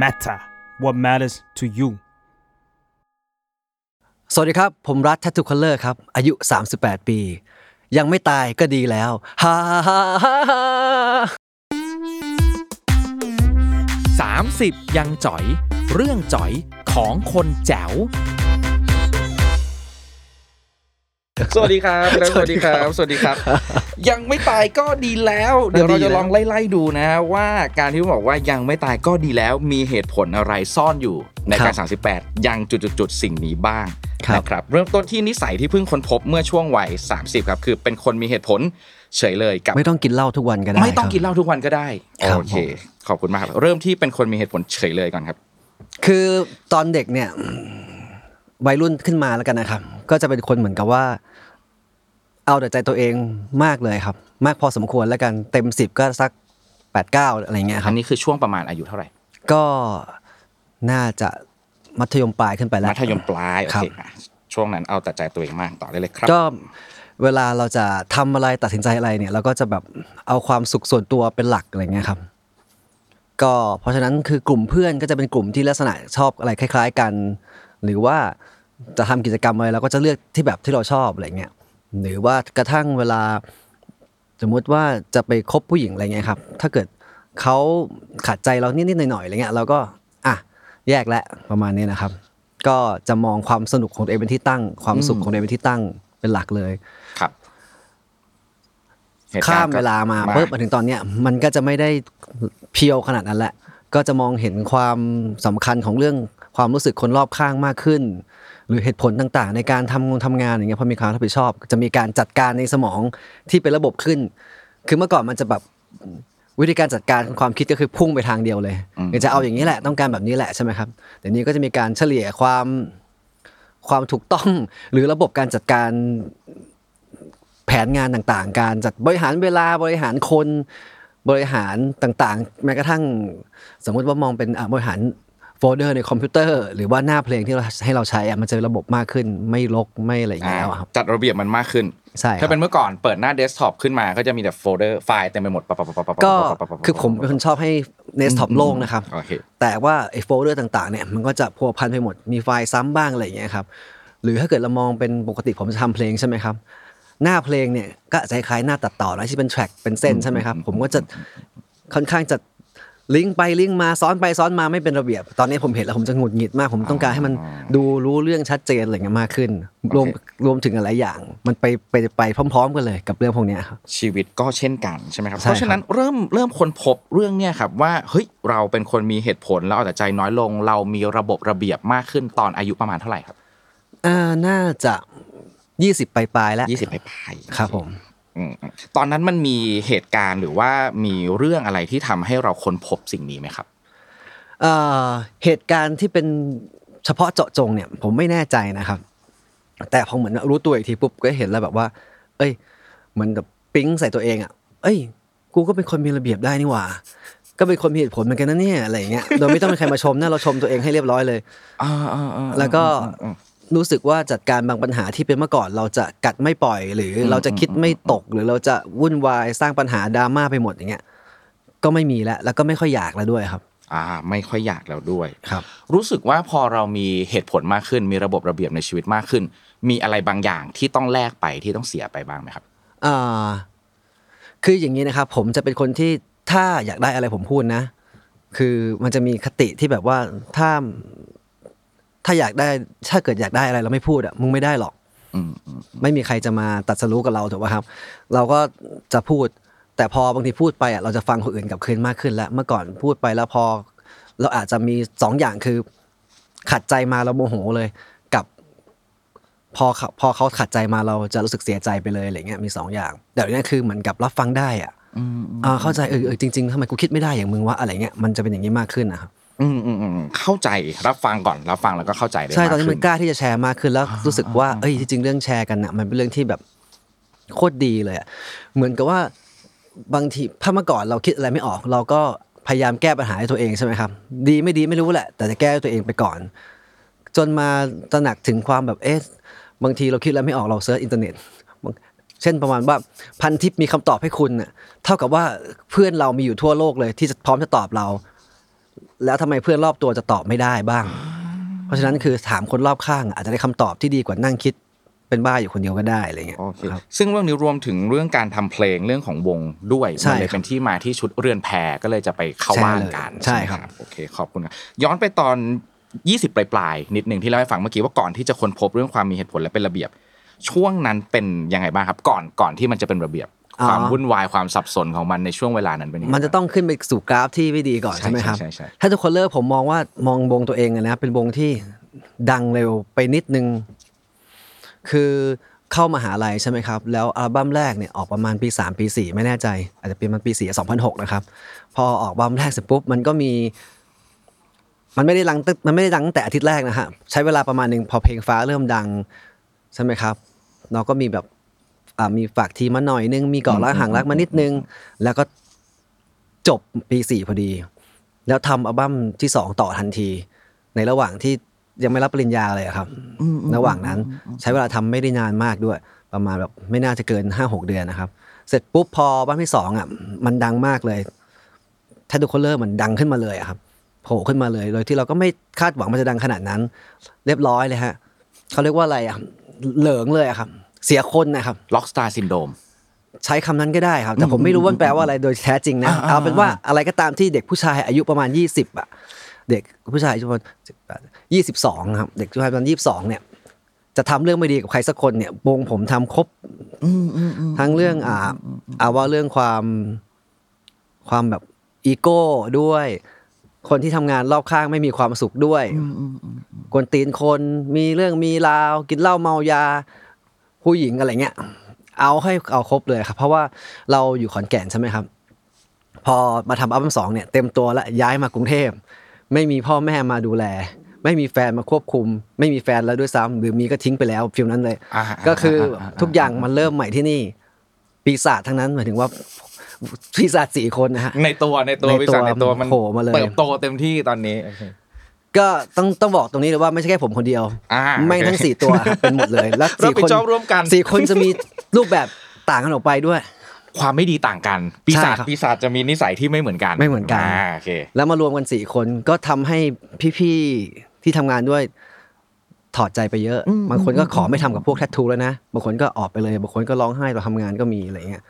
matter what matters to you สวัสดีครับ ผมรัฐทัตทุคัลเลอร์ครับ อายุ 38 ปี ยังไม่ตายก็ดีแล้วฮ่าฮ่าฮ่าฮ่าฮ่า 30 ยังจ๋อย เรื่องจ๋อยของคนแจ๋ว สวัสดีครับพี่นัทสวัสดีครับ สวัสดีครับ ยังไม่ตายก็ดีแล้ว เดี๋ยวเราจะลองไล่ๆดูนะว่าการที่บอกว่ายังไม่ตายก็ดีแล้ว มีเหตุผลอะไรซ่อนอยู่ในการ 38 ยังจุดๆๆสิ่งนี้บ้างนะครับ เริ่มต้นที่นิสัยที่เพิ่งค้นพบเมื่อช่วงวัย 30 ครับ คือเป็นคนมีเหตุผลเฉยเลยกับ ไม่ต้องกินเหล้าทุกวันก็ได้ ไม่ต้อง ครับ กินเหล้าทุกวันก็ได้ ครับ โอเค ขอบคุณมากครับ เริ่มที่เป็นคนมีเหตุผลเฉยเลยก่อนครับ คือตอนเด็กเนี่ยวัยรุ่นขึ้นมาแล้วกันนะครับ ก็จะเป็นคนเหมือนกับว่า เอาแต่ใจตัวเองมากเลยครับ มากพอสมควรแล้วกันเต็มสิบก็สักแปดเก้าอะไรเงี้ยค อั รับ นนี้คือช่วงประมาณอายุเท่าไหร่ ก็น่าจะมัธยมปลายขึ้นไปแล้ว มัธยมปลาย โอ ครับ เคอ่ะช่วงนั้นเอาแต่ใจตัวเองมากต่อได้เลยครับ ก็เวลาเราจะทำอะไรตัดสินใจอะไรเนี่ย เราก็จะแบบเอาความสุขส่วนตัวเป็นหลักอะไรเงี้ยครับ ก็เพราะฉะนั้นคือกลุ่มเพื่อนก็จะเป็นกลุ่มที่ลักษณะชอบอะไรคล้าย ๆ กัน หรือว่าจะทำกิจกรรมอะไรเราก็จะเลือกที่แบบที่เราชอบอะไรเงี้ยหรือว่ากระทั่งเวลา สมมุติว่าจะไปคบผู้หญิงอะไรเงี้ยครับ ถ้าเกิดเขาขัดใจเรานิดๆหน่อยๆอะไรเงี้ยเราก็อ่ะแยกและประมาณนี้นะครับ ก็จะมองความสนุกของตัวเองเป็นที่ตั้ง ความสุขของตัวเองเป็นที่ตั้งเป็นหลักเลย ครับหตุก ข้าร ม ณ์ก็ เวลามาปุ๊บมาถึงตอนเนี้ยมันก็จะไม่ได้เพียวขนาดนั้นแหละ ก็จะมองเห็นความสำคัญของเรื่องความรู้สึกคนรอบข้างมากขึ้น หรือเหตุผลต่างๆ ในการทำงงทำงานอย่างเงี้ยพอมีความรับผิดชอบ จะมีการจัดการในสมองที่เป็นระบบขึ้น คือเมื่อก่อนมันจะแบบวิธีการจัดการความคิดก็คือพุ่งไปทางเดียวเลยอยากจะเอาอย่างนี้แหละต้องการแบบนี้แหละใช่ไหมครับเดี๋ยวนี้ก็จะมีการเฉลี่ยความความถูกต้อง หรือระบบการจัดการ แผนงานต่างๆ การจัดบริหารเวลาบริหารคนบริหารต่างๆ แม้กระทั่ง สมมุติว่ามองเป็นอ่ะบริหารโฟลเดอร์ในคอมพิวเตอร์ หรือว่าหน้าเพลงที่เราให้เราใช้อ่ะมันจะระบบมากขึ้นไม่ลกไม่อะไรอย่าง อ่า เงี้ยแล้วอะครับ จัดระเบียบมันมากขึ้น ใช่ครั ถ้า บ เป็นเมื่อก่อนเปิดหน้าเดสก์ท็อปขึ้นมาก็จะมีแต่โฟลเดอร์ไฟล์เต็มไปหมดปะปะปะปะปะปะ ก็ ปะปะปะปะปะ คือผมเป็นคนชอบให้เนสท็อปโล่งนะครับ โอเค แต่ว่าไอ้โฟลเดอร์ต่างๆเนี่ยมันก็จะพัวพันไปหมดมีไฟล์ซ้ำบ้างอะไรอย่างเงี้ยครับหรือถ้าเกิดเรามองเป็นปกติผมจะทำเพลงใช่ไหมครับ หน้าเพลงเนี่ยก็จะคล้ายๆหน้าตัดต่อนะที่เป็นแทร็กเป็นเส้นใช่ไหมครับผมก็จะค่อนข้างจะลิงก์ไปลิงก์มาซ้อนไปซ้อนมาไม่เป็นระเบียบ ตอนนี้ผมเห็นแล้วผมจะหงุดหงิดมาก ผมต้องการให้มันดูรู้เรื่องชัดเจนอะไรเงี้ยมากขึ้น รวม โอเค รวมถึงหลายๆอย่าง มันไปไปไปพร้อม ๆ กันเลยกับเรื่องพวกเนี้ยครับ ชีวิตก็เช่นกันใช่ไหมครับ ใช่ครับ เพราะฉะนั้นเริ่มเริ่มคนพบเรื่องเนี่ยครับว่าเฮ้ยเราเป็นคนมีเหตุผลเราเอาแต่ใจน้อยลง เรามีระบบระเบียบมากขึ้นตอนอายุประมาณเท่าไหร่ครับ อ่าน่าจะยี่สิบปลายๆแล้ว ยี่สิบปลายๆ ครับผม อืมตอนนั้นมันมีเหตุการณ์หรือว่ามีเรื่องอะไรที่ทำให้เราค้นพบสิ่งนี้ไหมครับ เอ่อเหตุการณ์ที่เป็นเฉพาะเจาะจงเนี่ยผมไม่แน่ใจนะครับ แต่พอเหมือนรู้ตัวอีกทีปุ๊บก็เห็นแล้วแบบว่า เอ้ยเหมือนแบบปิ๊งใส่ตัวเองอ่ะเอ้ย กูก็เป็นคนมีระเบียบได้นี่หว่า ก็เป็นคนมีเหตุผลเหมือนกันนะเนี่ยอะไรอย่างเงี้ยโดยไม่ต้องมีใครมาชมนะเราชมตัวเองให้เรียบร้อยเลย อ่าๆๆ แล้วก็รู้สึกว่าจัดการบางปัญหาที่เป็นเมื่อก่อนเราจะกัดไม่ปล่อย หรือเราจะคิดไม่ตก หรือเราจะวุ่นวายสร้างปัญหาดราม่าไปหมดอย่างเงี้ยก็ไม่มีแล้วแล้วก็ไม่ค่อยอยากแล้วด้วยครับ อ่า ไม่ค่อยอยากแล้วด้วย ครับ รู้สึกว่าพอเรามีเหตุผลมากขึ้น มีระบบระเบียบในชีวิตมากขึ้น มีอะไรบางอย่างที่ต้องแลกไปที่ต้องเสียไปบ้างไหมครับ อ่าคืออย่างนี้นะครับ ผมจะเป็นคนที่ถ้าอยากได้อะไรผมพูดนะ คือมันจะมีคติที่แบบว่าถ้าถ้าอยากได้ถ้าเกิดอยากได้อะไรเราไม่พูดอ่ะมึงไม่ได้หรอก อืมอืม ไม่มีใครจะมาตัดสรู้กับเราถูกป่ะครับ เราก็จะพูด แต่พอบางทีพูดไปอ่ะเราจะฟังคนอื่นกลับคืนมากขึ้น แล้วเมื่อก่อนพูดไปแล้วพอ เราอาจจะมีสองอย่างคือ ขัดใจมาเราโมโหเลยกับ พอเขาพอเขาขัดใจมาเราจะรู้สึกเสียใจไปเลยอะไรเงี้ยมีสองอย่างแต่เดี๋ยวนี้คือเหมือนกับรับฟังได้อ่ะ อืม อ่าเข้าใจเออเออจริงๆทำไมกูคิดไม่ได้อย่างมึงวะอะไรเงี้ยมันจะเป็นอย่างนี้มากขึ้นนะครับ อืมอืมอืมเข้าใจรับฟังก่อนรับฟังแล้วก็เข้าใจได้ ใช่ มาก ตอนนี้ ขึ้ มันกล้าที่จะแชร์มากขึ้นแล้วรู้สึกว่าเอ้ยจริงๆเรื่องแชร์กันน่ะมันเป็นเรื่องที่แบบโคตรดีเลยอะเหมือนกับว่าบางทีถ้าเมื่อก่อนเราคิดอะไรไม่ออก เราก็พยายามแก้ปัญหาให้ตัวเองใช่ไหมครับ ดีไม่ดีไม่รู้แหละ แต่จะแก้ด้วยตัวเองไปก่อน จนมาตระหนักถึงความแบบเอ๊ะบางทีเราคิดอะไรไม่ออกเราเซิร์ชอินเทอร์เน็ตบางเช่นประมาณว่าพันทิปมีคำตอบให้คุณน่ะเท่ากับว่าเพื่อนเรามีอยู่ทั่วโลกเลยที่จะพร้อมจะตอบเรา แล้วทำไมเพื่อนรอบตัวจะตอบไม่ได้บ้าง เพราะฉะนั้นคือถามคนรอบข้าง อาจจะได้คำตอบที่ดีกว่านั่งคิดเป็นบ้าอยู่คนเดียวก็ได้อะไรเงี้ย โอเค ครับ ซึ่งเรื่องนี้รวมถึงเรื่องการทำเพลงเรื่องของวงด้วย ใช่ มัเลคยรับ เป็นที่มาที่ชุดเรือนแพรก็เลยจะไปเข้าบ้านกัน ใช่เลยใช่ไหมครับ โอเคขอบคุณครับย้อนไปตอน 20 ปลายๆนิดหนึ่งที่เล่าให้ฟังเมื่อกี้ว่าก่อนที่จะค้นพบเรื่องความมีเหตุผลและเป็นระเบียบ ช่วงนั้นเป็นยังไงบ้างครับ ก่อนก่อนที่มันจะเป็นระเบียบ ความวุ่นวายความสับสนของมันในช่วงเวลานั้นเป็นยังไง มันจะต้องขึ้นไปสู่กราฟที่ไม่ดีก่อนใช่ไหมครับ ใช่ใช่ ถ้าทุกคนเลิกผมมองว่ามองวงตัวเองอะนะเป็นวงที่ดังเร็วไปนิดนึง คือเข้ามหาลัยใช่ไหมครับ แล้วอัลบั้มแรกเนี่ยออกประมาณปี 3 ปี 4 ไม่แน่ใจ อาจจะเป็นมันปี4 2006 นะครับ พอออกอัลบั้มแรกเสร็จปุ๊บ มันก็มี มันไม่ได้ดังตั้งมันไม่ได้ดังตั้งแต่อาทิตย์แรกนะฮะใช้เวลาประมาณหนึ่งพอเพลงฟ้าเริ่มดัง ใช่ไหมครับ เราก็มีแบบอ่ามีฝากทีมมาหน่อยนึง มีเกาะล้างห่างรักมานิดนึง แล้วก็จบปีสี่พอดี แล้วทำอัลบั้มที่สองต่อทันที ในระหว่างที่ยังไม่รับปริญญาเลยอะครับ ระหว่างนั้นใช้เวลาทำไม่ได้นานมากด้วย ประมาณแบบไม่น่าจะเกินห้าหกเดือนนะครับ เสร็จปุ๊บพออัลบั้มที่สองอ่ะมันดังมากเลย ถ้าดูคนเลอร์มันดังขึ้นมาเลยอะครับโผล่ขึ้นมาเลยโดยที่เราก็ไม่คาดหวังมันจะดังขนาดนั้น เรียบร้อยเลยฮะเขาเรียกว่าอะไรอ่ะเหลิงเลยอะครับ เสียคนนะครับ ล็อกสตาร์ซินโดม ใช้คำนั้นก็ได้ครับ แต่ผมไม่รู้ว่ามันแปลว่าอะไรโดยแท้จริงนะ อ่าอ่า เอาเป็นว่าอะไรก็ตามที่เด็กผู้ชายอายุประมาณ 20อ่ะ เด็กผู้ชายอายุประมาณยี่สิบสองครับ เด็กผู้ชายประมาณยี่สิบสองเนี่ย จะทำเรื่องไม่ดีกับใครสักคนเนี่ยวงผมทำครบทั้งเรื่องอ่าเอาว่าเรื่องความความแบบอีโก้ด้วย คนที่ทำงานรอบข้างไม่มีความสุขด้วยกวนตีนคนมีเรื่องมีราว กินเหล้าเมายา ผู้หญิงอะไรเงี้ย เอาให้เอาครบเลยครับ เพราะว่าเราอยู่ขอนแก่นใช่ไหมครับ พอมาทำอัลบั้มสองเนี่ยเต็มตัวแล้วย้ายมากรุงเทพ ไม่มีพ่อแม่มาดูแล ไม่มีแฟนมาควบคุม ไม่มีแฟนแล้วด้วยซ้ำหรือมีก็ทิ้งไปแล้วฟิลนั้นเลย อ่า ก็คืออา ทุกอย่างมันเริ่มใหม่ที่นี่ ปีศาจทั้งนั้นหมายถึงว่าปีศาจสี่คนนะฮะ ในตัวในตัว ในตัว บริษัทในตัวมัน โผล่มาเลย เติบโตเต็มที่ตอนนี้โอเค ก็ต้องต้องบอกตรงนี้เลยว่าไม่ใช่แค่ผมคนเดียว อ่า ไม่ง โอเค ทั้งสี่ตัวครับเป็นหมดเลย แล้ว รับ สี่ ผิด คน ชอบร่วมกัน สี่คนจะมีรูปแบบต่างกันออกไปด้วย ความไม่ดีต่างกัน ปีศาจ ใช่ครับ ปีศาจจะมีนิสัยที่ไม่เหมือนกัน ไม่เหมือนกัน าโอเค แล้วมารวมกันสี่คนก็ทำให้พี่ๆที่ทำงานด้วยถอดใจไปเยอะ บางคนก็ขอไม่ทำกับพวกแทททูแล้วนะ บางคนก็ออกไปเลย บางคนก็ร้องไห้เราทำงานก็มีอะไรเงี้ย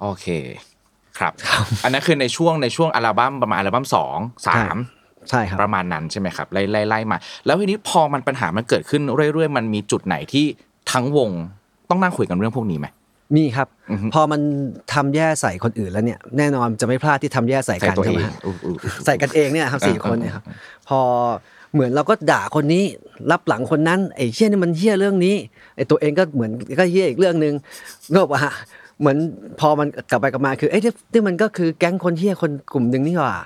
โอเค ครับ อันนั้นคือในช่วงในช่วงอัลบั้มประมาณอัลบั้มสองสา ใช่ ม ใช่ครับ ประมาณนั้นใช่ไหมครับไล่ไล่ไล่มา แล้วทีนี้พอมันปัญหามันเกิดขึ้นเรื่อยๆ มันมีจุดไหนที่ทั้งวงต้องนั่งคุยกันเรื่องพวกนี้ไหม มีครับ อือฮึ พอมันทำแย่ใส่คนอื่นแล้วเนี่ยแน่นอนจะไม่พลาดที่ทำแย่ใส่ ใส่ กัน ตัวเอ ใช่ไหม ง ฮะ อู้อู้อู้ ใส่กันเองเนี่ยครับ อ่า สี่คนเนี่ยครับพอเหมือนเราก็ด่าคนนี้รับหลังคนนั้นไอ้เฮี้ยนี่มันเฮี้ยเรื่องนี้ไอ้ตัวเองก็เหมือนก็เฮี้ยอีกเรื่องหนึ่งงบอะฮะเหมือนพอมันกลับไปกลับมาคือเอ้ยนี่นี่มันก็คือแก๊งคนเฮี้ยคนกลุ่มหนึ่งนี่หว่า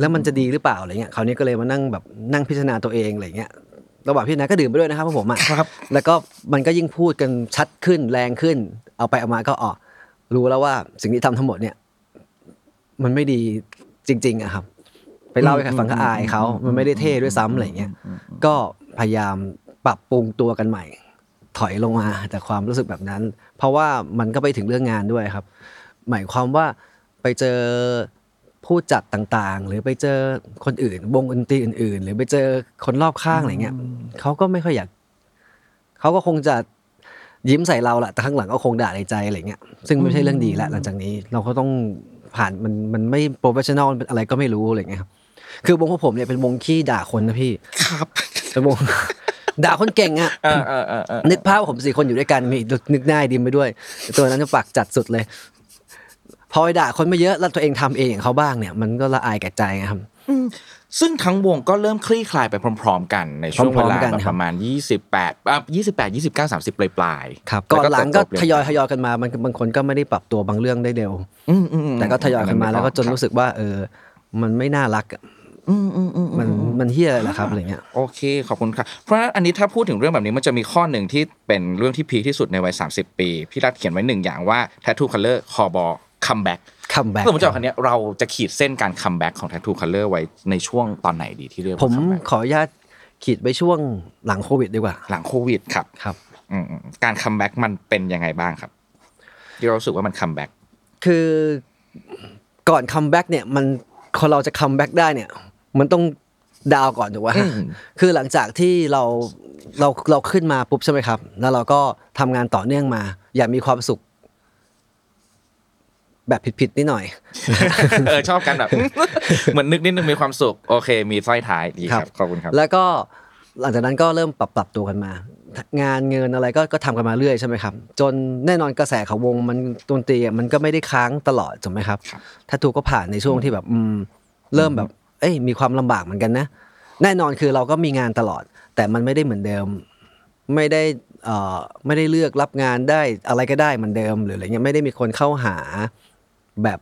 แล้วมันจะดีหรือเปล่าอะไรเงี้ยคราวนี้ก็เลยมานั่งแบบนั่งพิจารณาตัวเองอะไรเงี้ยระหว่างพิจารณาก็ดื่มไปด้วยนะครับพวกผมอะ ครับ แล้วก็มันก็ยิ่งพูดกันชัดขึ้นแรงขึ้น เอาไปเอามาก็อ๋อรู้แล้วว่าสิ่งที่ทำทั้งหมดเนี่ย มันไม่ดีจริงๆอะครับ ไปเล่าให้ใครฟังก็อายเขามันไม่ได้เท่ด้วยซ้ำอะไรเงี้ยก็พยายามปรับปรุงตัวกันใหม่ ถอยลงมาจากความรู้สึกแบบนั้น เพราะว่ามันก็ไปถึงเรื่องงานด้วยครับ หมายความว่าไปเจอผู้จัดต่างๆ หรือไปเจอคนอื่น วงดนตรีอื่น ๆ หรือไปเจอคนรอบข้างอะไรเงี้ยเขาก็ไม่ค่อยอยากเขาก็คงจะยิ้มใส่เราแหละแต่ข้างหลังก็คงด่าในใจอะไรเงี้ยซึ่งไม่ใช่เรื่องดีแล้วหลังจากนี้เราก็ต้องผ่านมันมันไม่โปรเฟชชั่นอลอะไรก็ไม่รู้อะไรเงี้ยครับคือวงของผมเนี่ยเป็นวงขี้ด่าคนนะพี่ ครับ เป็นวง ด่าคนเก่งอะ เออเออเออเออ นึกภาพว่าผมสี่คนอยู่ด้วยกันมีนึกหน้าไอ้ดิมไปด้วยแต่ตัวนั้นจะปากจัดสุดเลย พอไปด่าคนไม่เยอะแล้วตัวเองทำเองอย่างเขาบ้างเนี่ย มันก็ละอายแก่ใจไงครับ ซึ่งทั้งวงก็เริ่มคลี่คลายไปพร้อม ๆ กันในช่วง พ เว ร้อม ลา ๆกัน แบบ ค ป รับ ระมาณ 28อ่ะ28 29 30ปลายปลายๆ ก่อน แว หลังก็ เติบโต ทยอยทยอยกันมามันบางคนก็ไม่ได้ปรับตัวบางเรื่องได้เร็ว อืมอืมอืม แต่ก็ทยอยกันมาแล้วก็จน ครับ รู้สึกว่า เออ มันไม่น่ารักอะมันมันเฮี้ยแหละครับอะไรเงี้ย โอเคขอบคุณครับเพราะฉะนั้นอันนี้ถ้าพูดถึงเรื่องแบบนี้มันจะมีข้อหนึ่งที่เป็นเรื่องที่พีคที่สุดในวัย 30 ปี พี่รัฐเขียนไว้หนึ่งอย่างว่า Tattoo Color คอบอคัมแบ็ก comeback สมมติจากคันนี้ยเราจะขีดเส้นการคัมแบ็กของ Tattoo Color ไว้ในช่วงตอนไหนดีที่เรียกว่า ผม comeback ขออนุญาตขีดไปช่วงหลังโควิดดีกว่า หลังโควิดครับ ครับ อืมๆการคัมแบ็กมันเป็นยังไงบ้างครับ ที่เรารู้สึกว่ามันคัมแบ็ก คือก่อนคัมแบ็กเนี่ยมัน คนเราจะคัมแบ็กได้เนี่ย มันต้องดาวก่อนถูกไหม อืม คือหลังจากที่เราเราเราขึ้นมาปุ๊บใช่ไหมครับ แล้วเราก็ทำงานต่อเนื่องมา อย่ามีความสุข แบบผิดๆนิดหน่อย เออชอบกันแบบ เหมือนนึกนิดนึงมีความสุข โอเค มีสร้อยท้ายดีคครับรับ ขอบคุณครับ แล้วก็หลังจากนั้นก็เริ่มปรับปรับตัวกันมา งานเงินอะไรก็ก็ทำกันมาเรื่อยใช่ไหมครับ จนแน่นอนกระแสของวงมันดนตรีอะมันก็ไม่ได้ค้างตลอดถูกไหมครับ ครับ ถ้าทูก็ผ่านในช่วงที่แบบอืมเริ่มแบบ เอ้ยมีความลำบากเหมือนกันนะ แน่นอนคือเราก็มีงานตลอด แต่มันไม่ได้เหมือนเดิม ไม่ได้เอ่อไม่ได้เลือกรับงานได้อะไรก็ได้เหมือนเดิม หรืออะไรเงี้ยไม่ได้มีคนเข้าหาแบบ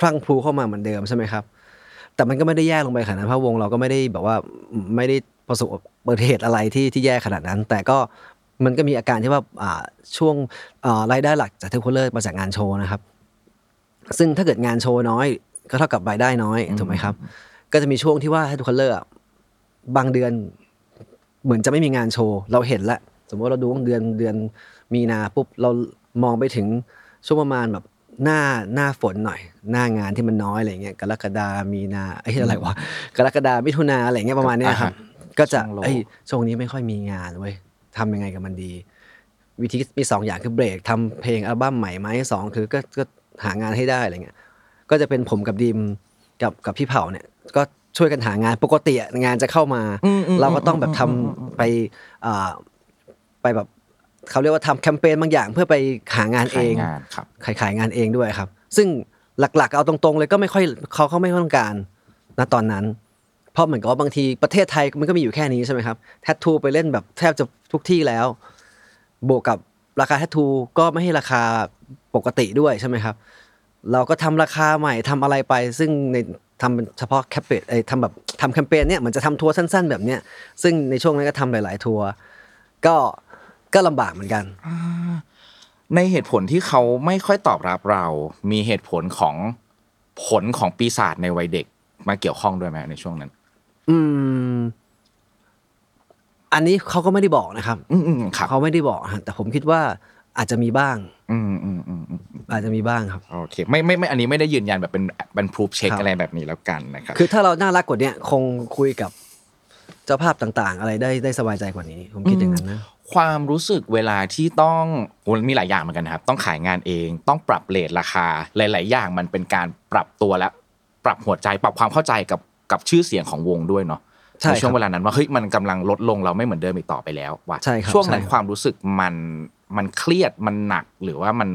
พรั่งพรูเข้ามาเหมือนเดิมใช่ไหมครับ แต่มันก็ไม่ได้แย่ลงไปขนาดนั้นเพราะวงเราก็ไม่ได้แบบว่าไม่ได้ประสบอุบัติเหตุอะไรที่ที่แย่ขนาดนั้น แต่ก็มันก็มีอาการที่ว่าอ่าช่วงอ่ารายได้หลักจากที่คุณเลิกมาจากงานโชว์นะครับ ซึ่งถ้าเกิดงานโชว์น้อย ก็เท่ากับรายได้น้อย อืม ถูกไหมครับ ก็จะมีช่วงที่ว่าให้ทุกคนเลิกอะบางเดือนเหมือนจะไม่มีงานโชว์ เราเห็นละสมมติว่าเราดูว่าเดือนเดือนมีนาปุ๊บเรามองไปถึงช่วงประมาณแบบหน้าหน้าฝนหน่อย หน้างานที่มันน้อยอะไรเงี้ยกรกฎามีนาไอ้ยอะไรวะกรกฎามิถุนาอะไรเงี้ยประมาณเนี้ยครับ ก็จะ ช่วงโล ไอ้ยช่วงนี้ไม่ค่อยมีงานเว้ยทำยังไงกับมันดี วิธีมีสองอย่างคือเบรกทำเพลงอัลบั้มใหม่ไหมสองคือก็ก็หางานให้ได้อะไรเงี้ย ก็จะเป็นผมกับดิมกับกับพี่เผาเนี่ย ก็ช่วยกันหางานปกติอะงานจะเข้ามา อืมอืม เราก็ต้องแบบทำ อืมอืมอืม ไปอ่าไปแบบเขาเรียกว่าทำแคมเปญบางอย่างเพื่อไปหางานเอ ขาย ง งานครับ ขายขายงานเองด้วยครับ ซึ่งหลักๆเอาตรงๆเลยก็ไม่ค่อยเขาเขาไม่ต้องการนะตอนนั้น เพราะเหมือนกับว่าบางทีประเทศไทยมันก็มีอยู่แค่นี้ใช่ไหมครับแทททูไปเล่นแบบแทบจะทุกที่แล้ว บวกกับราคาแทททูก็ไม่ให้ราคาปกติด้วยใช่ไหมครับ เราก็ทำราคาใหม่ทำอะไรไป ซึ่งในทำเป็นเฉพาะแคมเปญเอ้ยทำแบบทำแคมเปญเนี่ยเหมือนจะทำทัวร์สั้น ๆ แบบเนี้ยซึ่งในช่วงนั้นก็ทำหลาย ๆ ทัวร์ก็ก็ลำบากเหมือนกัน ในเหตุผลที่เขาไม่ค่อยตอบรับเรา มีเหตุผลของผลของปีศาจในวัยเด็กมาเกี่ยวข้องด้วยไหมในช่วงนั้น อืม อันนี้เขาก็ไม่ได้บอกนะครับ อืมอืมครับ เขาไม่ได้บอกฮะแต่ผมคิดว่าอาจจะมีบ้าง อืมอืมอืมอืม อาจจะมีบ้างครับ โอเคไม่ไม่ไม่อันนี้ไม่ได้ยืนยันแบบเป็นเป็นพรูฟเช็ค ครับ อะไรแบบนี้แล้วกันนะครับ คือถ้าเราน่ารักกว่าเนี้ยคงคุยกับเจ้าภาพต่าง ๆ อะไรได้ได้สบายใจกว่านี้ ผมคิดอย่างนั้นนะ ความรู้สึกเวลาที่ต้องโอ้มันมีหลายอย่างเหมือนกันนะครับ ต้องขายงานเอง ต้องปรับเลทราคา หลาย ๆ อย่างมันเป็นการปรับตัวและปรับหัวใจ ปรับความเข้าใจกับกับชื่อเสียงของวงด้วยเนาะ ใช่ครับ นช่วงเวลานั้นว่าเฮ้ยมันกำลังลดลงเราไม่เหมือนเดิมอีกต่อไปแล้วว่ะ ใช่ครับ ช่วงนั้น ใช่ครับ ความรู้สึกมันมันเครียดมันหนักหรือว่ามัน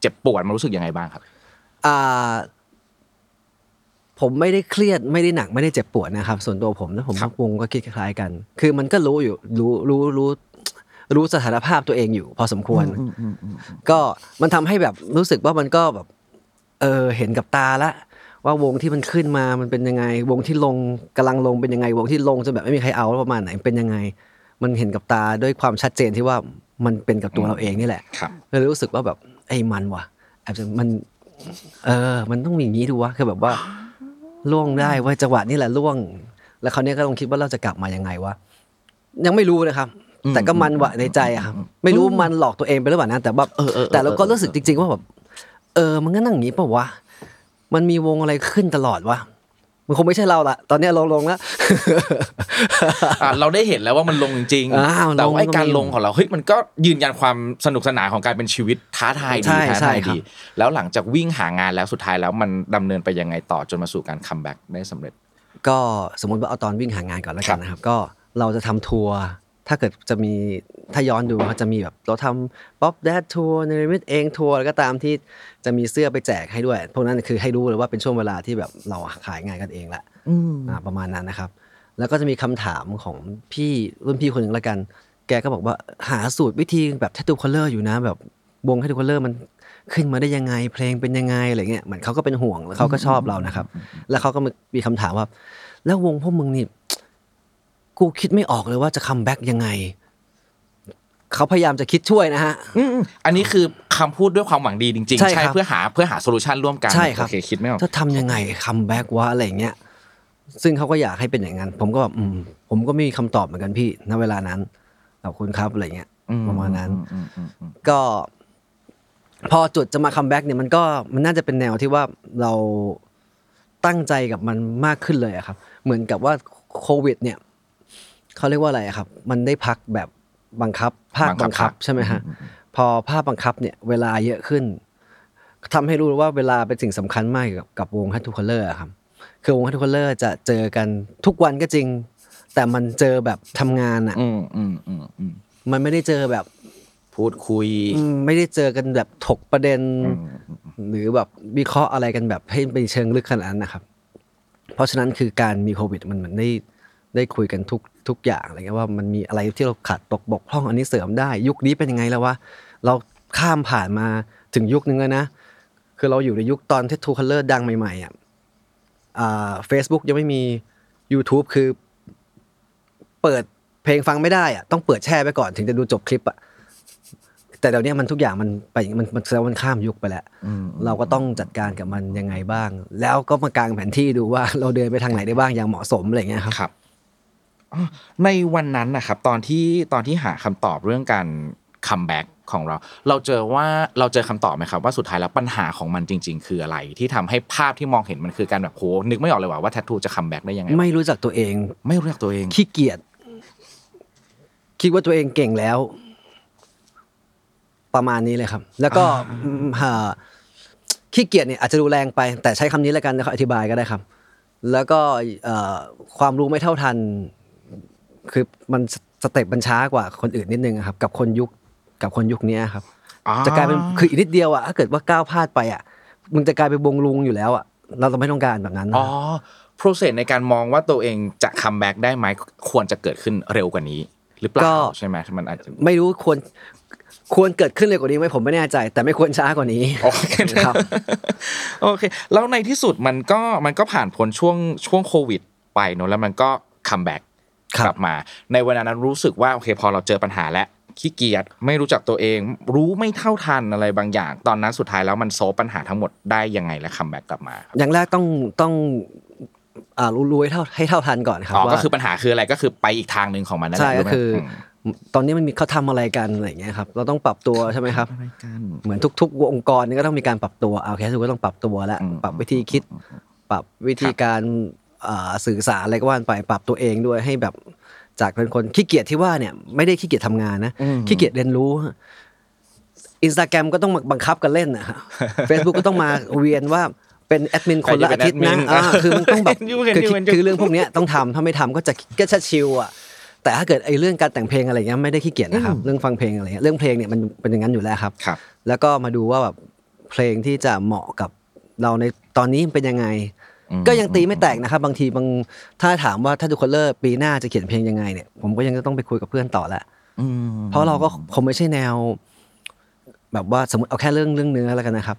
เจ็บปวดมันรู้สึกยังไงบ้างครับ อ่า ผมไม่ได้เครียดไม่ได้หนักไม่ได้เจ็บปวดนะครับ ส่วนตัวผมแล้วผม ครับ วงก็คิดคล้ายๆกัน คือมันก็รู้อยู่รู้รู้รู้รู้สถานภาพตัวเองอยู่ พอสมควร ก็มันทำให้แบบรู้สึกว่ามันก็แบบ เออเห็นกับตาละ ว่าวงที่มันขึ้นมามันเป็นยังไง วงที่ลงกำลังลงเป็นยังไง วงที่ลงจนแบบไม่มีใครเอาแล้วประมาณไหนเป็นยังไง มันเห็นกับตาด้วยความชัดเจนที่ว่ามันเป็นกับตัวเราเองนี่แหละ ครับ เลยรู้สึกว่าแบบไอ้มันว่ะแอบจะมัน เออ มันต้องมีอย่างนี้ดูวะคือแบบว่าล่วงได้เว่าจังหวะนี่แหละล่วง แล้วคราวเนี้ยก็ลองคิดว่าเราจะกลับมายังไงวะยังไม่รู้นะครับ อืม แต่ก็มันว่ะในใจอะครับไม่รู้มันหลอกตัวเองไปหรือเปล่านะแต่แบบ เออเออเออ แต่เราก็รู้สึกจริง ๆ ว่าแบบเออ มันก็นั่งอย่างนี้เปล่าวะมันมีวงอะไรขึ้นตลอดวะมันคงไม่ใช่เราละตอนเนี้ยลงลงแล้ว อ่ะเราได้เห็นแล้วว่ามันลงจริง อ้าว ๆแต่ว่าไอ้ ลงก็มี การลงของเราเฮ้ยมันก็ยืนยันความสนุกสนานของการเป็นชีวิตท้าทายดี ใช่ ท้า ใช่ ทาย ครับ ดีแล้วหลังจากวิ่งหางานแล้วสุดท้ายแล้วมันดำเนินไปยังไงต่อจนมาสู่การคัมแบ็กได้สำเร็จ ก็สมมติว่าเอาตอนวิ่งหางานก่อนแล้วกันนะครับ ก็เราจะทำทัวร์ถ้าเกิดจะมีถ้าย้อนดูเขาจะมีแบบเราทำป๊อปแดดทัวร์ในมิตเองทัวร์แล้วก็ตามที่จะมีเสื้อไปแจกให้ด้วย พวกนั้นคือให้รู้เลยว่าเป็นช่วงเวลาที่แบบเราขายงานกันเองละอ่าประมาณนั้นนะครับ แล้วก็จะมีคำถามของพี่รุ่นพี่คนหนึ่งละกัน แกก็บอกว่าหาสูตรวิธีแบบแททูคอลเลอร์อยู่นะ แบบวงแททูคอลเลอร์มันขึ้นมาได้ยังไง เพลงเป็นยังไงอะไรเงี้ยเหมือนเขาก็เป็นห่วงแล้วเขาก็ชอบเรานะครับ แล้วเขาก็มีคำถามว่า แล้ววงพวกมึงนี่ กูคิดไม่ออกเลยว่าจะคัมแบ็กยังไง เขาพยายามจะคิดช่วยนะฮะ อืมอันนี้คือคำพูดด้วยความหวังดีจริง ใช่ ๆ ใช่ ครับ เพื่อหาเพื่อหาโซลูชันร่วมกัน ใช่ครับ โอเคคิดไม่ออก จะทำยังไงคัมแบ็กวะอะไรอย่างเงี้ย ซึ่งเขาก็อยากให้เป็นอย่างนั้น ผมก็แบบอืมผมก็ไม่มีคำตอบเหมือนกันพี่ณเวลานั้นขอบคุณครับอะไรเงี้ย อื ประมาณนั้น อืมอืมอืม ก็ พอจุดจะมาคัมแบ็กเนี่ยมันก็มันน่าจะเป็นแนวที่ว่าเรา ตั้งใจกับมันมากขึ้นเลยอะครับ เหมือนกับว่าโควิด เนี่ยเขาเรียกว่าอะไรอะครับ มันได้พักแบบบังคับภาค บั บั ง ง คั คั บบ ใช่ไหมฮะพอภาคบังคับเนี่ยเวลาเยอะขึ้นทำให้รู้ว่าเวลาเป็นสิ่งสำคัญมากกับกับวงฮัตทูคอลเลอร์ครับ คือวงฮัตทูคอลเลอร์จะเจอกันทุกวันก็จริง แต่มันเจอแบบทำงานอ่ะ อืมอืมอืมอืม มันไม่ได้เจอแบบ พูดคุย อืมไม่ได้เจอกันแบบถกประเด็น อืม หรือแบบวิเคราะห์อะไรกันแบบให้เป็นเชิงลึกขนาดนั้นนะครับ เพราะฉะนั้นคือการมีโควิดมันเหมือนได้ได้คุยกันทุกทุกอย่างอะไรเงี้ยว่ามันมีอะไรที่เราขาดตกบกพร่องอันนี้เสริมได้ ยุคนี้เป็นยังไงแล้ววะเราข้ามผ่านมาถึงยุคนึงแล้วนะ คือเราอยู่ในยุคตอนที่ทูคัลเลอร์ดังใหม่ๆอ่ะอ่าเฟซบุ๊กยังไม่มี YouTube คือ เปิดเพลงฟังไม่ได้อ่ะต้องเปิดแช่ไปก่อนถึงจะดูจบคลิปอ่ะแต่เดี๋ยวนี้มันทุกอย่างมันไปมันมันแสดงว่ามันข้ามยุคไปแล้ว อืม เราก็ต้องจัดการกับมันยังไงบ้าง แล้วก็มากางแผนที่ดูว่า เราเดินไปทางไหนได้บ้างอย่างเหมาะสมอะไรเงี้ยครับ ครับอ๋อในวันนั้นนะครับ ตอนที่ตอนที่หาคำตอบเรื่องการคัมแบ็กของเรา เราเจอว่าเราเจอคำตอบไหมครับ ว่าสุดท้ายแล้วปัญหาของมันจริง ๆ คืออะไร ที่ทำให้ภาพที่มองเห็นมันคือการแบบโหนึกไม่ออกเลยว่าว่าแททูจะคัมแบ็กได้ยังไงวะ ไม่รู้จักตัวเอง ไม่รู้จักตัวเอง ขี้เกียจคิดว่าตัวเองเก่งแล้ว ประมาณนี้เลยครับ แล้วก็อืมหาขี้เกียจเนี่ยอาจจะดูแรงไป แต่ใช้คำนี้แล้วกันแล้วเขาอธิบายก็ได้ครับ แล้วก็เอ่อความรู้ไม่เท่าทัน คือมันสเต็ปมันช้ากว่าคนอื่นนิดนึงอะครับ กับคนยุคกับคนยุคเนี้ยครับ จะกลายเป็นคืออีกนิดเดียวอ่ะถ้าเกิดว่าก้าวพลาดไปอ่ะมึงจะกลายเป็นวงลุงอยู่แล้วอ่ะเราเราไม่ต้องการแบบนั้นนะ อ๋อ process ในการมองว่าตัวเองจะคัมแบ็กได้ไหมควรจะเกิดขึ้นเร็วกว่านี้ หรือเปล่าใช่ไหมมันอาจจะ ไม่รู้ควรควรเกิดขึ้นเลยกว่านี้ไหมผมไม่แน่ใจ แต่ไม่ควรช้ากว่านี้ โอเค ครับ โอเค แล้วในที่สุดมันก็มันก็ผ่านพ้นช่วงช่วงโควิดไปเนอะแล้วมันก็คัมแบ็ก ครับ กลับมา ในเวลานั้นรู้สึกว่าโอเค พอเราเจอปัญหาแล้วขี้เกียจไม่รู้จักตัวเอง รู้ไม่เท่าทันอะไรบางอย่าง ตอนนั้นสุดท้ายแล้วมันโซฟปัญหาทั้งหมดได้ยังไงและคัมแบ็กกลับมาครับ อย่างแรกต้องต้องอ่ารู้รู้ให้เท่าให้เท่าทันก่อนครับ อ๋อ ว่า ก็คือปัญหาคืออะไรก็คือไปอีกทางหนึ่งของมันนั่นแห ใช่ ละ ก็คือ รู้ไหม อตอนนี้มันมีเขาทำอะไรกันอะไรอย่างเงี้ยครับ เราต้องปรับตัวใช่ไหมครับ อะไรกัน เหมือนทุกๆ องค์กรนี่ก็ต้องมีการปรับตัวเอาแคสก็ต้องปรับตัวแล้ว อืม ปรับวิธีคิด ปรับวิธีการอ่าสื่อสารอะไรก็ว่าไปปรับตัวเองด้วยให้แบบจากเป็นคนขี้เกียจที่ว่าเนี่ยไม่ได้ขี้เกียจทำงานนะ อืม ขี้เกียจเรียนรู้อินสตาแกรมก็ต้องมาบังคับกันเล่นนะเฟซบุ๊กก็ต้องมาเวียนว่าเป็นแอดมินคนละอาทิตย์นะอ่าคือมันต้องแบบ เห็นอยู่เห็น คือ อคิดยู่เห็นอยู่ คือเรื่องพวกเนี้ยต้องทำถ้าไม่ทำก็จะก็จะชิลอ่ะ แต่ถ้าเกิดไอ้เรื่องการแต่งเพลงอะไรเงี้ยไม่ได้ขี้เกียจนะครับ เรื่องฟังเพลงอะไรเงี้ยเรื่องเพลงเนี่ยมันเป็นอย่างนั้นอยู่แล้วครับ ครับ แล้วก็มาดูว่าแบบเพลงที่จะเหมาะกับเราในตอนนี้เป็นยังไง อืม ก็ยังตีไม่แตกนะครับ บางทีบางถ้าถามว่าถ้าดูคอลเลอร์ปีหน้าจะเขียนเพลงยังไงเนี่ยผมก็ยังต้องไปคุยกับเพื่อนต่อแหละ อืม เพราะเราก็คงไม่ใช่แนว แบบว่าสมมติเอาแค่เรื่องเรื่องเนื้อแล้วกันนะครับ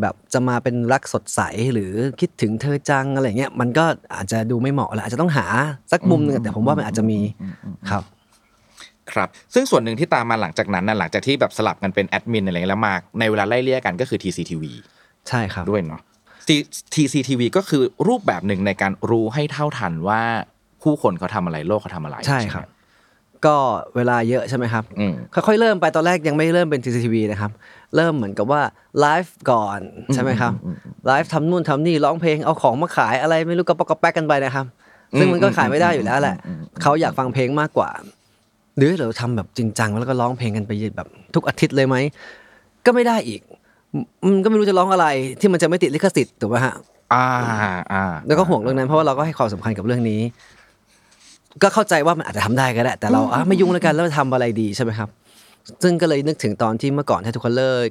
แบบจะมาเป็นรักสดใสหรือคิดถึงเธอจังอะไรเงี้ยมันก็อาจจะดูไม่เหมาะแหละอาจจะต้องหาสักมุมหนึงแต่ผมว่ามันอาจจะมีครับ ครับ ซึ่งส่วนหนึ่งที่ตามมาหลังจากนั้นน่ะหลังจากที่แบบสลับกันเป็นแอดมินอะไรแล้วมาในเวลาไล่เลี่ยกันก็คือ TCTV ใช่ครับ ด้วยเนาะ T- TCTV ก็คือรูปแบบหนึ่งในการรู้ให้เท่าทันว่าผู้คนเขาทำอะไรโลกเขาทำอะไร ใช่ครับ ก็เวลาเยอะใช่ไหมครับ อืม ค่อยๆเริ่มไปตอนแรกยังไม่เริ่มเป็น CCTV นะครับ เริ่มเหมือนกับว่าไลฟ์ก่อนใช่ไหมครับไลฟ์ทำนู่นทำนี่ร้องเพลงเอาของมาขายอะไรไม่รู้กระปอกกระแป๊กกันไปนะครับ ซึ่งมันก็ขายไม่ได้อยู่แล้วแหละเขาอยากฟังเพลงมากกว่า หรือเราทำแบบจริงจังแล้วก็ร้องเพลงกันไปแบบทุกอาทิตย์เลยไหมก็ไม่ได้อีกมันก็ไม่รู้จะร้องอะไรที่มันจะไม่ติดลิขสิทธิ์ถูกไหมฮะ อ่าอ่า แล้วก็ห่วงเรื่องนั้นเพราะว่าเราก็ให้ความสำคัญกับเรื่องนี้ ก็เข้าใจว่ามันอาจจะทำได้ก็ได้แต่เราอ่ะไม่ยุ่งแล้วกันแล้วทำอะไรดีใช่ไหมครับ ซึ่งก็เลยนึกถึงตอนที่เมื่อก่อนแททูคัลเลอร์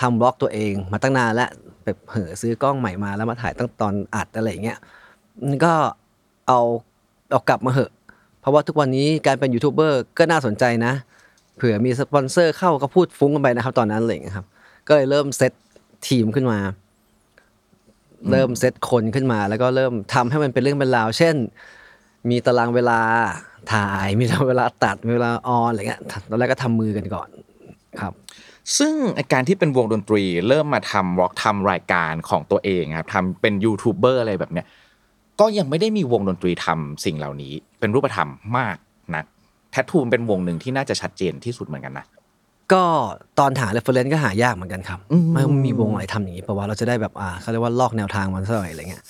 ทำบล็อกตัวเองมาตั้งนานแล้วแบบเหอะซื้อกล้องใหม่มาแล้วมาถ่ายตั้งตอนอัดอะไรอย่างเงี้ยมันก็เอาเอากลับมาเหอะ เพราะว่าทุกวันนี้การเป็นยูทูบเบอร์ก็น่าสนใจนะ เผื่อมีสปอนเซอร์เข้าก็พูดฟุ้งกันไปนะครับ ตอนนั้นอะไรอย่างเลยครับ ก็เลยเริ่มเซตทีมขึ้นมา เริ่มเซตคนขึ้นมา แล้วก็เริ่มทำให้มันเป็นเรื่องเป็นราว เช่น มีตารางเวลาถ่าย มีตารางเวลาตัดมีเวลาออนอะไรเงี้ยตอนแรกก็ทำมือกันก่อนครับ ซึ่งไอ้การที่เป็นวงดนตรี เริ่มมาทำร็อกทำรายการของตัวเองครับทำเป็นยูทูบเบอร์อะไรแบบเนี้ยก็ยังไม่ได้มีวงดนตรีทำสิ่งเหล่านี้ เป็นรูปธรรมมากนักแททูมนเป็นวงหนึ่งที่น่าจะชัดเจนที่สุดเหมือนกันนะ ก็ตอนหา reference ก็หายากเหมือนกันครับ อืม ไม่มีวงไหนทำอย่างนี้เพราะว่าเราจะได้แบบอ่าเขาเรียกว่าลอกแนวทางมันซะหน่อยอะไรเงี้ย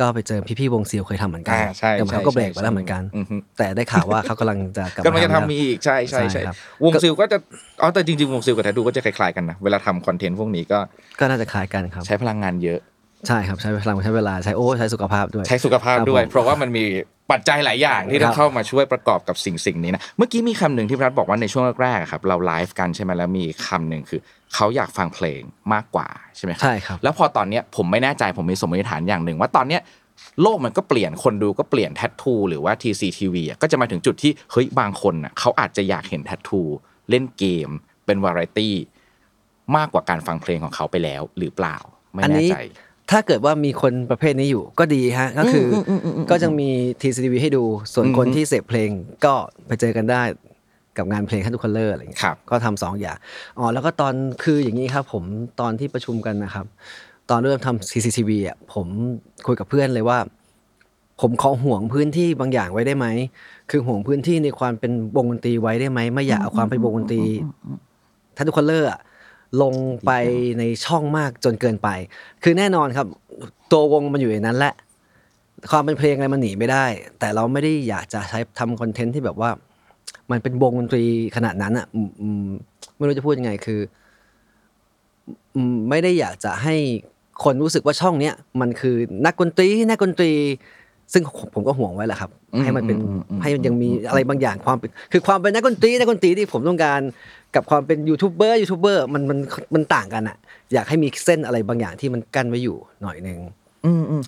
ก็ไปเจอพี่ๆวงซีลเคยทำเหมือนกัน อ่าใช่ แต่ ใช่ เขาก็เบรก ใช่ ไปแล้วเหมือนกัน อือฮึ แต่ได้ข่าวว่าเขากำลังจะกลับ กำลังจะ แล้ว ทำมีอีกใช่ใช่ ใช่ ใช่ ครับ วงซิลก็จะอ๋อแต่จริงๆวงซิลกับแทดูก็จะคล้ายๆกันนะเวลาทำคอนเทนต์พวกนี้ก็ ก็น่าจะคล้ายกันครับ ใช้พลังงานเยอะ ใช่ครับใช้พลังใช้เวลาใช้โอ้ใช้สุขภาพด้วย ใช้สุขภาพด้วคยรับผม เพราะว่ามันมีปัจจัยหลายอย่างที่ ครั ต้อบ งเข้ามาช่วยประกอบกับสิ่งสิ่งนี้นะเมื่อกี้มีคำหนึ่งที่พรัฐบอกว่าในช่วงแรกๆอะครับ เราไลฟ์กันใช่ไหมแล้วมีคำหนึ่งคือ เขาอยากฟังเพลงมากกว่าใช่ไหมครั ใช่ครับ แล้วพอตอนเนี้ยผมไม่แน่ใจผมมีสมมติฐานอย่างหนึ่งว่าตอนเนี้ยโลกมันก็เปลี่ยนคนดูก็เปลี่ยนแทททูหรือว่า TCTV อะก็จะมาถึงจุดที่เฮ้ยบางคนน่ะเขาอาจจะอยากเห็นแทททูเล่นเกม เป็นวาไรตี้มากกว่าการฟังเพลงของเขาไปแล้ว หรือเปล่าไม่ อัน แน่ นี้ ใจ ถ้าเกิดว่ามีคนประเภทนี้อยู่ก็ดีฮะก็คืออก็ยังมี TCTV ให้ดู ส่วนคนที่เสพเพลงก็ไปเจอกันได้กับงานเพลง h ั n ทุกคนเลอร์อะไรอย่างเงี้ย ครับ ก็ทำสองอย่างอ๋อแล้วก็ตอนคืออย่างนี้ครับผมตอนที่ประชุมกันนะครับ ตอนเริ่มทำ CCTV อ่ะผมคุยกับเพื่อนเลยว่า ผมขอห่วงพื้นที่บางอย่างไว้ได้ไหม คือห่วงพื้นที่ในความเป็นวงดนตรีไว้ได้ไหม ไม่อยากเอาความเป็นวงดนตรีทันทุกคนเลอร์อะลงไปในช่องมากจนเกินไป คือแน่นอนครับ ตัววงมันอยู่ในนั้นแหละ ความเป็นเพลงอะไรมันหนีไม่ได้ แต่เราไม่ได้อยากจะใช้ทำคอนเทนต์ที่แบบว่า มันเป็นวงดนตรีขนาดนั้นอ่ะอืมอืมไม่รู้จะพูดยังไงคือ อืมไม่ได้อยากจะให้คนรู้สึกว่าช่องเนี้ยมันคือนักดนตรีนักดนตรี ซึ่งผมผมก็ห่วงไว้แหละครับ อืม ให้มันเป็น อืมอืม ให้มันยังมีอะไรบางอย่างความเป็นคือความเป็นนักดนตรีนักดนตรีที่ผมต้องการกับความเป็นยูทูบเบอร์ยูทูบเบอร์มันมันมันต่างกันอ่ะ อยากให้มีเส้นอะไรบางอย่างที่มันกั้นไว้อยู่หน่อยหนึ่ง อืมอืม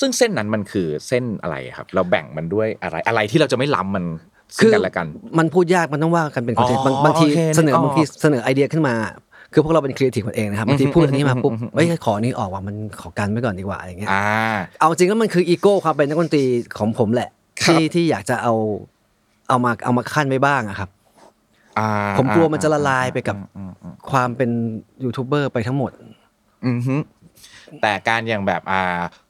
ซึ่งเส้นนั้นมันคือเส้นอะไรครับ เราแบ่งมันด้วยอะไร อะไรที่เราจะไม่ล้ำมันซึ่งกันและกัน มันพูดยากมันต้องว่ากันเป็นคอนเทนต์บาอ๋อบงางที โอเคนึก เสนอ ออก บางทีเสนอไอเดียขึ้นมา คือพวกเราเป็นครีเอทีฟกันเองนะครับบางที อือฮึ พูดอันนี้มาปุ๊บ อือฮึ เอ้ยขอนี้ออกว่ามันขอกันไว้ก่อนดีกว่าอะไรเงี้ย อ่า เอาจริงแล้วมันคืออีโก้ความเป็นนักดนตรีของผมแหละ ครับ ที่ที่อยากจะเอาเอามาเอามาขั้นไว้บ้างอะครับ อ่า ผมกลัวมันจะละลายไปกับ อืมอืม ความเป็นยูทูบเบอร์ไปทั้งหมด อืมฮึแต่การอย่างแบบอ่า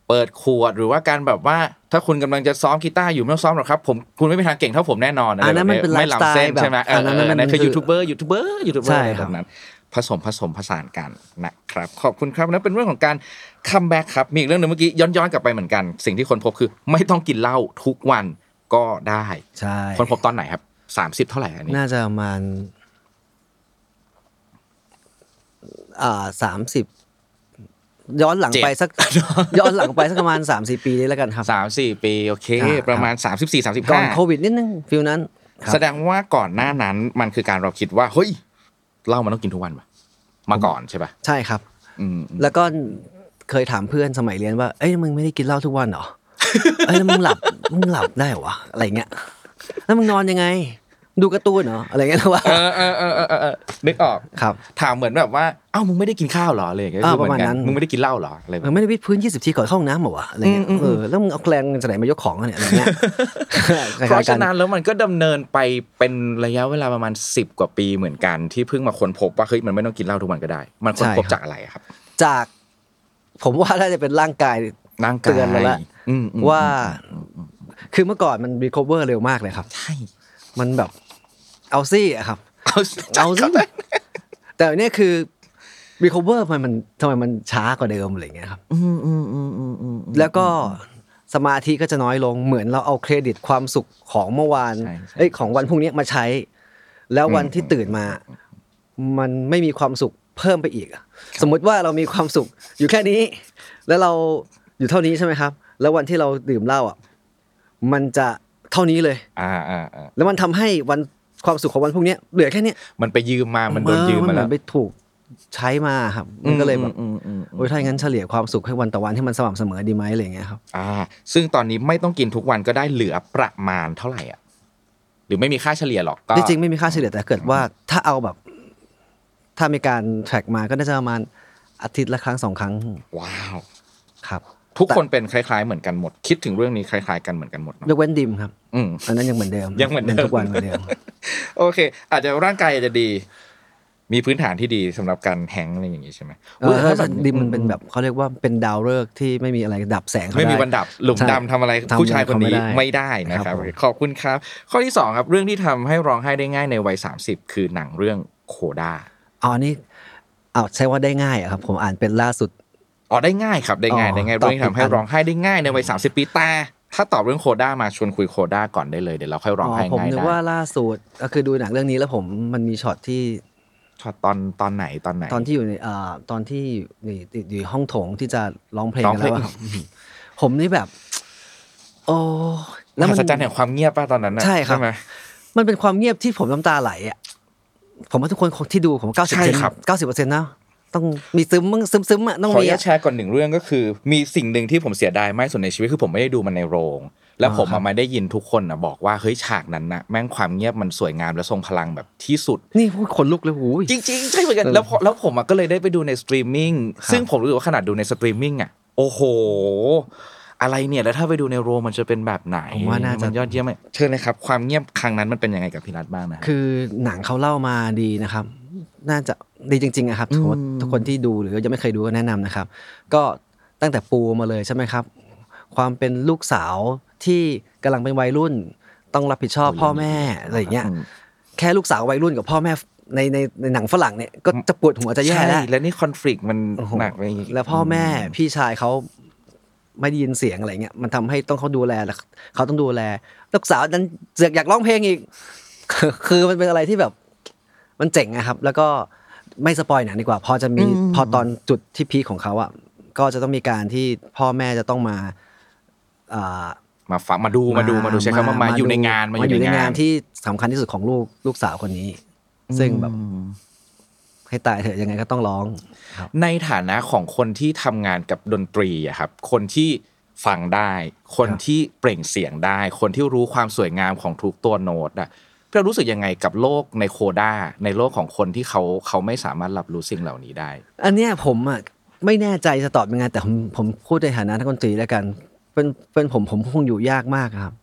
เปิดขวดหรือว่าการแบบว่า ถ้าคุณกำลังจะซ้อมกีตาร์อยู่ไม่ต้องซ้อมหรอกครับผมคุณไม่มีทางเก่งเท่าผมแน่นอนะไร อันนั้นมันเป็น แบบไม่ล้ำเส้น lifestyle ใช่ไหม แบบ เออเออ อันนั้นมัน นั่นคือ คือ ยูทูบเบอร์ยูทูบเบอร์ยูทูบเบอ ใช่ ร์คอะไรแบ รับ บนั้น ผสมผสมผสานกันนะครับ ขอบคุณครับนั่นเป็นเรื่องของการคัมแบ็กครับ มีอีกเรื่องหนึ่งเมื่อกี้ย้อนย้อนๆกลับไปเหมือนกัน สิ่งที่คนพบคือ ไม่ต้องกินเหล้าทุกวันก็ได้ ใช่ คนพบตอนไหนครับ 30 เท่าไหร่อันนี้ น่าจะประมาณอ่าสามสิบย้อนหลังไปสัก ย้อนหลังไปสักประมาณสามสี่ปีนี้แล้วกันครับ 3 4 ปี โอเค อ่า ประมาณ 34 ก่อนโค 35 วิดนิดนึงฟิลนั้นครับ แสดงว่าก่อนหน้านั้นมันคือการเราคิดว่า เฮ้ยเหล้ามันต้องกินทุกวันปะมาก่อนใช่ปะ ใช่ครับ อืมอืม แล้วก็เคยถามเพื่อนสมัยเรียนว่า เอ้ยมึงไม่ได้กินเหล้าทุกวันเหรอ เอ้ยแล้วมึงหลับ มึงหลับได้เหรอวะอะไรเงี้ยแล้วมึงนอนยังไง ดูการ์ตูนเหรออะไรเงี้ยนะ ว่า เออเออเออเออเออเออนึกออก ครับ ถามเหมือนแบบว่าอ้าวมึงไม่ได้กินข้าวเหรออะไรอย่างเงี้ย อ่า คือเหมือประมานกัณนั้น น มึงไม่ได้กินเหล้าเหรออะไรแบบ มึ นั้ ง น ไม่ได้วิดพื้นยี่สิบทีก่อนเข้าห้องน้ำเหรอวะอะไรเงี้ย อืมอืม เออแล้วมึงเอาแกลงจากไหนมายกของอะเนี่ยอะไรเงี้ย เพคราะฉะล้ยๆกั นั้นแล้วมันก็ดำเนินไปเป็นระยะเวลาประมาณ 10 กว่าปีเหมือนกันที่เพิ่งมาค้นพบว่าเฮ้ยมันไม่ต้องกินเหล้าทุกวันก็ได้ มันค้นพบ ใช่ครับ จากอะไรอะครับ จาก ผมว่าน่าจะเป็นร่างกาย ร่างกาย เตือนเราละ อืมอืม ว่า คือเมื่อก่อนมันรีคอเวอร์เร็วมากเลยครับ ใช่ มันแบบเอาซี่อะครับ เอา เอาสิ แต่เนี่ยคือ recover มันมันทำไมมันช้ากว่าเดิมอะไรเงี้ยครับ อืมอืมอืมอืมอืม แล้วก็สมาธิก็จะน้อยลงเหมือนเราเอาเครดิตความสุขของเมื่อวาน ใช่ใช่ เอ้ยของวันพรุ่งนี้มาใช้ แล้ววันที่ตื่นมา มันไม่มีความสุขเพิ่มไปอีกอะสมมุติว่าเรามีความสุขอยู่แค่นี้ แล้วเราอยู่เท่านี้ใช่ไหมครับ แล้ววันที่เราดื่มเหล้าอ่ะมันจะเท่านี้เลย ่าอ่าอ่า แล้วมันทำให้วันความสุขของวันพรุ่งนี้เหลือแค่เนี้ย มันไปยืมมามันโดน เออ ยืมมา เห แล้ว อนไปถูกใช้มาครับมันก็เลยแบบ อืมอืมอืม โอ้ยถ้าอย่างนั้นเฉลี่ยความสุขให้วันต่อวันให้มันสม่ำเสมอดีไหมอะไรอย่างเงี้ยครับ อ่า ซึ่งตอนนี้ไม่ต้องกินทุกวันก็ได้เหลือประมาณเท่าไหร่อ่ะหรือไม่มีค่าเฉลี่ยหรอกก็ จริงๆไม่มีค่าเฉลี่ยแต่เกิดว่าถ้าเอาแบบ ถ้ามีการแทร็กมาก็น่าจะประมาณอาทิตย์ละครั้งสองครั้ง ว้าว ครับ ทุกคนเป็นคล้าย ๆ เหมือนกันหมด คิดถึงเรื่องนี้คล้าย ๆ กันเหมือนกันหมดเนอะ ยกเว้นดิมครับ อืม อันนั้นยังเหมือนเดิม ยังเหมือนเดิม ทุกวันเหมือนเดิม โอเค อาจจะร่างกายอาจจะดี มีพื้นฐานที่ดีสำหรับการแฮงก์อะไรอย่างนี้ใช่ไหม เออถ้า ถ้าแบบ ดิมมันเป็นแบบเขาเรียกว่าเป็นดาวฤกษ์ที่ไม่มีอะไรดับแสงเขา ไม่มี ด้ วันดับหลุม ใช่ ดำทำอะไร ทำ ผู้ชายคนนี้ อะไรเขาไม่ ไม่ ได้ ได้นะคครัรับบผม ขอบคุณครับ ข้อที่สองครับเรื่องที่ทำให้ร้องไห้ได้ง่ายในวัย30 คือหนังเรื่องโค โคด้า อ๋ออันนี้เอาใช้ว่าได้ง่ายอะครับ ผมอ่านเป็นล่าสุด อ๋อได้ง่ายครับได้ง่ายได้ง่าย อ๋อตอบ เรื่องที่ทำให้ ผิดอัน ร้องไห้ได้ง่ายในวัย30 ปีแต่ถ้าตอบเรื่องโคด้ามาชวนคุยโคด้าก่อนได้เลยเดี๋ยวเราค่อยร้องไห้ ผม ง่าย นึก ได้ ว่าล่าสุดก็คือดูหนังเรื่องนี้แล้วผมมันมีช็อตที่ ช็อตตอนตอนไหนตอนไหน ตอนที่อยู่ในเอ่อตอนที่อยู่อยู่ห้องโถงที่จะร้องเพลง ร้อง กัน เพล แล้ ง วอะผมนี่แบบ โอ้ แล้ แล้วว มั มัน นจันแห่งความเงียบป่ะตอนนั้นน่ะ ใช่ครับ ไหม มันเป็นความเงียบที่ผมน้ำตาไหลอ่ะผมว่าทุกคนคงที่ดูผมเก้าสิบ ใช่ เซน ครับ เก้าสิบเปอร์เซ็นต์นะต้องมีซึมมึงซึมซึมๆอ่ะต้อง ขออ มี นุญา อะ ตแชร์ก่อนหนึ่งเรื่องก็คือ มีสิ่งหนึ่งที่ผมเสียดายมากที่สุดในชีวิตคือผมไม่ได้ดูมันในโรง แล้ว อ่า ผม ครั อะ บ มาได้ยินทุกคนนะบอกว่าเฮ้ยฉากนั้นนะแม่งความเงียบมันสวยงามและทรงพลังแบบที่สุด นี่พูดขนลุกเลยหูย จริงๆ ใช่เหมือนกัน เออ แล้วพอแล้วผมอะก็เลยได้ไปดูในสตรีมมิ่ง ครับ ซึ่งผมรู้สึกว่าขนาดดูในสตรีมมิ่งอ่ะโอ้โห อะไรเนี่ยแล้วถ้าไปดูในโรงมันจะเป็นแบบไหน ผมว่าน่าจะ นยอดเยี่ยมไหมเชิญเลยครับความเงียบครั้งนั้นมันเป็นยังไงกับพี่นัทบ้างนะ คือหนังเขาเล่ามาดีนะครับ น่าจะดีจริงๆนะครับทุกคน อืม ทุกคนที่ดูหรือยังไม่เคยดูก็แนะนำนะครับ ก็ตั้งแต่ปูมาเลยใช่ไหมครับ ความเป็นลูกสาวที่กำลังเป็นวัยรุ่น ต้องรับผิดชอบพ่อแม่อะไรอย่างเงี้ย ม แค่ลูกสาววัยรุ่นกับพ่อแม่ในในในหนังฝรั่งเนี่ยก็จะปวดหัวจะแย่แล้ว ใช่แล้วนี่คอนฟ lict มัน โอ้โห หนักไปอีก แล้วพ่อแม่พี่ชายเขาไม่ได้ยินเสียงอะไรเงี้ยมันทำให้ต้องเขาดูแลแล้วเขาต้องดูแลลูกสาวนั้นเสือกอยากร้องเพลงอีก คือมันเป็นอะไรที่แบบ มันเจ๋งนะครับ แล้วก็ไม่สปอยหนังดีกว่า พอจะมี อืม พอตอนจุดที่พีคของเขาอะก็จะต้องมีการที่พ่อแม่จะต้องมาอ่า มาฟังมาดูมาดูมาดูใช้คำว่ามาอยู่ในงานมาอยู่ในงาน ที่สำคัญที่สุดของลูกลูกสาวคนนี้ ซึ่งแบบ อืม ให้ตายเถอะยังไงก็ต้องร้อง ในฐานะของคนที่ทำงานกับดนตรีอะครับ คนที่ฟังได้ คน ครับ ที่เปล่งเสียงได้ คนที่รู้ความสวยงามของทุกตัวโน้ตอะเรารู้สึกยังไงกับโลกในโคด้าในโลกของคนที่เขาเขาไม่สามารถรับรู้สิ่งเหล่านี้ได้ อันเนี้ยผมอ่ะไม่แน่ใจจะตอบยังไงแต่ผมผมพูดในฐานะนักดนตรีแล้วกัน เป็นเป็นผมผมคงอยู่ยากมากครับ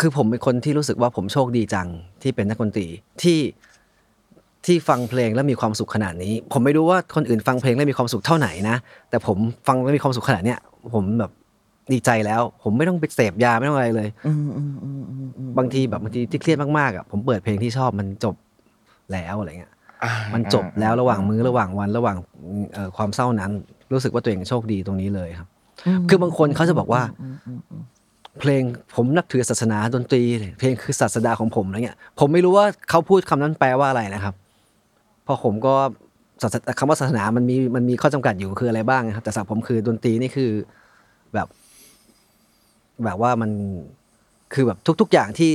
คือผมเป็นคนที่รู้สึกว่าผมโชคดีจังที่เป็นนักดนตรีที่ที่ฟังเพลงแล้วมีความสุขขนาดนี้ ผมไม่รู้ว่าคนอื่นฟังเพลงแล้วมีความสุขเท่าไหร่นะแต่ผมฟังแล้วมีความสุขขนาดเนี้ยผมแบบดีใจแล้ว ผมไม่ต้องไปเสพยาไม่ต้องอะไรเลย บางทีแบบบางทีที่เครียดมากๆอ่ะผมเปิดเพลงที่ชอบมันจบแล้วอะไรเงี้ย มันจบแล้วระหว่างมื้อระหว่างวันระหว่างเอ่อความเศร้านั้น รู้สึกว่าตัวเองโชคดีตรงนี้เลยครับ คือบางคนเขาจะบอกว่า เพลงผมนับถือศาสนาดนตรีเนี่ยเพลงคือศาสดาของผมอะไรเงี้ยผมไม่รู้ว่าเขาพูดคำนั้นแปลว่าอะไรนะครับเพราะผมก็ศาสนาคำว่าศาสนามันมีมันมีข้อจำกัดอยู่คืออะไรบ้างนะครับ แต่สำหรับผมคือดนตรีนี่คือแบบ แบบว่ามันคือแบบทุก ๆ อย่างที่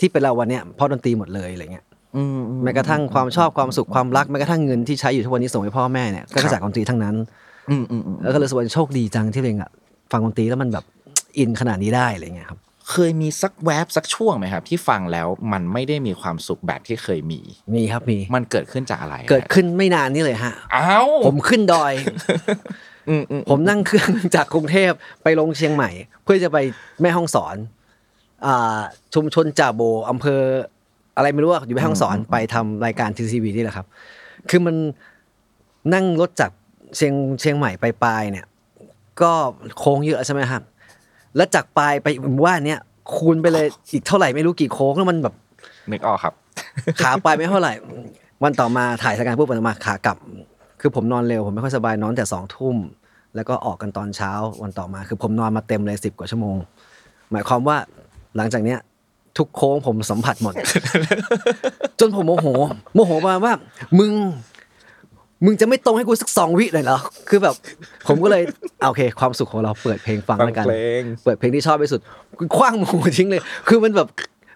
ที่เป็นเราวันเนี้ยเพราะดนตรีหมดเลยอะไรเงี้ย แม้กระทั่งความชอบความสุขความรักแม้กระทั่งเงินที่ใช้อยู่ทุกวันนี้ส่งให้พ่อแม่เนี่ยก็ ครับ จากดนตรีทั้งนั้น อืมอืมอืม แล้วก็เลยรู้สกวนโชคดีจังที่เพลงอ่ะฟังดนตรีแล้วมันแบบอินขนาดนี้ได้อะไรเงี้ยครับ เคยมีสักแวบสักช่วงไหมครับ ที่ฟังแล้วมันไม่ได้มีความสุขแบบที่เคยมี มีครับมี มันเกิดขึ้นจากอะไร เกิดขึ้นไม่นานนี้เลยฮะ อ้าว ผมขึ้นดอย อืมอืม ผมนั่งเครื่องจากกรุงเทพไปลงเชียงใหม่ เพื่อจะไปแม่ห้องสอนอ่าชุมชนจ่าโบอำเภอ อะไรไม่รู้อะอยู่แม่ห้องสอนไปทำรายการทีซีบีนี่แหละครับ คือมันนั่งรถจากเชียงเชียงใหม่ไปปลายเนี่ย ก็โค้งเยอะใช่ไหมครับ แล้วจากปลายไปอีกหมู่บ้านเนี้ยคูณไปเลยอีกเท่าไหร่ไม่รู้กี่โค้งแล้วมันแบบ นึกออกครับ ขาไปไม่เท่าไหร่ วันต่อมาถ่ายสการปุ๊บวันต่อมาขากลับ คือผมนอนเร็วผมไม่ค่อยสบายนอนแต่สองทุ่ม แล้วก็ออกกันตอนเช้าวันต่อมา คือผมนอนมาเต็มเลยสิบกว่าชั่วโมง หมายความว่าหลังจากเนี้ย ทุกโค้งผมสัมผัสหมด จนผมโมโห โมโหมาว่า มึง มึงจะไม่ตรงให้กูสักสองวิเลยเหรอคือแบบ ผมก็เลยเอาโอเค ความสุขของเราเปิดเพลงฟังแล้วกัน ง เปิดเพลงที่ชอบที่สุดคว้างหมูทิ้งเลย คือมันแบบ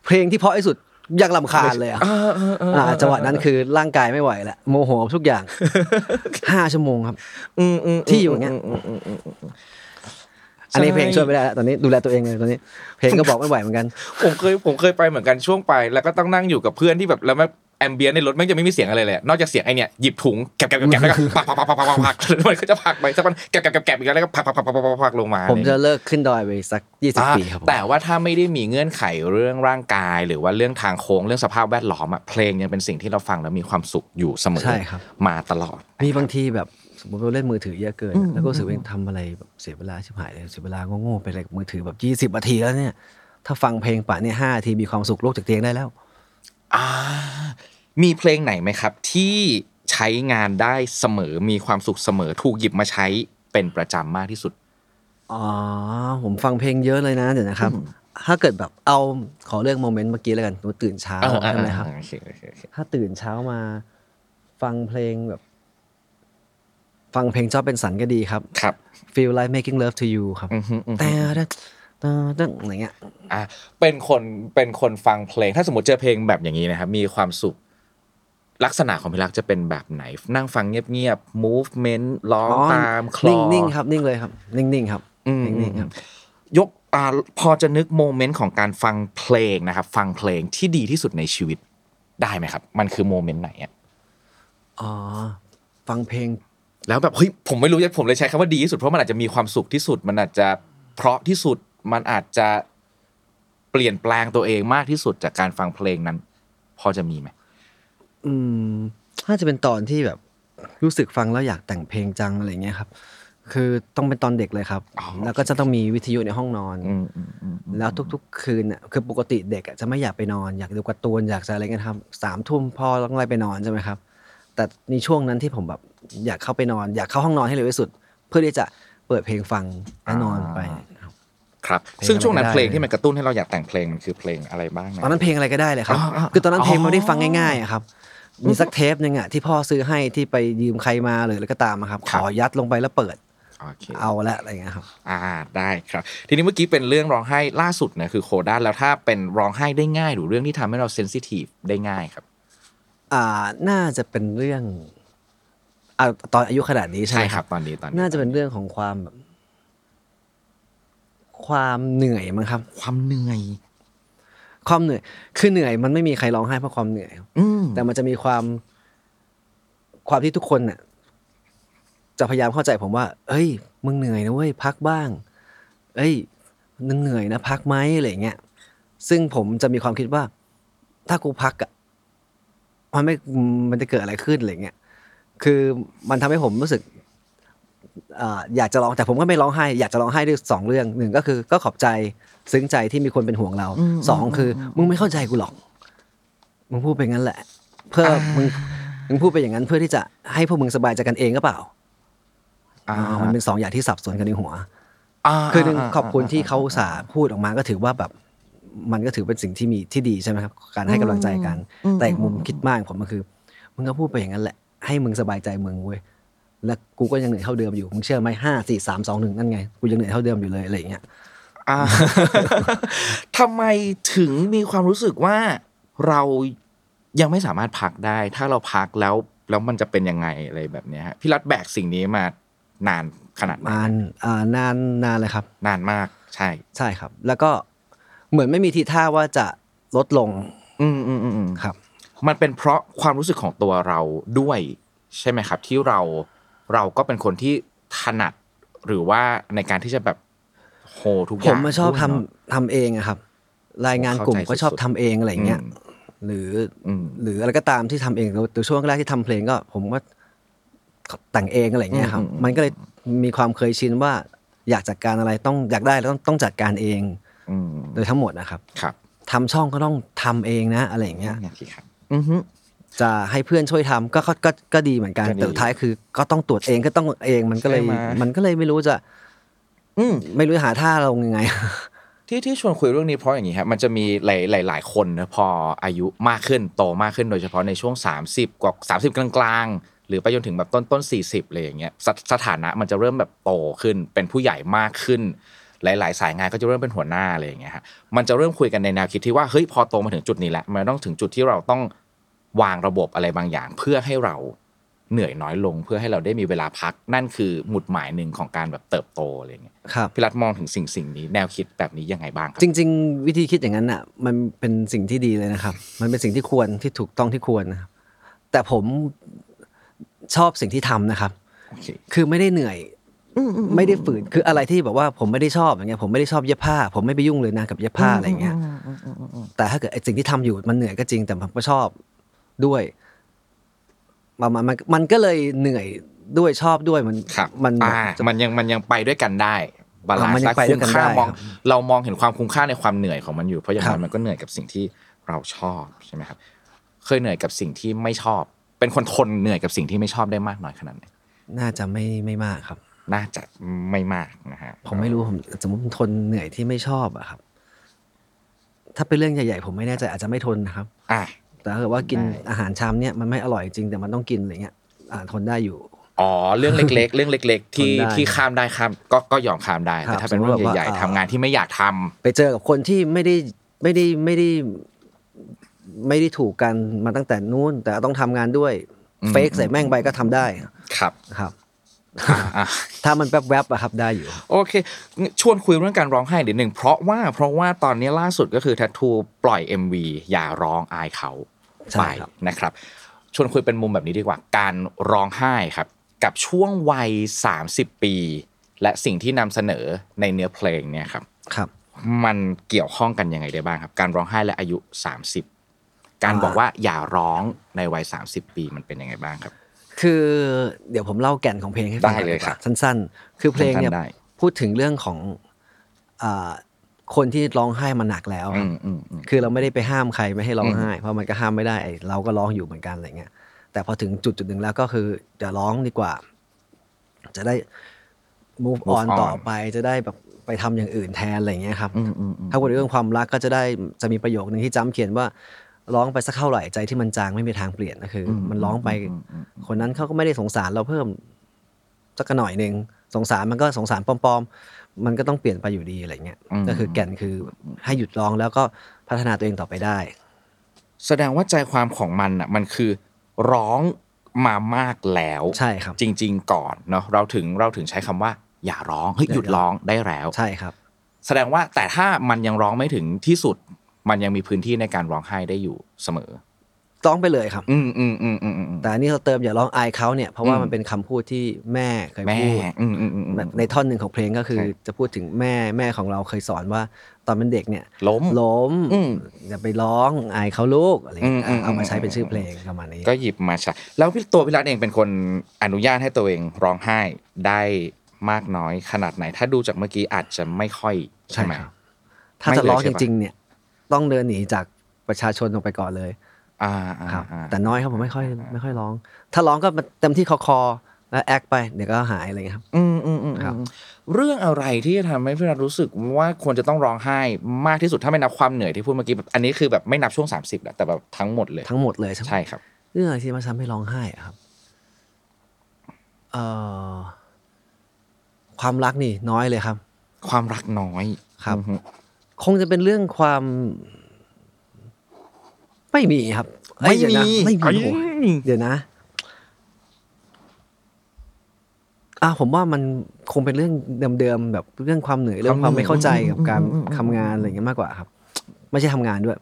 เพลงที่เพราะที่สุดยังลำคาญเลยอะ่าจังหวะนั้นคือร่างกายไม่ไหวแล้วโมโหทุก อย่างห้าชั่วโมงครับ อืมอืม ที่อยู่อย่างเงี้ย อันนี้เพลงช่วยไม่ได้แล้วตอนนี้ดูแลตัวเองเลยตอนนี้ เพลงก็บอกไม่ไหวเหมือนกัน ผมเคยผมเคยไปเหมือนกันช่วงไป แล้วก็ต้องนั่งอยู่กับเพื่อนที่แบบแล้วแม่งแอมเบียนในรถแม่งจะไม่มีเสียงอะไรเลยอะนอกจากเสียงไอเนี่ยหยิบถุงแกะแกะแกะแกะแล้วก็พักพักพักพักพักพักมันก็จะพักไปสักพักแกะแกะแกะแกะอีกแล้วแล้วก็พักพักพักพักพักพักลงมา ผมจะเลิกขึ้นดอยไปสักยี่สิบ อ่า ปีครับผม แต่ว่าถ้าไม่ได้มีเงื่อนไขเรื่องร่างกาย หรือว่าเรื่องทางโค้งเรื่องสภาพแวดล้อมอะเพลงยังเป็นสิ่งที่เราฟังแล้วมีความสุขอยู่เสมอ ใช่ครับ มาตลอด มีบางทีแบบสมมติเราเล่นมือถือเยอะเกิน แล้วก็รู้สึกว่าทำอะไรแบบเสียเวลาชิบหายเลยเสียเวลาโง่ๆไปเลยกับมือถือแบบยี่สิบ20นาทีแล้วเนี่ย ถ้าฟังเพลงป่ะเนี่ยห้าทีมีความสุขโลกจากเตียงได้แล้ว อ่า มีเพลงไหนไหมครับ ที่ใช้งานได้เสมอมีความสุขเสมอถูกหยิบมาใช้เป็นประจำมากที่สุด อ๋อ ผมฟังเพลงเยอะเลยนะเดี๋ยวนะครับ ถ้าเกิดแบบเอาขอเลือกโมเมนต์เมื่อกี้แล้วกันว่าตื่นเช้าใช่ไหมครับ โอเคโอเคโอเค ถ้าตื่นเช้ามาฟังเพลงแบบ ฟังเพลงชอบเป็นสันก็ดีครับ ครับ feel like making love to you ครับ อือฮึอือฮึ แต่ละแต่ละอะไรเงี้ย อ่ะเป็นคนเป็นคนฟังเพลง ถ้าสมมติเจอเพลงแบบอย่างนี้นะครับ มีความสุข ลักษณะของพี่รักจะเป็นแบบไหน นั่งฟังเงียบๆ movement ร้องตามคลอ นิ่งๆครับนิ่งเลยครับ นิ่งๆครับ อืม นิ่งๆครับ ยกอ่าพอจะนึกโมเมนต์ของการฟังเพลงนะครับ ฟังเพลงที่ดีที่สุดในชีวิตได้ไหมครับ มันคือโมเมนต์ไหนอะ อ๋อ ฟังเพลง แล้วแบบเฮ้ยผมไม่รู้จะผมเลยใช้คำว่าดีที่สุดเพราะมันอาจจะมีความสุขที่สุด มันอาจจะเพราะที่สุดมันอาจจะเปลี่ยนแปลงตัวเองมากที่สุดจากการฟังเพลงนั้น พอจะมีไหม อืมน่าจะเป็นตอนที่แบบรู้สึกฟังแล้วอยากแต่งเพลงจังอะไรเงี้ยครับ คือต้องเป็นตอนเด็กเลยครับ แล้วก็จะต้องมีวิทยุในห้องนอน อืมอืมอืม แล้วทุก ๆ คืนน่ะคือปกติเด็กอะจะไม่อยากไปนอน อยากดูการ์ตูนอยากจะอะไรเงี้ยครับสามทุ่มพอต้องไล่ไปนอนใช่ไหมครับ แต่ในช่วงนั้นที่ผมแบบอยากเข้าไปนอน อยากเข้าห้องนอนให้เร็วที่สุด เพื่อที่จะเปิดเพลงฟังและนอนไปครับ ครับ เพลง ซึ่งช่วงนั้น อะไรก็ได้ เพลงที่มันกระตุ้นให้เราอยากแต่งเพลงมันคือเพลงอะไรบ้างนะ ตอนนั้นเพลงอะไรก็ได้เลยครับ อ๋ออ๋อ คือตอนนั้นเพลงมันไม่ได้ฟัง อ๋อ ง่ายๆอะครับ มีสักเทปหนึ่งอะที่พ่อซื้อให้ที่ไปยืมใครมาหรืออะไรก็ตามอะครับ ค ข รับ อยัดลงไปแล้วเปิด โอเค เอาละอะไรเงี้ยครับ อ่าได้ครับ ทีนี้เมื่อกี้เป็นเรื่องร้องไห้ล่าสุดนะคือโคด้าแล้วถ้าเป็นร้องไห้ได้ง่าย หรือเรื่องที่ทำให้เราเซนซิทีฟได้ง่ายครับ อ่า น่าจะเป็นเรื่องอ่าตอนอายุขนาดนี้ใช่ ใช่ ไหม ครับตอนนี้ตอนนี้ น่าจะเป็นเรื่องของความแบบ ความเหนื่อยมั้งครับ ความเหนื่อย ความเหนื่อย คือเหนื่อยมันไม่มีใครร้องไห้เพราะความเหนื่อยครับ อืม แต่มันจะมีความความที่ทุกคนน่ะจะพยายามเข้าใจผมว่า เอ้ย มึงเหนื่อยนะเว้ยพักบ้าง เอ้ยมึงเหนื่อยนะพักไหมอะไรอย่างเงี้ยซึ่งผมจะมีความคิดว่า ถ้ากูพักอ่ะมันไม่มันจะเกิดอะไรขึ้นอะไรอย่างเงี้ยคือมันทำให้ผมรู้สึกอ่าอยากจะร้องแต่ผมก็ไม่ร้องไห้ อยากจะร้องไห้ด้วยสองเรื่องหนึ่งก็คือก็ขอบใจซึ้งใจที่มีคนเป็นห่วงเราสองคือ มึงไม่เข้าใจกูหรอก มึงพูดไปงั้นแหละ เพื่อมึงมึงพูดไปอย่างนั้นเพื่อที่จะให้พวกมึงสบายใจกันเองก็เปล่า อ่า อ่ามันเป็นสองอย่างที่สับสนกันในหัว า คือหนึ่ง า ขอบคุณที่เขาอุตสาห์พูดออกมาก็ถือว่าแบบมันก็ถือเป็นสิ่งที่มีที่ดีใช่ไหมครับ การให้กำลังใจกัน แต่อีกมุมคิดมากของผมก็คือมึงก็พูดไปอย่างนั้นแหละ ให้มึงสบายใจมึงเว้ยและกูก็ยังเหนื่อยเท่าเดิมอยู่มึงเชื่อไหมห้าสี่สามสองหนึ่งนั่นไงกูยังเหนื่อยเท่าเดิมอยู่เลยอะไรอย่างเงี้ย อ่า ทำไมถึงมีความรู้สึกว่าเรายังไม่สามารถพักได้ ถ้าเราพักแล้วแล้วมันจะเป็นยังไงอะไรแบบเนี้ยฮะพี่รัฐแบกสิ่งนี้มานานขนาดไหน นานอ่านานนานเลยครับ นานมากใช่ ใช่ครับ แล้วก็เหมือนไม่มีทีท่าว่าจะลดลง อืมอืมอืมอืม ครับ มันเป็นเพราะความรู้สึกของตัวเราด้วยใช่ไหมครับ ที่เราเราก็เป็นคนที่ถนัดหรือว่าในการที่จะแบบโฮทุกอ ผ ย่าง มมาชอบ ด้วย ทำ เนอะ ทำเองอะครับ รายงานกลุ่ม เข้าใจ ก็ชอบ สุดๆ ทำเองอะไรอย่างเงี้ย อืม หรือ อืม หรืออะไรก็ตามที่ทำเองแล้วตัวช่วงแรกที่ทำเพลงก็ ผมก็แต่งเองอะไรอย่างเงี้ยครับ อืมอืม มันก็เลยมีความเคยชินว่า อยากจัดการอะไรต้องอยากได้แล้วต้องต้องจัดการเอง อืม โดยทั้งหมดนะครับ ครับ ทำช่องก็ต้องทำเองนะอะไรอย่างเงี้ย นี่คือครับ อือฮึ จะให้เพื่อนช่วยทำก็ก็ก็ก็ดีเหมือนกัน ก็ดี แต่สุดท้ายคือ ก็ต้องตรวจเองก็ต้องเองมันก็เลย ใช่ไหม มันก็เลยไม่รู้จะ อืม ไม่รู้จะหาท่าลงยังไง ที่ที่ชวนคุยเรื่องนี้เพราะอย่างนี้ครับมันจะมีหลายหลายหลายคนนะพออายุมากขึ้นโตมากขึ้นโดยเฉพาะในช่วง 30 กว่า 30 กลางๆ หรือไปจนถึงแบบต้นต้นๆ40อะไรอย่างเงี้ยสสถานะมันจะเริ่มแบบโตขึ้นเป็นผู้ใหญ่มากขึ้น หลาย ๆ สายงานก็จะเริ่มเป็นหัวหน้าอะไรอย่างเงี้ยฮะมันจะเริ่มคุยกันในแนวคิดที่ว่าเฮ้ยพอโตมาถึงจุดนี้แล้วมันต้องถึงจุดที่เราต้องวางระบบอะไรบางอย่าง เพื่อให้เราเหนื่อยน้อยลง เพื่อให้เราได้มีเวลาพัก นั่นคือหมุดหมายหนึ่งของการแบบเติบโตอะไรอย่างเงี้ย ครับ พี่รัฐมองถึงสิ่งสิ่งนี้แนวคิดแบบนี้ยังไงบ้างครับ จริง ๆ วิธีคิดอย่างนั้นอ่ะ มันเป็นสิ่งที่ดีเลยนะครับ มันเป็นสิ่งที่ควรที่ถูกต้องที่ควรนะครับแต่ผมชอบสิ่งที่ทำนะครับ โอเค คือไม่ได้เหนื่อยไม่ได้ฝืนคืออะไรที่แบบว่าผมไม่ได้ชอบอย่างเงี้ยผมไม่ได้ชอบเย็บผ้า ผมไม่ไปยุ่งเลยนะกับเย็บผ้าอะไรอย่างเงี้ยแต่ถ้าเกิดไอ้สิ่งที่ทำอยู่มันเหนื่อยก็จริง แต่ผมก็ชอบด้วยประมาณมันมันก็เลยเหนื่อยด้วยชอบด้วยมัน ครับ มันแบบ อ่ามันยังมันยังไปด้วยกันได้บาลาน อ่ามัน ซ์ ยังไปด้ คุ้ ว ม ยกัน ค่า ได้ มอง ครับ เรามองเห็นความคุ้มค่าในความเหนื่อยของมันอยู่ เพราะอย่าง ครับนั้นมันก็เหนื่อยกับสิ่งที่เราชอบใช่ไหมครับ เคยเหนื่อยกับสิ่งที่ไม่ชอบ เป็นคนทนเหนื่อยกับสิ่งที่ไม่ชอบได้มากน้อยขนาดไหน น่าจะไม่ไม่มากครับ น่าจะไม่มากนะฮะ ผมไม่รู้ผมสมมติผมทนเหนื่อยที่ไม่ชอบอะครับ ถ้าเป็นเรื่องใหญ่ ๆ ผมไม่แน่ใจอาจจะไม่ทนนะครับ อ่ะ แต่ถ้าเกิดว่ากิน ได้ อาหารชามเนี่ยมันไม่อร่อยจริงแต่มันต้องกินอะไรเงี้ยอ่าทนได้อยู่ อ๋อเรื่องเล็ก ๆ เรื่องเล็ก ๆ ที่ ทนได้ ที่ข้ามได้ข้ามก็ก็ยอมข้ามได้ ครับ แต่ถ้าเป็นเรื่องใหญ่ สมมุติ ๆ ว่า ทำงานที่ไม่อยากทำ ไปเจอกับคนที่ไม่ได้ไม่ได้ไม่ได้ไม่ได้ถูกกันมาตั้งแต่นู้น แต่ต้องทำงานด้วยเฟกใส่แม่งไปก็ทำได้ ครับ ครับ อ่ะ ถ้ามันแวบๆอะครับได้อยู่ โอเค ชวนคุยเรื่องการร้องไห้เดี๋ยวหนึ่งเพราะว่าเพราะว่าตอนนี้ล่าสุดก็คือ Tattoo ปล่อย MV อย่าร้องอายเขา ใช่ ไป ครับ นะครับ ชวนคุยเป็นมุมแบบนี้ดีกว่า การร้องไห้ครับ กับช่วงวัย 30 ปี และสิ่งที่นำเสนอในเนื้อเพลงเนี่ยครับ ครับ มันเกี่ยวข้องกันยังไงได้บ้างครับ การร้องไห้และอายุ 30 การบอกว่าอย่าร้องในวัย 30 ปีมันเป็นยังไงบ้างครับ คือเดี๋ยวผมเล่าแก่นของเพลงให้ฟัง ได้เลยก่อนดีกครับว่าสั้น ๆ คือเพลงเนี่ย ทำได้ พูดถึงเรื่องของอ่าคนที่ร้องไห้มาหนักแล้ว อืมอืมอืม คือเราไม่ได้ไปห้ามใครไม่ให้ร้องไห้ เพราะมันก็ห้ามไม่ได้ไอ้เราก็ร้องอยู่เหมือนกันอะไรเงี้ยแต่พอถึงจุดจุดหนึ่งแล้วก็คือจะร้องดีกว่า จะได้ move move on ต่อ on ไปจะได้แบบไปทำอย่างอื่นแทนอะไรเงี้ยครับ อืมอืมอืม ถ้าพูดถึงเรื่องความรักก็จะได้จะมีประโยคนึงที่จ้ำเขียนว่าร้องไปสักเท่าไหร่ใจที่มันจางไม่มีทางเปลี่ยนก็คืออมันร้องไป อืมอืมอืม คนนั้นเขาก็ไม่ได้สงสารเราเพิ่มสักหน่อยหนึ่งสงสารมันก็สงสารปลอมๆ มันก็ต้องเปลี่ยนไปอยู่ดีอะไรเงี้ย อืม ก็คือแก่นคือให้หยุดร้องแล้วก็พัฒนาตัวเองต่อไปได้ แสดงว่าใจความของมันอ่ะมันคือร้องมามากแล้ว ใช่ครับ จริง ๆ ก่อนเนาะเราถึงเราถึงใช้คำว่า อย่าร้องเฮ้อยย่า หยุดร้องได้แล้ว ใช่ครับ แสดงว่าแต่ถ้ามันยังร้องไม่ถึงที่สุด มันยังมีพื้นที่ในการร้องไห้ได้อยู่เสมอ ร้องไปเลยครับ อืมอืมอืมอืมอืมอืม แต่อันนี้เราเติมอย่าร้องอายเขาเนี่ยเพราะว่า อืม มันเป็นคำพูดที่แม่เคย แม่ พูด อืมอืมอืมอืม แบบในท่อนหนึ่งของเพลงก็คือ ใช่ จะพูดถึงแม่แม่ของเราเคยสอนว่า ตอนเป็นเด็กเนี่ย ล้ม ล้ม อืม อย่าไปร้องอายเขาลูกอะไรเงี้ย อืมอืม เอามาใช้เป็นชื่อเพลงประมาณนี้ ก็หยิบมาใช้แล้วพี่ตัวพิรัตเองเป็นคนอนุญาตให้ตัวเองร้องไห้ได้มากน้อยขนาดไหน ถ้าดูจากเมื่อกี้อาจจะไม่ค่อยใช่ไหม ครับ ถ้า ไม่ จะ เลย ร้อง ใช่ จ ปะ ริงๆเนี่ยต้องเดินหนีจากประชาชนออกไปก่อนเลย อ่าอ่า ครับ อ่า แต่น้อยครับผมไม่ค่อยไม่ค่อยร้อง ถ้าร้องก็เต็มที่คอคอแล้วแอคไปเดี๋ยวก็หายอะไรเงี้ยครับ อืมอืมอืม ครับ อืมเรื่องอะไรที่จะทำให้พี่นัทรู้สึกว่าควรจะต้องร้องไห้มากที่สุดถ้าไม่นับความเหนื่อยที่พูดเมื่อกี้แบบอันนี้คือแบบไม่นับช่วง 30นะแต่แบบทั้งหมดเลย ทั้งหมดเลยใช่ไหม ใช่ครับ เรื่องอะไรที่มาทำให้ร้องไห้อะครับเอ่อความรักนี่น้อยเลยครับ ความรักน้อย ครับ อือฮึ คงจะเป็นเรื่องความ ไม่มีครับเอ้ ไม่ ยเดี๋ยว มี นะไม่มีโอ้ย อืม เดี๋ยวนะ อ่ะผมว่ามันคงเป็นเรื่องเดิมๆแบบเรื่องความเหนื่อยเรื่องความไม่เข้าใจกับการทำงานอะไรอย่างเงี้ยมากกว่าครับ ไม่ใช่ทำงานด้วย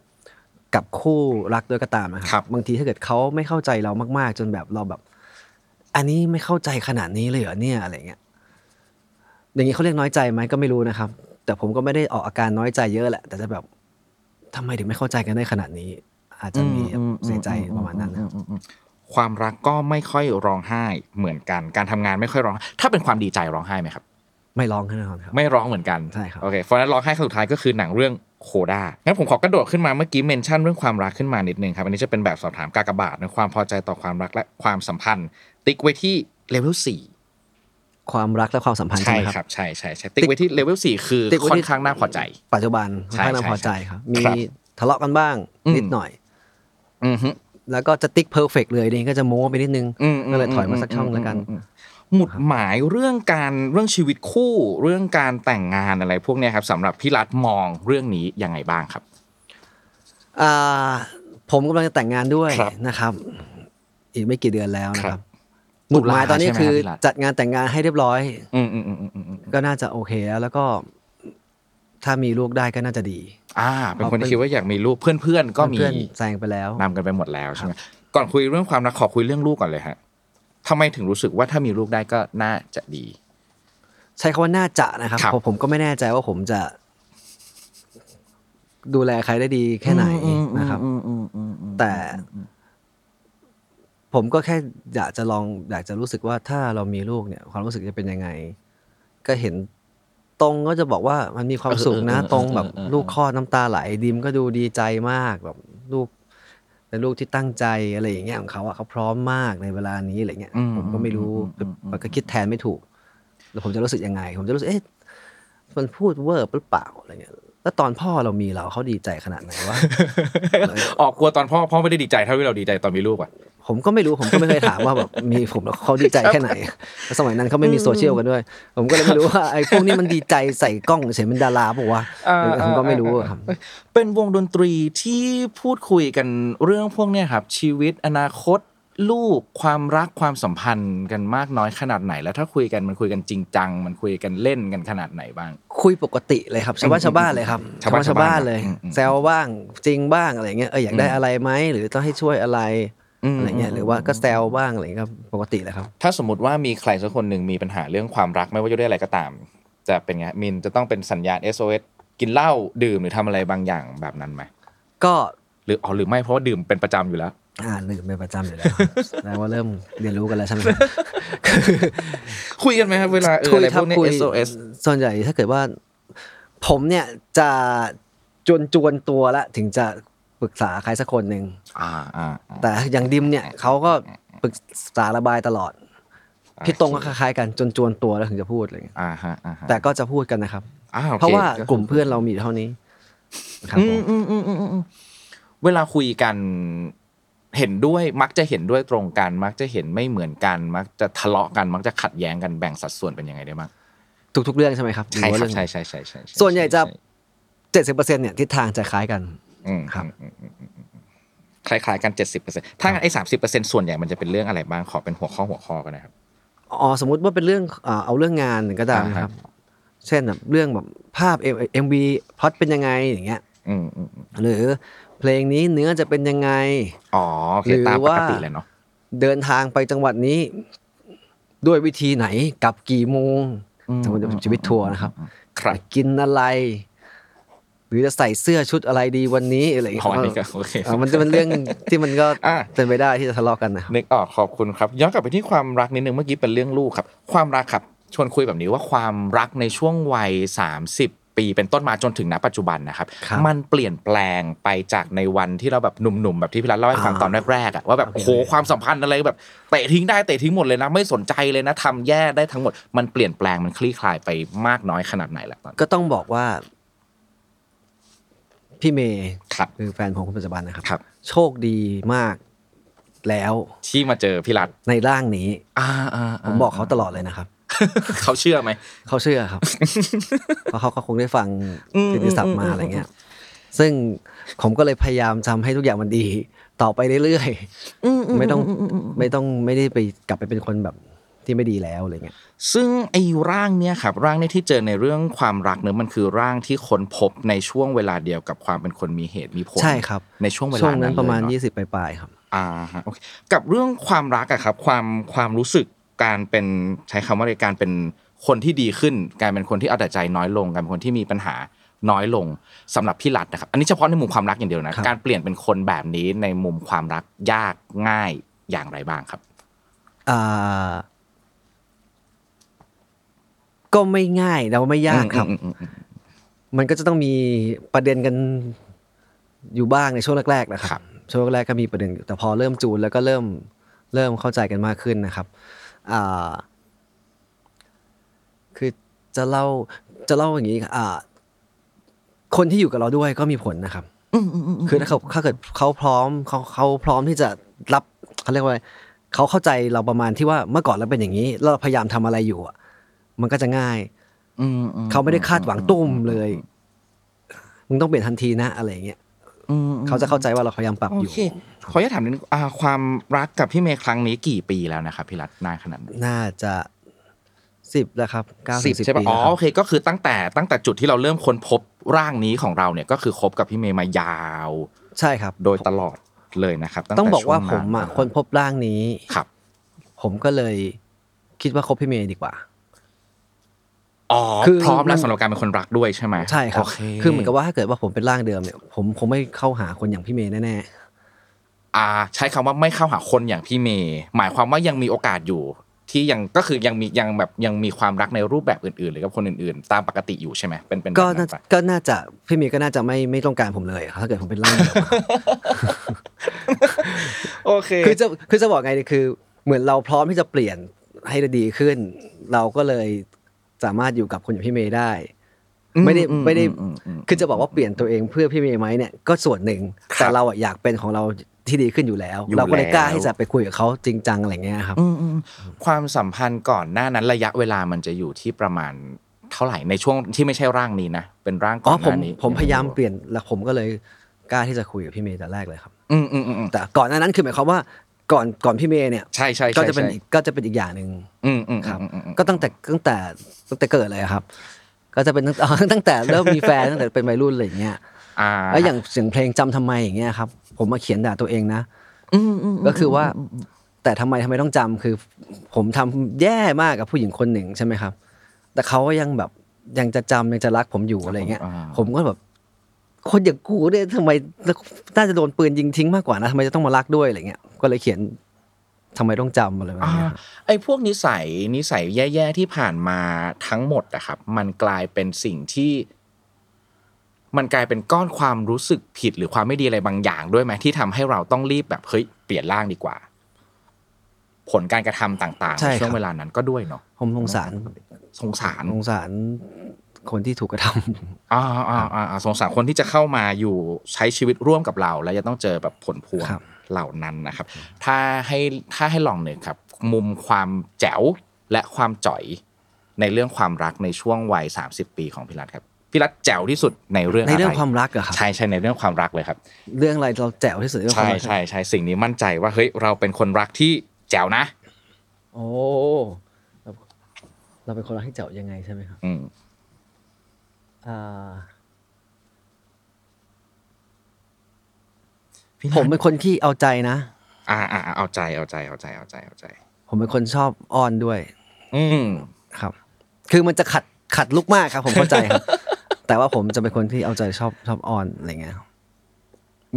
กับคู่รักด้วยก็ตามนะครับ บางทีถ้าเกิดเขาไม่เข้าใจเรามาก ๆ จนแบบเราแบบ อันนี้ไม่เข้าใจขนาดนี้เลยเหรอเนี่ยอะไรเงี้ย อย่างนี้เขาเรียกน้อยใจไหมก็ไม่รู้นะครับ แต่ผมก็ไม่ได้ออกอาการน้อยใจเยอะแหละ แต่จะแบบทำไมถึงไม่เข้าใจกันได้ขนาดนี้ อาจจะมี อืม เสียใจประมาณนั้นนะครับ อืมอืมอืมความรักก็ไม่ค่อยร้องไห้เหมือนกันการทำงานไม่ค่อยร้อง ถ้าเป็นความดีใจร้องไห้ไหมครับ ไม่ร้องแน่นอนครับ ไม่ร้องเหมือนกัน ใช่ครับ โอเคเพราะฉะนั้นร้องไห้ครั้งสุดท้ายก็คือหนังเรื่องโคด้างั้นผมขอกระโดดขึ้นมาเมื่อกี้เมนชั่นเรื่องความรักขึ้นมานิดนึงครับ อันนี้จะเป็นแบบสอบถามกากบาทในความพอใจต่อความรักและความสัมพันธ์ ติ๊กไว้ที่เลเวลสี่ ความรักและความสัมพันธ์ ใช่ ใช่ไหม ค ครับ รับใช่ใช่ใช่ติ๊กไว้ที่เลเวลสี่คือ ติ๊กไว้ที่ ค่อนข้างน่าพอใจ ปัจจุบันค่อนข้างน่า ใช่ พอใจครับ ใช่ มี ครับ ทะเลาะกันบ้าง อืม นิดหน่อย อือฮึ แล้วก็จะติ๊กเพอร์เฟกเลยนี่ก็จะโม้ไปนิดนึง อืมม ก็เลยถอยมาสักช่องแล้วกัน มอืมหมุดหมายเรื่องการเรื่องชีวิตคู่ เรื่องการแต่งงานอะไรพวกเนี้ยครับสำหรับพี่รัฐมองเรื่องนี้ยังไงบ้างครับ อ่าผมกำลังจะแต่งงานด้วย ครับ นะครับ อีกไม่กี่เดือนแล้วนะครับ ครับ หมุดหมายตอนนี้ ตุลาใช่ไหม คือ ครับพี่รัฐ จัดงานแต่งงานให้เรียบร้อย อืมอืมอืมอืมอืมอืม ก็น่าจะโอเคแล้ว แล้วก็ ถ้ามีลูกได้ก็น่าจะดี อ่า เป็นคนที่คิดว่าอยากมีลูกเพื่อนๆก็มี เพื่อนแซงไปแล้ว นำกันไปหมดแล้วใช่ไหมก่อนคุยเรื่องความรักขอคุยเรื่องลูกก่อนเลยฮะทำไมถึงรู้สึกว่าถ้ามีลูกได้ก็น่าจะดี ใช้คำว่าน่าจะนะครับ ครับ เพราะผมก็ไม่แน่ใจว่าผมจะ ดูแลใครได้ดีแค่ไหนนะครับ แต่ผมก็แค่อยากจะลองอยากจะรู้สึกว่าถ้าเรามีลูกเนี่ย ความรู้สึกจะเป็นยังไง ก็เห็นตรงก็จะบอกว่ามันมีความสุขนะ เออเออเออ ตรงแบบ เออเออ ลูกคลอดน้ำตาไหลดิมก็ดูดีใจมากแบบลูกไป เป็นลูกที่ตั้งใจอะไรอย่างเงี้ยของเขาอะเขาพร้อมมากในเวลานี้อะไรเงี้ย อืม ผมก็ไม่รู้ อืมอืมอืม มันก็คิดแทนไม่ถูก แล้วผมจะรู้สึกยังไง ผมจะรู้สึกเอ๊ะมันพูดเวอร์หรือเปล่าอะไรเงี้ยแล้วตอนพ่อเรามีเราเขาดีใจขนาดไหนวะ ออกกลัวตอนพ่อพ่อไม่ได้ดีใจเท่าที่เราดีใจตอนมีลูกอ่ะ ผมก็ไม่รู้ผมก็ไม่เคยถามว่าแบบมีผมแล้วเขาดีใจแค่ไหนแล้วสมัยนั้นเขาไม่มีโซเชียลกันด้วย ผมก็เลยไม่รู้ว่าไอ้พวกนี้มันดีใจใส่กล้องเฉยๆเป็นดาราปะวะ อ่า ผมก็ไม่รู้อะครับ เป็นวงดนตรีที่พูดคุยกันเรื่องพวกเนี้ยครับ ชีวิตอนาคต ลูกความรักความสัมพันธ์กันมากน้อยขนาดไหน แล้วถ้าคุยกันมันคุยกันจริงจัง มันคุยกันเล่นกันขนาดไหนบ้าง คุยปกติเลยครับชาวบ้านชาวบ้านเลยครับ ชาวบ้าน ชาวบ้านเลย อืมอืม แซวบ้างจริงบ้างอะไรเงี้ยเอออยากได้ อืม อะไรไหมหรือต้องให้ช่วยอะไร ม อะไรเงี้ยหรือว่าก็แซวบ้างอะไรเงี้ยครับปกติเลยครับ ถ้าสมมติว่ามีใครสักคนหนึ่งมีปัญหาเรื่องความรักไม่ว่าจะด้วยอะไรก็ตาม จะเป็นไงมินจะต้องเป็นสัญญาณ SOS กินเหล้าดื่มหรือทำอะไรบางอย่างแบบนั้นไหม ก็ หรืออ๋อหรือไม่เพราะว่าดื่มเป็นประจำอยู่แล้ว อ่านหนึ่งเป็นประจำอยู่แล้วครับแสดงว่าเริ่มเรียนรู้กันแล้วใช่ไหมครับ คุยกันไหมครับเวลาเออ คุย อะไร ค พ รับ วกเนี้ย คุย SOS ส่วนใหญ่ถ้าเกิดว่า ผมเนี่ยจะจวนจวนๆตัวละ ถึงจะปรึกษาใครสักคนหนึ่ง อ่าอ่าอ่า แต่อย่างดิมเนี่ยเขาก็ปรึกษาระบายตลอดพี่ตรงก็คล้ายๆกันจนจวนๆตัวแล้วถึงจะพูดอะไรเงี้ย อ่าฮะอ่าฮะ แต่ก็จะพูดกันนะครับ อ่โอค เพราะว่ากลุ่มเพื่อนเรามีเท่านี้ครับผอืม ม อืมอืมอืมอืมเวลาคุยกันเห็นด้วยมักจะเห็นด้วยตรงกัน มักจะเห็นไม่เหมือนกัน มักจะทะเลาะกัน มักจะขัดแย้งกันแบ่งสัดส่วนเป็นยังไงได้บ้าง ทุกๆเรื่องใช่ไหมครับ ใช่ ห ค อว่ารับใช่ เรื่อง ใช่ใช่ใช่ ส่วนใหญ่จะ เจ็ดสิบเปอร์เซ็นต์เนี่ยทิศทางจะคล้ายกัน อืม ครับ อืมอืมอืมอืมคล้ายๆกันเจ็ดสิบเปอร์เซ็นต์ถ้างั้นไอ้สามสิบเปอร์เซ็นต์ส่วนใหญ่มันจะเป็นเรื่องอะไรบ้างขอเป็นหัวข้อหัวข้อกันนะครับ อ๋อสมมุติว่าเป็นเรื่องอ่าเอาเรื่องงานก็ได้นะครับ เช่นแบบเรื่องแบบภาพเอ็มวีพล็อตเป็นยังไงอย่างเงี้ย อืมอืมอืม หรือเพลงนี้เนื้อจะเป็นยังไง อ๋อโอเค หรือ ตามป ว่า กติเลยเนาะ เดินทางไปจังหวัดนี้ ด้วยวิธีไหนกลับกี่โมงสมมติเป็นชีวิตทัวร์นะครับ ครับ กินอะไร หรือจะใส่เสื้อชุดอะไรดีวันนี้อะไรอย่าง อ๋ออันนี้ เงี้ ก็ ย โอเค อ่ามันจะเป็นเรื่องที่มันก็ อ่ะ เป็นไปได้ที่จะทะเลาะกันนะครับ นึกออกขอบคุณครับ ย้อนกลับไปที่ความรักนิดนึงเมื่อกี้เป็นเรื่องลูกครับ ความรักครับ ชวนคุยแบบนี้ว่าความรักในช่วงวัย 30 ปีเป็นต้นมาจนถึงณปัจจุบันนะครับ ครับ มันเปลี่ยนแปลงไปจากในวันที่เราแบบหนุ่มๆแบบที่พี่รัตเล่าให้ฟังตอนแรกๆอะว่าแบบโอ้โหความสัมพันธ์อะไรแบบเตะทิ้งได้เตะทิ้งหมดเลยนะไม่สนใจเลยนะทำแย่ได้ทั้งหมดมันเปลี่ยนแปลงมันคลี่คลายไปมากน้อยขนาดไหนละตอนนี้ ก็ต้องบอกว่า พี่เมย์ ครับ คือแฟนผมคนปัจจุบันนะครับ ครับ โชคดีมากแล้ว ที่มาเจอพี่รัต ในร่างนี้ อ่า ผมบอกเขาตลอดเลยนะครับ เขาเชื่อไหม เขาเชื่อครับ เพราะเขาก็คงได้ฟัง อืม สิทธิศัพท์มา อืม อะไรเงี้ย ซึ่งผมก็เลยพยายามทำให้ทุกอย่างมันดี ต่อไปเรื่อยๆไม่ต้องไม่ต้องไม่ได้ไปกลับไปเป็นคนแบบที่ไม่ดีแล้วอะไรเงี้ย ซึ่งไอ้ร่างเนี่ยครับร่างเนี่ยที่เจอในเรื่องความรักเนี่ยมันคือร่างที่ค้นพบในช่วงเวลาเดียวกับความเป็นคนมีเหตุมีผล ใช่ครับ ในช่วงเวลา ช่วงนั้นประมาณ เลยเนอ 20ปลายๆครับ อ่าฮะโอเคกับเรื่องความรักอะครับความความรู้สึกการเป็นใช้คำว่าอะไรการเป็นคนที่ดีขึ้น การเป็นคนที่เอาแต่ใจน้อยลงการเป็นคนที่มีปัญหาน้อยลงสำหรับพี่รัตนะครับอันนี้เฉพาะในมุมความรักอย่างเดียวนะครับ การเปลี่ยนเป็นคนแบบนี้ในมุมความรักยากง่ายอย่างไรบ้างครับ อ่า ก็ไม่ง่ายแล้วไม่ยากครับ อืมอืมอืมอืม มันก็จะต้องมีประเด็นกันอยู่บ้างในช่วงแรกๆนะค ครั รับ บ ช่วงแรกๆก็มีประเด็นอยู่แต่พอเริ่มจูนแล้วก็เริ่มเริ่มเข้าใจกันมากขึ้นนะครับอ่าคือจะเล่าจะเล่าอย่างนี้อ่า คนที่อยู่กับเราด้วยก็มีผลนะครับ คือถ้าเขาถ้าเกิดเขาพร้อมเขาเขาพร้อมที่จะรับเขาเรียกว่าอะไรเขาเข้าใจเราประมาณที่ว่าเมื่อก่อนเราเป็นอย่างนี้แล้วเราพยายามทำอะไรอยู่อะมันก็จะง่าย อืมอืม เขาไม่ได้คาดหวังตุ้มเลย มึงต้องเปลี่ยนทันทีนะอะไรอย่างเงี้ยเขาจะเข้าใจว่าเราพยายามปรับ โอ อยู่ เคขออนุญาตถามนิดนึงอ่าความรักกับพี่เมย์ครั้งนี้กี่ปีแล้วนะครับพี่รัตนานขนาดไหน น่าจะสิบแล้วครับเก้าสิบ ใช่ ปี ปะ แล้ว อ๋อ ค โอ รับ เคก็คือตั้งแต่ตั้งแต่จุดที่เราเริ่มค้นพบร่างนี้ของเราเนี่ยก็คือคบกับพี่เมย์มายาว ใช่ครับ โดยตลอดเลยนะครับแ ต้องบอกว่าผ ช่ มอะงนั้น คนพบร่างนี้ ครับ ผมก็เลยคิดว่าคบพี่เมย์ดีกว่า อ๋อ คือ พร้อมแล้วสำหรับการเป็นคนรักด้วยใช่ไหม ใช่ครับ โเ คือเหมือนกับว่าถ้าเกิดว่าผมเป็นร่างเดิมเนี่ยผมคงไม่เข้าหาคนอย่างพี่เมย์แน่ อ่า ใช้คำว่าไม่เข้าหาคนอย่างพี่เมย์หมายความว่ายังมีโอกาสอยู่ ที่ยังก็คือยังมียังแบบยังมีความรักในรูปแบบอื่นๆหรือกับคนอื่นๆ ตามปกติอยู่ใช่ไหมเป็นเป็นแบบ ก็ นั้ น่าน ปะ ก็น่าจะพี่เมย์ก็น่าจะไม่ไม่ต้องการผมเลยอะถ้าเกิดผมเป็นร่างเดียวอะ โอเค คือจะคือจะบอกไงดีคือ เหมือนเราพร้อมที่จะเปลี่ยนให้ดีขึ้น เราก็เลยสามารถอยู่กับคนอย่างพี่เมย์ได้ ไม่ได้ไม่ได้ คือจะบอกว่าเปลี่ยนตัวเองเพื่อพี่เมย์ไหมเนี่ยก็ส่วนหนึ่ง ครับ แต่เราอะอยากเป็นของเราที่ดีขึ้นอยู่แล้ว อยู่ เราก็เลย แล้ว กล้าที่จะไปคุยกับเขาจริงจังอะไรเงี้ยครับ อืมอืมความสัมพันธ์ก่อนหน้านั้นระยะเวลามันจะอยู่ที่ประมาณเท่าไหร่ในช่วงที่ไม่ใช่ร่างนี้นะ เป็นร่างก่ อ๋ อ อน ห ผม น้านี้ ผมพยายามเปลี่ยนแล้วผมก็เลยกล้าที่จะคุยกับพี่เมย์แต่แรกเลยครับ อืมอืมอืมอืม แต่ก่อนหน้านั้นคือหมายความว่าก่อนก่อนพี่เมย์เนี่ย ใช่ใช่ ก็ ใช่ จะเป็น ใช่ อีกก็จะเป็นอีกอย่างหนึ่ง อืมอืม ครับ อืมอืมอืม ก็ตั้งแต่ตั้งแต่ตั้งแต่เกิดเลยอะครับ ก็จะเป็นตั้ง อ๋อตั้งแต่เริ่มมีแฟนตั้งแต่เป็นวัยรุ่นอะไรอย่างเงี้ย อ่า แล้วอย่างเสียงเพลงจำทำไมอย่างเงี้ยครับ ผมมาเขียนด่าตัวเองนะ อืมอืมม ก็คือว่าแต่ทำไมทำไมต้องจำคือ ผมทำแย่มากกับผู้หญิงคนหนึ่งใช่ไหมครับ แต่เขาก็ยังแบบยังจะจำยังจะรักผมอยู่อะไรอย่างเงี้ย า ผมก็แบบ คนอย่างกูเนี่ยทำไมน่าจะโดนปืนยิงทิ้งมากกว่านะทำไมจะต้องมารักด้วยอะไรเงี้ยก็เลยเขียนทำไมต้องจำอะไรแบบ อ่า เนี้ยครับ ไอ้พวกนิสัยนิสัยแย่ๆที่ผ่านมาทั้งหมดอะครับ มันกลายเป็นสิ่งที่ มันกลายเป็นก้อนความรู้สึกผิดหรือความไม่ดีอะไรบางอย่างด้วยไหมที่ทำให้เราต้องรีบแบบเฮ้ยเปลี่ยนร่างดีกว่า ผลการกระทำต่างๆในช่วงเวลานั้นก็ด้วยเนาะ ผมสงสาร สงสาร สงสารคนที่ถูกกระท อ่าอ่าอ่าอ่าสงสารคนที่จะเข้ามาอยู่ใช้ชีวิตร่วมกับเรา และจะต้องเจอแบบผลพวง ำครับ เหล่านั้นนะครับ ถ้าให้ถ้าให้ลองหนึ่งครับ มุมความแจ๋วและความจ่อยในเรื่องความรักในช่วงวัย 30 ปีของพี่รัฐครับพี่รัฐแจ๋วที่สุดในเรื่อง ใน อะไร เรื่องความรักเหรอะครับ ใช่ใช่ในเรื่องความรักเลยครับ เรื่องอะไรเราแจ๋วที่สุดเรื่องความ ใช่ รัก ใช่ใช่สิ่งนี้มั่นใจว่าเฮ้ยเราเป็นคนรักที่แจ๋วนะ โอ้เราเราเป็นคนรักที่แจ๋วยังไงใช่ไหมครับ อืม อ่า พี่ ผมเป็นคนที่เอาใจนะ อ่าอ่าอ่าเอาใจเอาใจเอาใจเอาใจเอาใจ ผมเป็นคนชอบอ้อนด้วย อืม ครับ คือมันจะขัดขัดลุกมากครับ ผมเข้าใจ ครับ แต่ว่าผมจะเป็นคนที่เอาใจชอบชอบอ้อนอะไรเงี้ยครับ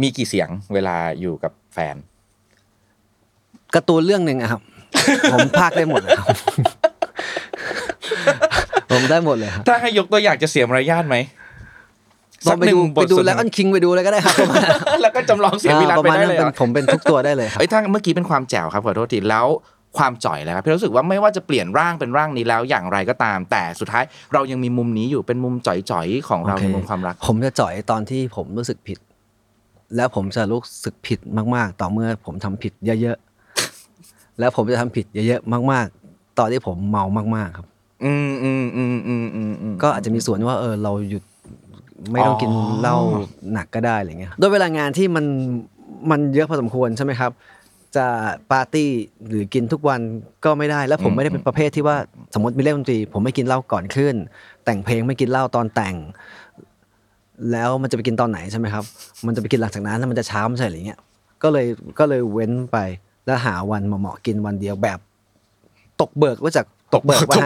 มีกี่เสียงเวลาอยู่กับแฟน การ์ตูนเรื่องหนึ่งอะครับ ผมพากย์ได้หมด เลยครับ ผมได้หมดเลยครับ ถ้าให้ยกตัวอย่างจะเสียมารยาทไหม ลองไปดูไปดู สนท แล้ว นา อั นคิงไปดูเลยก็ได้ครับ แล้วก็จำลองเสียงวิรัต ประ ไป มาณ ได้ นั้น เลย เป็น เหรอ ผมเป็นทุกตัวได้เลยครับ เอ้ยถ้าเมื่อกี้เป็นความแจ๋วครับขอโทษทีแล้วความจ่อยแล้วครับพี่รู้สึกว่าไม่ว่าจะเปลี่ยนร่างเป็นร่างนี้แล้วอย่างไรก็ตาม แต่สุดท้ายเรายังมีมุมนี้อยู่เป็นมุมจ่อยๆของเราในมุมความรัก ผมจะจ่อยตอนที่ผมรู้สึกผิด แล้วผมจะรู้สึกผิดมาก ๆ ต่อเมื่อผมทำผิดเยอะๆแล้วผมจะทำผิดเยอะๆมาก ๆ ตอนที่ผมเมามากๆครับ อืมอืมอืมอืมอืมอืม ก็อาจจะมีส่วนว่าเออเราหยุดไม่ต้องกิน อ๋อ เหล้าหนักก็ได้อะไรเงี้ยด้วยเวลางานที่มันมันเยอะพอสมควรใช่ไหมครับ จะปาร์ตี้หรือกินทุกวันก็ไม่ได้แล้วผมไม่ได้เป็นประเภทที่ว่าสมมติมีเล่นดนตรี ผมไม่กินเหล้าก่อนขึ้น แต่งเพลงไม่กินเหล้าตอนแต่ง แล้วมันจะไปกินตอนไหนใช่ไหมครับ มันจะไปกินหลังจากนั้นแล้วมันจะเช้าไม่ใช่หรือเงี้ยก็เลยก็เลยเว้นไปแล้วหาวันมาเหมาะกินวันเดียวแบบ ตกเบิกว่าจากตกเบิกว่า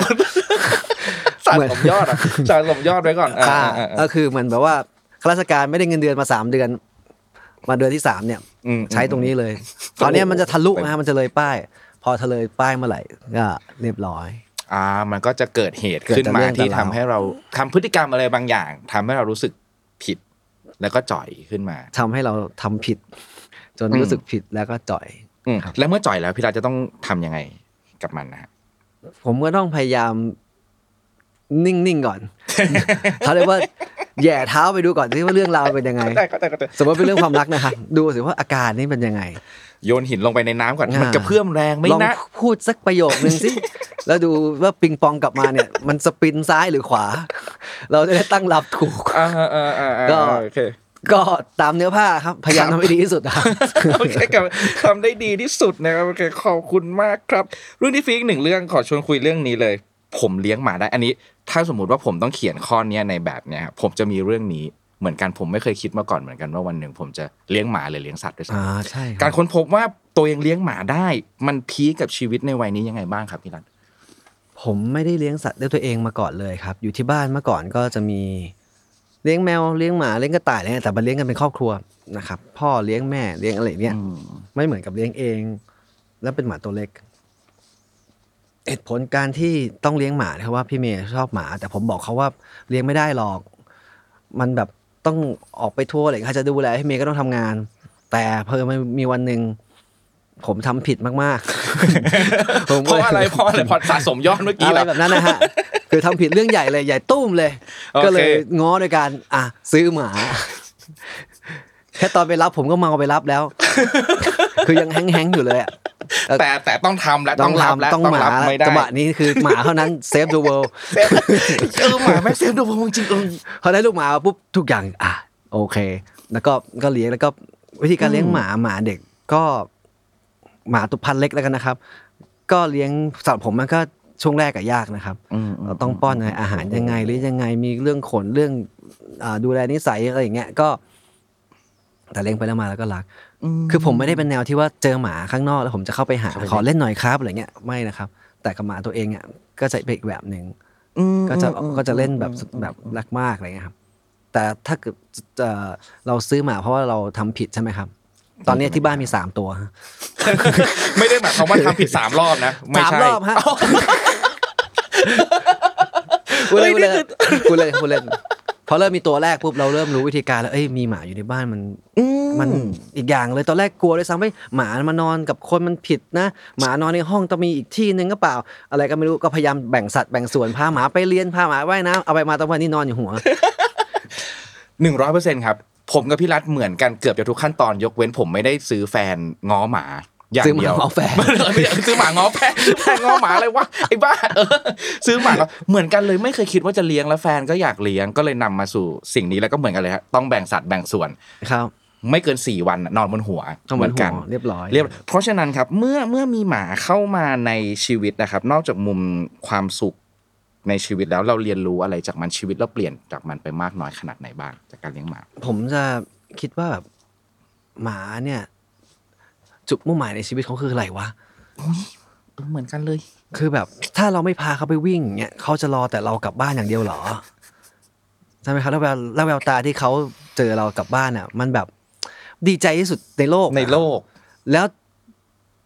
สะสมยอดอ่ะสะสมยอดไว้ก่อนอ่า อ่า อ่าอ่า ก็คือเหมือนแบบว่าข้าราชการไม่ได้เงินเดือนมาสามเดือน มาเดือนที่สามเนี่ย อืม ใช้ตรงนี้เลย โอ้โห ตอนเนี้ยมันจะทะลุนะฮะมันจะเลยป้าย พอทะเลยป้ายเมื่อไหร่ก็เรียบร้อย อ่า มันก็จะเกิดเหตุขึ้นมาที่ทำให้เราทำพฤติกรรมอะไรบางอย่างทำให้เรารู้สึกผิด แล้วก็จ่อยขึ้นมา ทำให้เราทำผิด จน อืม รู้สึกผิดแล้วก็จ่อย อืมแล้วเมื่อจ่อยแล้วพี่ราจะต้องทำยังไงกับมันนะฮะ ผมก็ต้องพยายามนิ่งๆก่อน เขาเรียกว่าแหย่เท้าไปดูก่อนที่ว่าเรื่องราวเป็นยังไง เข้าใจเข้าใจเข้าใจ สมมติเป็นเรื่องความรักนะคะดูสิว่าอาการนี้เป็นยังไง โยนหินลงไปในน้ำก่อน อ่ามั มันกระเพื่อมแรงไหม่ ลอง นะ พูดสักประโยคนึ งสิ แล้วดูว่าปิงปองกลับมาเนี่ย มันสปินซ้ายหรือขวา เราจะได้ตั้งรับถูก อ่าอ่าอ่าอ่า ก็ โอเค ก็ตามเนื้อผ้าครับ พยายามทำให้ดีที่สุดนะครับ โอเคครับ ทำได้ดีที่สุดนะครับโอเคขอบคุณมากครับ เรื่องที่ฟีกหนึ่งเรื่องขอชวนคุยเรื่องนี้เลย ผมเลี้ยงหมาได้ อันนี้ ถ้าสมมติว่าผมต้องเขียนข้อเนี้ยในแบบเนี้ยครับผมจะมีเรื่องนี้เหมือนกันผมไม่เคยคิดมาก่อนเหมือนกันว่าวันหนึ่งผมจะเลี้ยงหมาหรือเลี้ยงสัตว์ด้วยซ้ อ่าใช่ ำกาคัรร บ ค้นพบว่าตัวเองเลี้ยงหมาได้ มันพีคกับชีวิตในวัยนี้ยังไงบ้างครับพี่รัต ผมไม่ได้เลี้ยงสัตว์ด้วยตัวเองมาก่อนเลยครับ อยู่ที่บ้านเมื่อก่อนก็จะมีเลี้ยงแมวเลี้ยงหมาเลี้ยงกระต่ายอะไรเงี้ยแต่มันเลี้ยงกันเป็นครอบครัวนะครับ พ่อเลี้ยงแม่เลี้ยงอะไรเนี่ย ไม่เหมือนกับเลี้ยงเอง แล้วเป็นหมาตัวเล็ก เหตุผลการที่ต้องเลี้ยงหมานะครับว่าพี่เมย์ชอบหมา แต่ผมบอกเขาว่าเลี้ยงไม่ได้หรอก มันแบบต้องออกไปทั่วอะไรอย่างเลยเขาจะดูแลพี่เมย์ก็ต้องทำงาน แต่เพอมันมีวันหนึ่งผมทำผิดมากๆ ผม เพ ก็ ราะอะไรเพราะอะไรเพราะสะสมยอดเมื่อกี้ อะ เห ไร รอ แบบนั้นนะฮะ คือทำผิดเรื่องใหญ่เลยใหญ่ตุ้มเลย โอเค ก็เลยง้อโดยการอ่ะซื้อหมา แค่ตอนไปรับผมก็เมาไปรับแล้ว คือยังแห้งๆอยู่เลยอะ แต่แต่ต้องทำและต้องรับและ ต้อง ต้อง หมา รับไม่ได้ จังหวะนี้คือหมาเท่านั้น เซฟ the world เออหมาแม่งเซฟดูผมจริงๆเออ พอได้ลูกหมามาปุ๊บทุกอย่างอ่ะโอเค แล้วก็ก็เลี้ยงแล้วก็วิธีการเลี้ยงหมาหมาเด็กก็หมาตุพันธุ์เล็กแล้วกันนะครับ ก็เลี้ยงสำหรับผมมันก็ช่วงแรกอะยากนะครับ เราต้องป้อนอะไรอาหารยังไงหรือยังไงมีเรื่องขนเรื่องอ่าดูแลนิสัยอะไรอย่างเงี้ยก็ แต่เลี้ยงไปแล้วมาแล้วก็รัก คือผมไม่ได้เป็นแนวที่ว่าเจอหมาข้างนอกแล้วผมจะเข้าไปหา เข้าไปเล่น ขอเล่นหน่อยครับอะไรเงี้ยไม่นะครับ แต่กับหมาตัวเองเนี่ยก็จะเป็นอีกแบบหนึ่งก็จะก็จะเล่นแบบแบบรักมากอะไรเงี้ยครับ แต่ถ้าเกิดเอ่อเราซื้อหมาเพราะว่าเราทำผิดใช่ไหมครับ ตอนเนี้ยที่บ้านมีสามตัวฮะ ไม่ได้หมายความว่าทำผิดสามรอบนะ ไม่ สาม ใช่ รอบฮะ กูเล่นกูเล่นกูเล่นกูเล่นพอเริ่มมีตัวแรกปุ๊บเราเริ่มรู้วิธีการแล้วเอ้ยมีหมาอยู่ในบ้านมันมันอีกอย่างเลยตอนแรกกลัวเลยซ้ำไปหมามานอนกับคนมันผิดนะ หมานอนในห้องต้องมีอีกที่หนึ่งก็เปล่า อะไรก็ไม่รู้ก็พยายามแบ่งสัตว์แบ่งส่วนพาหมาไปเรียนพาหมาว่ายน้ำเอาไปมาตะวันนี้นอนอยู่หัว หนึ่งร้อยเปอร์เซ็นครับ ผมกับพี่รัฐเหมือนกันเกือบจะทุกขั้นตอนยกเว้นผมไม่ได้ซื้อแฟนง้อหมาอย่าง ซื้อหมา เดียว ง้อแฟน ไม่ได้ไม่ได้ ซื้อหมาง้อแฟนซื้อแฟนง้อหมาอะไรวะไอ้บ้าเออซื้อหมาง้อเหมือนกันเลยไม่เคยคิดว่าจะเลี้ยงแล้วแฟนก็อยากเลี้ยงก็เลยนำมาสู่สิ่งนี้แล้วก็เหมือนกันเลยฮะต้องแบ่งสัตว์แบ่งส่วน ครับ ไม่เกินสี่วันน่ะนอนบนหัว ต้อง เหมือน หั กั วน เรียบร้อย เรียบร้อยเพราะฉะนั้นครับเมื่อเมื่อมีหมาเข้ามาในชีวิตนะครับ นอกจากมุมความสุขในชีวิตแล้วเราเรียนรู้อะไรจากมันชีวิตเราเปลี่ยนจากมันไปมากน้อยขนาดไหนบ้างจากการเลี้ยงหมา ผมจะคิดว่าแบบหมาเนี่ย จุดมุ่งหมายในชีวิตเขาคืออะไรวะ เหมือนกันเลย คือแบบถ้าเราไม่พาเขาไปวิ่งเงี้ยเขาจะรอแต่เรากลับบ้านอย่างเดียวเหรอใช่ไหมครับแล้วแววแล้วแววตาที่เขาเจอเรากลับบ้านอ่ะ มันแบบดีใจที่สุดในโลกอะ ในโลก แล้ว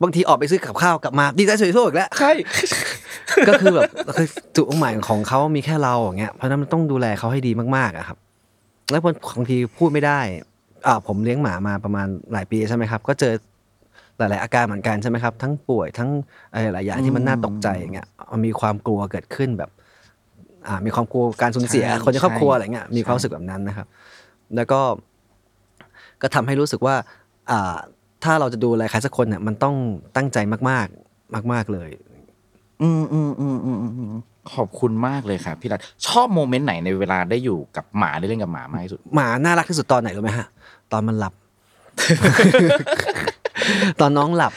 บางทีออกไปซื้อกับข้าวกลับมาดีใจสุดในโลกอีกแล้ว ใช่ ก็คือแบบคือจุดมุ่งหมายของเขามีแค่เราอย่างเงี้ยเพราะฉะนั้นมันต้องดูแลเขาให้ดีมากๆอะครับ แล้วบางทีพูดไม่ได้อ่าผมเลี้ยงหมามาประมาณหลายปีใช่ไหมครับ ก็เจอหลาย ๆ อาการเหมือนกันใช่ไหมครับ ทั้งป่วยทั้งอะไรหลายอย่างที่มันน่าตกใจอย่างเงี้ยมันมีความกลัวเกิดขึ้นแบบ อ่า มีความกลัวการสูญเสีย ใช่ คนในครอบครัว ใช่ อะไรเงี้ยมีความรู้สึกแบบนั้นนะครับ แล้วก็ก็ทำให้รู้สึกว่า อ่า ถ้าเราจะดูแลใครสักคนเนี่ยมันต้องตั้งใจมากๆ มาก ๆเลย อืมอืมอืมอืมอืมขอบคุณมากเลยครับพี่รัฐชอบโมเมนต์ไหนในเวลาได้อยู่กับหมาได้เล่นกับหมามากที่สุด หมาน่ารักที่สุดตอนไหนรู้ไหมฮะ ตอนมัน หลับ ตอนน้องหลับ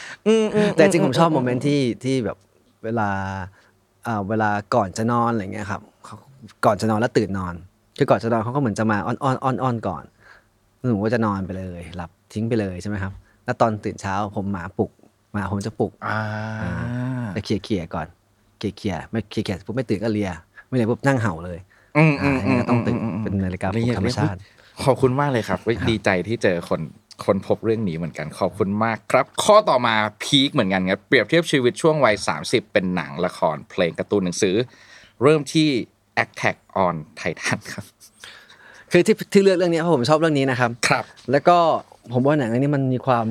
แต่จริงผมชอบโมเมนต์ที่ที่แบบเวลาอ่าเวลาก่อนจะนอนอะไรเงี้ยครับเขาก่อนจะนอนแล้วตื่นนอน คือก่อนจะนอนเขาก็เหมือนจะมาอ้อนอ้อนอ้อนอ้อนก่อนหนูก็จะนอนไปเลย หลับทิ้งไปเลยใช่ไหมครับ แล้วตอนตื่นเช้าผมหมาปลุกหมาผมจะปลุก อ่า แต่เคลียร์เคลียร์ๆก่อนเคลียร์เคลียร์ๆไม่เคลียร์เคลียร์ปุ๊บไม่ตื่นก็เลียไม่เลียปุ๊บนั่งเห่าเลย อืมอืมอืม อ่าต้องตื่นเป็นนาฬิกาปลุกธรรมชาติ ขอบคุณมากเลยครับเว้ยดีใจที่เจอคนคนพบเรื่องนี้เหมือนกัน ขอบคุณมากครับ ข้อต่อมาพีคเหมือนกันครับเปรียบเทียบชีวิตช่วงวัย 30 เป็นหนังละคร เพลงการ์ตูนหนังสือ เริ่มที่ Attack on Titan ครับ คือที่ที่เลือกเรื่องนี้เพราะผมชอบเรื่องนี้นะครับ ครับ แล้วก็ผมว่าหนังเรื่องนี้มันมีความ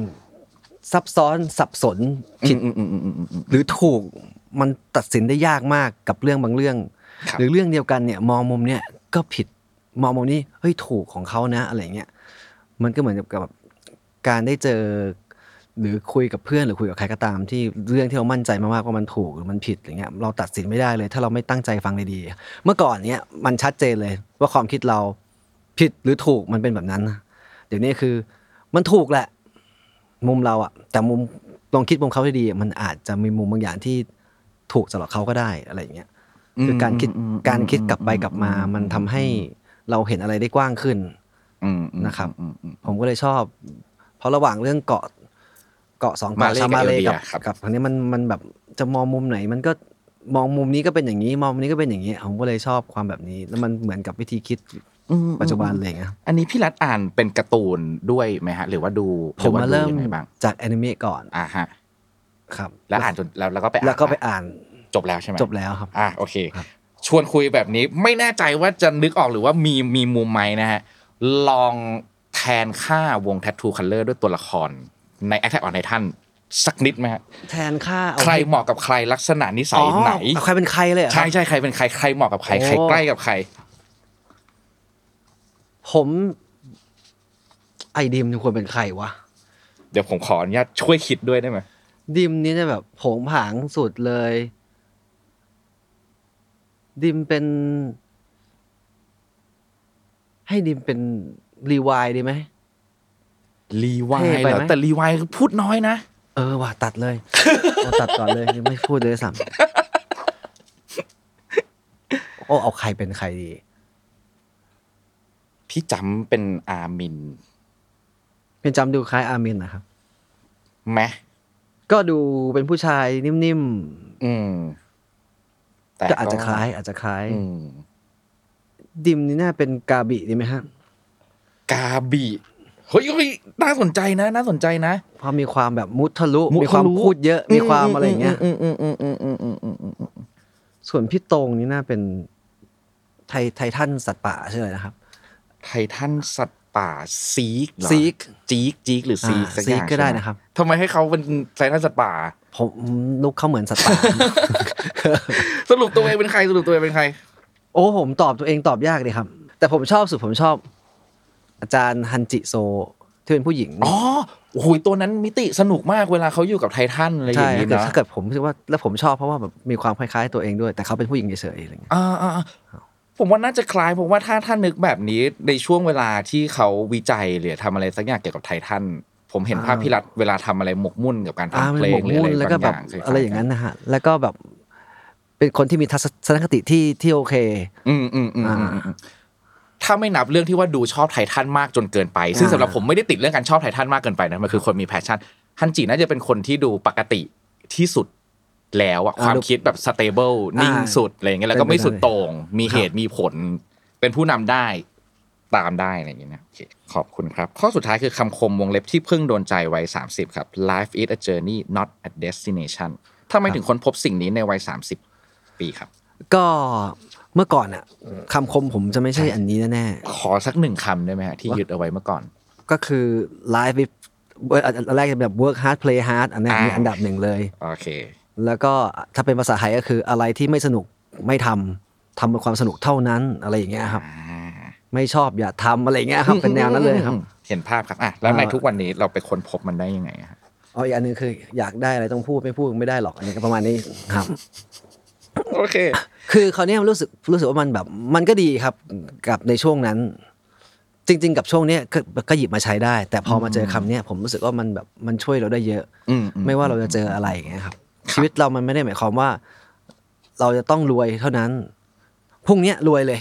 ซับซ้อนสับสนผิด อืมอืมอืมอืมอืมอืม หรือถูกมันตัดสินได้ยากมากกับเรื่องบางเรื่อง ครับ หรือเรื่องเดียวกันเนี่ยมองมุมเนี่ยก็ผิดมองมุมนี้เฮ้ยถูกของเขานะอะไรเงี้ยมันก็เหมือนกับแบบการได้เจอ หรือคุยกับเพื่อนหรือคุยกับใครก็ตาม ที่เรื่องที่เรามั่นใจมากๆว่ามันถูกหรือมันผิดอะไรเงี้ยเราตัดสินไม่ได้เลย ถ้าเราไม่ตั้งใจฟังดีๆเมื่อก่อนเนี่ยมันชัดเจนเลยว่าความคิดเราผิดหรือถูกมันเป็นแบบนั้นนะ เดี๋ยวนี้คือมันถูกแหละ มุมเราอะแต่มุมลองคิดมุมเขาให้ดีมันอาจจะมีมุมบางอย่างที่ถูกสำหรับเขาก็ได้อะไรอย่างเงี้ยคือการคิด อืมอืมอืม การคิดกลับไปกลับมา มันทำให้เราเห็นอะไรได้กว้างขึ้น อืมอืม นะครับ อืมอืม ผมก็เลยชอบ เพราะระหว่างเรื่องเกาะเกาะสองป่า มาเล ชาวมาเล กักับเอลเดียบ ครับ กับอันนี้มันมันแบบจะมองมุมไหน มันก็มองมุมนี้ก็เป็นอย่างนี้ มองมุมนี้ก็เป็นอย่างนี้ ผมก็เลยชอบความแบบนี้ แล้วมันเหมือนกับวิธีคิด อืม ปัจจุบันอะไรอย่างเลยนะ อันนี้พี่รัฐอ่านเป็นการ์ตูนด้วยไหมฮะ หรือว่าดูห ผ อ ม ว่ มาเริ่ม ดูยังไงบ้าง จากแอนิเมะก่อน อ่าฮะ ครับ แล้วอ่านจนแล้วแล้วก็ไปอ่าน แล้วก็ไปอ่าน จบแล้วใช่ไหม จบแล้วครับ อ่ะโอเค ครับ ชวนคุยแบบนี้ไม่แน่ใจว่าจะนึกออกหรือว่ามีมีมุมไหมนะฮะลองแทนค่าวง Tattoo Color ด้วยตัวละครใน Attack on Titan สักนิดไหมฮะ แทนค่า ใครเหมาะกับใครลักษณะนิสัยไหน ใครเป็นใครเลยเหรอครับ ใช่ใช่ใครเป็นใครใครเหมาะกับใคร โอ้ ใครใกล้กับใคร ผมไอดิมเนี่ยควรเป็นใครวะ เดี๋ยวผมขออนุญาตช่วยคิดด้วยได้ไหม ดิมนี่เนี่ยแบบโผงผางสุดเลย ดิมเป็น ให้ดิมเป็นรีวายดีไหม รีวาย เท่ไป เหรอ ไหม แต่รีวายพูดน้อยนะ เออว่ะตัดเลย เอาตัดก่อนเลยยังไม่พูดเลยสัมโอ้เอาใครเป็นใครดี พี่จำเป็นอามิน เป็นจำดูคล้ายอามินนะครับ ไหม ก็ดูเป็นผู้ชายนิ่ม อืม ๆ ก็อาจจะคล้าย อาจจะคล้าย อืม ดิมนี่น่าเป็นกาบิดีไหมฮะ กาบีเฮ้ยเฮ้ยน่าสนใจนะ น่าสนใจนะ เพราะมีความแบบมุทะลุ มีความพูดเยอะ มีความอะไรอย่างเงี้ย อืมอืมอืมอืมอืมอืมอืมอืม ส่วนพี่ตรงนี่น่าเป็นไทไททันสัตว์ป่าใช่ไหมนะครับ ไททันสัตว์ป่าซีกเหรอ Zeke จีกจีกหรือซีก อ่า สักอย่าง Zeke ก็ได้นะครับ ทำไมให้เขาเป็นไททันสัตว์ป่า ผมลุกเขาเหมือนสัตว์ป่า สรุปตัวเองเป็นใครสรุปตัวเองเป็นใคร โอ้ผมตอบตัวเองตอบยากเลยครับ แต่ผมชอบสุดผมชอบ อาจารย์ฮันจิโซที่เป็นผู้หญิง อ๋อโอ้โหตัวนั้นมิติสนุกมากเวลาเขาอยู่กับไททันอะไรอ ใช่ ย่างนี้ แต่ นะ ถ้าเกิดผมคิดว่าแล้วผมชอบเพราะว่าแบบมีความคล้ายๆตัวเองด้วย แต่เขาเป็นผู้หญิงเฉยๆอะไรเงี้ย อ่าอ่าอ่าผมว่าน่าจะคล้ายผมว่าถ้าถ้านึกแบบนี้ในช่วงเวลาที่เขาวิจัยหรือทำอะไรสักอย่างเกี่ยวกับไททันผมเห็นภาพพี่รัฐเวลาทำอะไรหมกมุ่นกับการ อ่า ทำมัเพน ล หม ง ก หรือ มุ่นอะไรแล้วก็แบบ า บ งอย่าง อะไรอย่างนั้นนะฮะแล้วก็แบบเป็นคนที่มีทัศนคติที่ที่โอเค อืมอืมอืมอืมอืมถ้าไม่นับเรื่องที่ว่าดูชอบไททันมากจนเกินไป ซึ่งสำหรับผมไม่ได้ติดเรื่องการชอบไททันมากเกินไปนะมันคือคนมีแพชชั่นฮันจิน่าจะเป็นคนที่ดูปกติที่สุดแล้วอะ อ่า ความคิดแบบสเตเบิล อ่านิ่ นิ่งสุดอะไรอย่างเงี้ยแล้วก็ เป็นไป ไม่สุด ได้ โต่งมีเหตุมีผล เป็นผู้นำได้ตามได้อะไรอย่างเงี้ยนะโอเคขอบคุณครับ ข้อสุดท้ายคือคำคมวงเล็บที่เพิ่งโดนใจวัย 30 ครับ life is a journey not a destination ถ้าไม่ถึงคนพบสิ่งนี้ในวัย 30 ปีครับ ก็เมื่อก่อนอะคำคมผมจะไม่ใช่อันนี้แน่ๆ ขอสักหนึ่งคำได้ไหมฮะที่ยึดเอาไว้เมื่อก่อน ก็คือไลฟ์อันแรกจะแบบ work hard play hard อันนี้ อ่า อันนี้อันดับหนึ่งเลย โอเค แล้วก็ถ้าเป็นภาษาไทยก็คืออะไรที่ไม่สนุกไม่ทำทำเป็นความสนุกเท่านั้นอะไรอย่างเงี้ยครับ อ่า ไม่ชอบอย่าทำอะไรอย่างเงี้ย ครับ เป็นแนวนั้นเลยครับ เห็นภาพครับอ่ะแล้วใน อ่า ทุกวันนี้เราไปค้นพบมันได้ยังไงฮะ อ๋ออีกอันหนึงคืออยากได้อะไรต้องพูดไม่พูดไม่ได้หรอกอันนี้ก็ประมาณนี้ครับ โอเค คือคราวเนี้ยรู้สึกรู้สึกว่ามันแบบมันก็ดีครับกับในช่วงนั้น จริง ๆ กับช่วงเนี้ยก็ก็หยิบมาใช้ได้ แต่พอมาเจอคำเนี้ยผมรู้สึกว่ามันแบบมันช่วยเราได้เยอะ อืมอืม ไม่ว่าเราจะเจออะไรอย่างเงี้ยครับ ชีวิตเรามันไม่ได้หมายความว่า เราจะต้องรวยเท่านั้นพรุ่งเนี้ยรวยเลย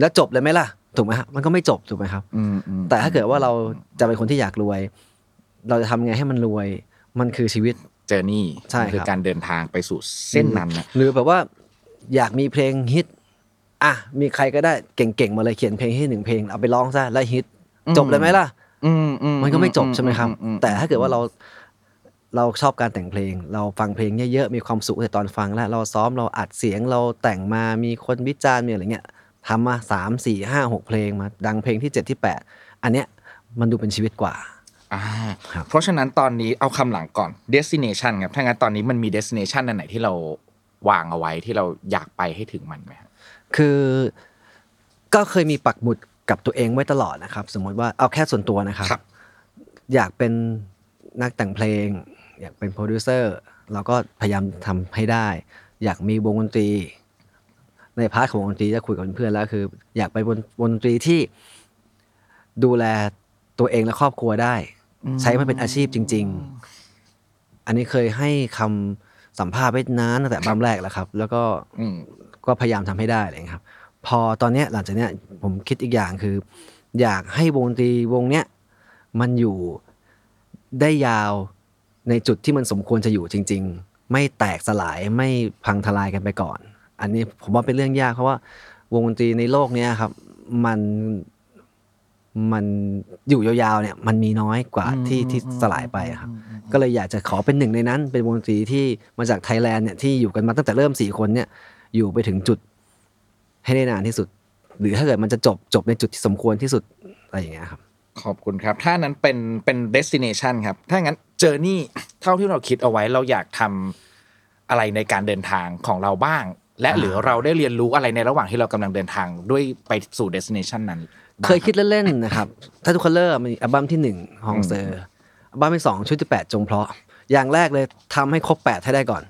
แล้วจบเลยไหมล่ะถูกไหมครับมันก็ไม่จบถูกไหมครับ อืมอืม แต่ถ้าเกิดว่าเราจะเป็นคนที่อยากรวย เราจะทำไงให้มันรวย มันคือชีวิต เจอนี่ ใช่ครับ คือการเดินทางไปสู่เส้นนั้นนะ หรือแบบว่าอยากมีเพลงฮิตอ่ะมีใครก็ได้เก่งๆมาเลยเขียนเพลงให้หนึ่งเพลงเอาไปร้องซะแล้วฮิตจบเลยไหมล่ะ อืมอื มันก็ไม่จบใช่ไหมครับ อือื แต่ถ้าเกิดว่าเราเราชอบการแต่งเพลง เราฟังเพลงเยอะๆมีความสุขในตอนฟังแล้ว เราซ้อมเราอัดเสียงเราแต่งมามีคนวิจารณ์มีอะไรเงี้ยทำมาสามสี่ห้าหกเพลงมา ดังเพลงที่เจ็ดที่แปดอันเนี้ยมันดูเป็นชีวิตกว่า อ่า ครับ เพราะฉะนั้นตอนนี้เอาคำหลังก่อน destination ครับถ้างั้นตอนนี้มันมี destination อันไหนที่เราวางเอาไว้ที่เราอยากไปให้ถึงมันไหมฮะ คือก็เคยมีปักหมุดกับตัวเองไว้ตลอดนะครับ สมมติว่าเอาแค่ส่วนตัวนะครับ อยากเป็นนักแต่งเพลง อยากเป็นโปรดิวเซอร์เราก็พยายามทำให้ได้ อยากมีวงดนตรี ในพาร์ทของวงดนตรีจะคุยกับเพื่อนๆแล้วคือ อยากไปวงวงดนตรีที่ดูแลตัวเองและครอบครัวได้ ใช้มันเป็นอาชีพจริง ๆ อันนี้เคยให้คำสัมภาษณ์ไว้นานตั้งแต่บัมแรกแล้วครับ แล้วก็ อืม ก็พยายามทำให้ได้อะไรอย่างเลยครับ พอตอนเนี้ยหลังจากเนี้ยผมคิดอีกอย่างคือ อยากให้วงดนตรีวงเนี้ยมันอยู่ได้ยาวในจุดที่มันสมควรจะอยู่จริง ๆ ไม่แตกสลายไม่พังทลายกันไปก่อน อันนี้ผมว่าเป็นเรื่องยากเพราะว่าวงดนตรีในโลกเนี้ยครับ มัน มันอยู่ยาวๆเนี่ยมันมีน้อยกว่าที่ที่สลายไปอะครับ ก็เลยอยากจะขอเป็นหนึ่งในนั้น เป็นวงดนตรีที่มาจากไทยแลนด์เนี่ยที่อยู่กันมาตั้งแต่เริ่มสี่คนเนี่ยอยู่ไปถึงจุดให้ได้นานที่สุด หรือถ้าเกิดมันจะจบจบในจุดที่สมควรที่สุดอะไรอย่างเงี้ยครับ ขอบคุณครับ ถ้านั้นเป็นเป็น destination ครับ ถ้างั้น journey เท่าที่เราคิดเอาไว้เราอยากทำอะไรในการเดินทางของเราบ้าง และ อ่า หรือเราได้เรียนรู้อะไรในระหว่างที่เรากำลังเดินทางด้วยไปสู่ destination นั้นบ้าง เคยคิดเล่นๆนะครับ ถ้าทุกคนเลิกมีอัลบั้มที่หนึ่งฮองเซอร์อัลบั้มที่สองชุดที่แปดจงเพราะ อย่างแรกเลยทำให้ครบแปดให้ได้ก่อน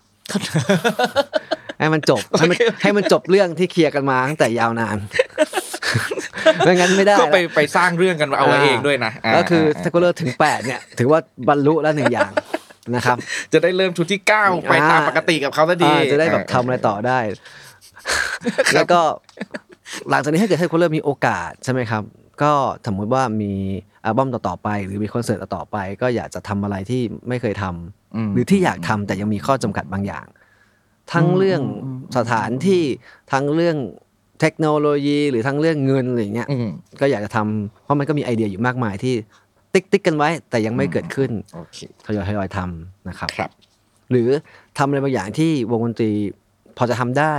ให้มันจบให้มันให้มันจบเรื่องที่เคลียร์กันมาตั้งแต่ยาวนาน ไม่งั้นไม่ได้ ก็ไป นะ ไปสร้างเรื่องกันเอาไว้เองด้วยนะา ก็คือ อ่า ถ้าเลิกถึงแปดเนี่ย ถือว่าบรรลุแล้วหนึ่งอย่าง นะครับ จะได้เริ่มชุดที่ 9 ไปตาม อ่า ปกติกับเขาสักที อ่าจะได้แบบทำอะไรต่อ ได้ แล้วก็หลังจากนี้ถ้าเกิดให้คนเริ่มมีโอกาสใช่ไหมครับ ก็สมมติว่ามีอัลบั้มต่อๆไป หรือมีคอนเสิร์ตต่อๆไป ก็อยากจะทำอะไรที่ไม่เคยทำ ม หรือที่อยากทำแต่ยังมีข้อจำกัดบางอย่าง ทั้งเรื่อง อืม สถานที่ทั้งเรื่องเทคโนโลยีหรือทั้งเรื่องเงินอะไรอย่างเงี้ย อืม ก็อยากจะทำเพราะมันก็มีไอเดียอยู่มากมายที่ติ๊กติ๊กกันไว้ แต่ยังไม่เกิดขึ้น โอเค ทยอยทยอยๆทำนะครับ ครับ หรือทำอะไรบางอย่างที่วงดนตรีพอจะทำได้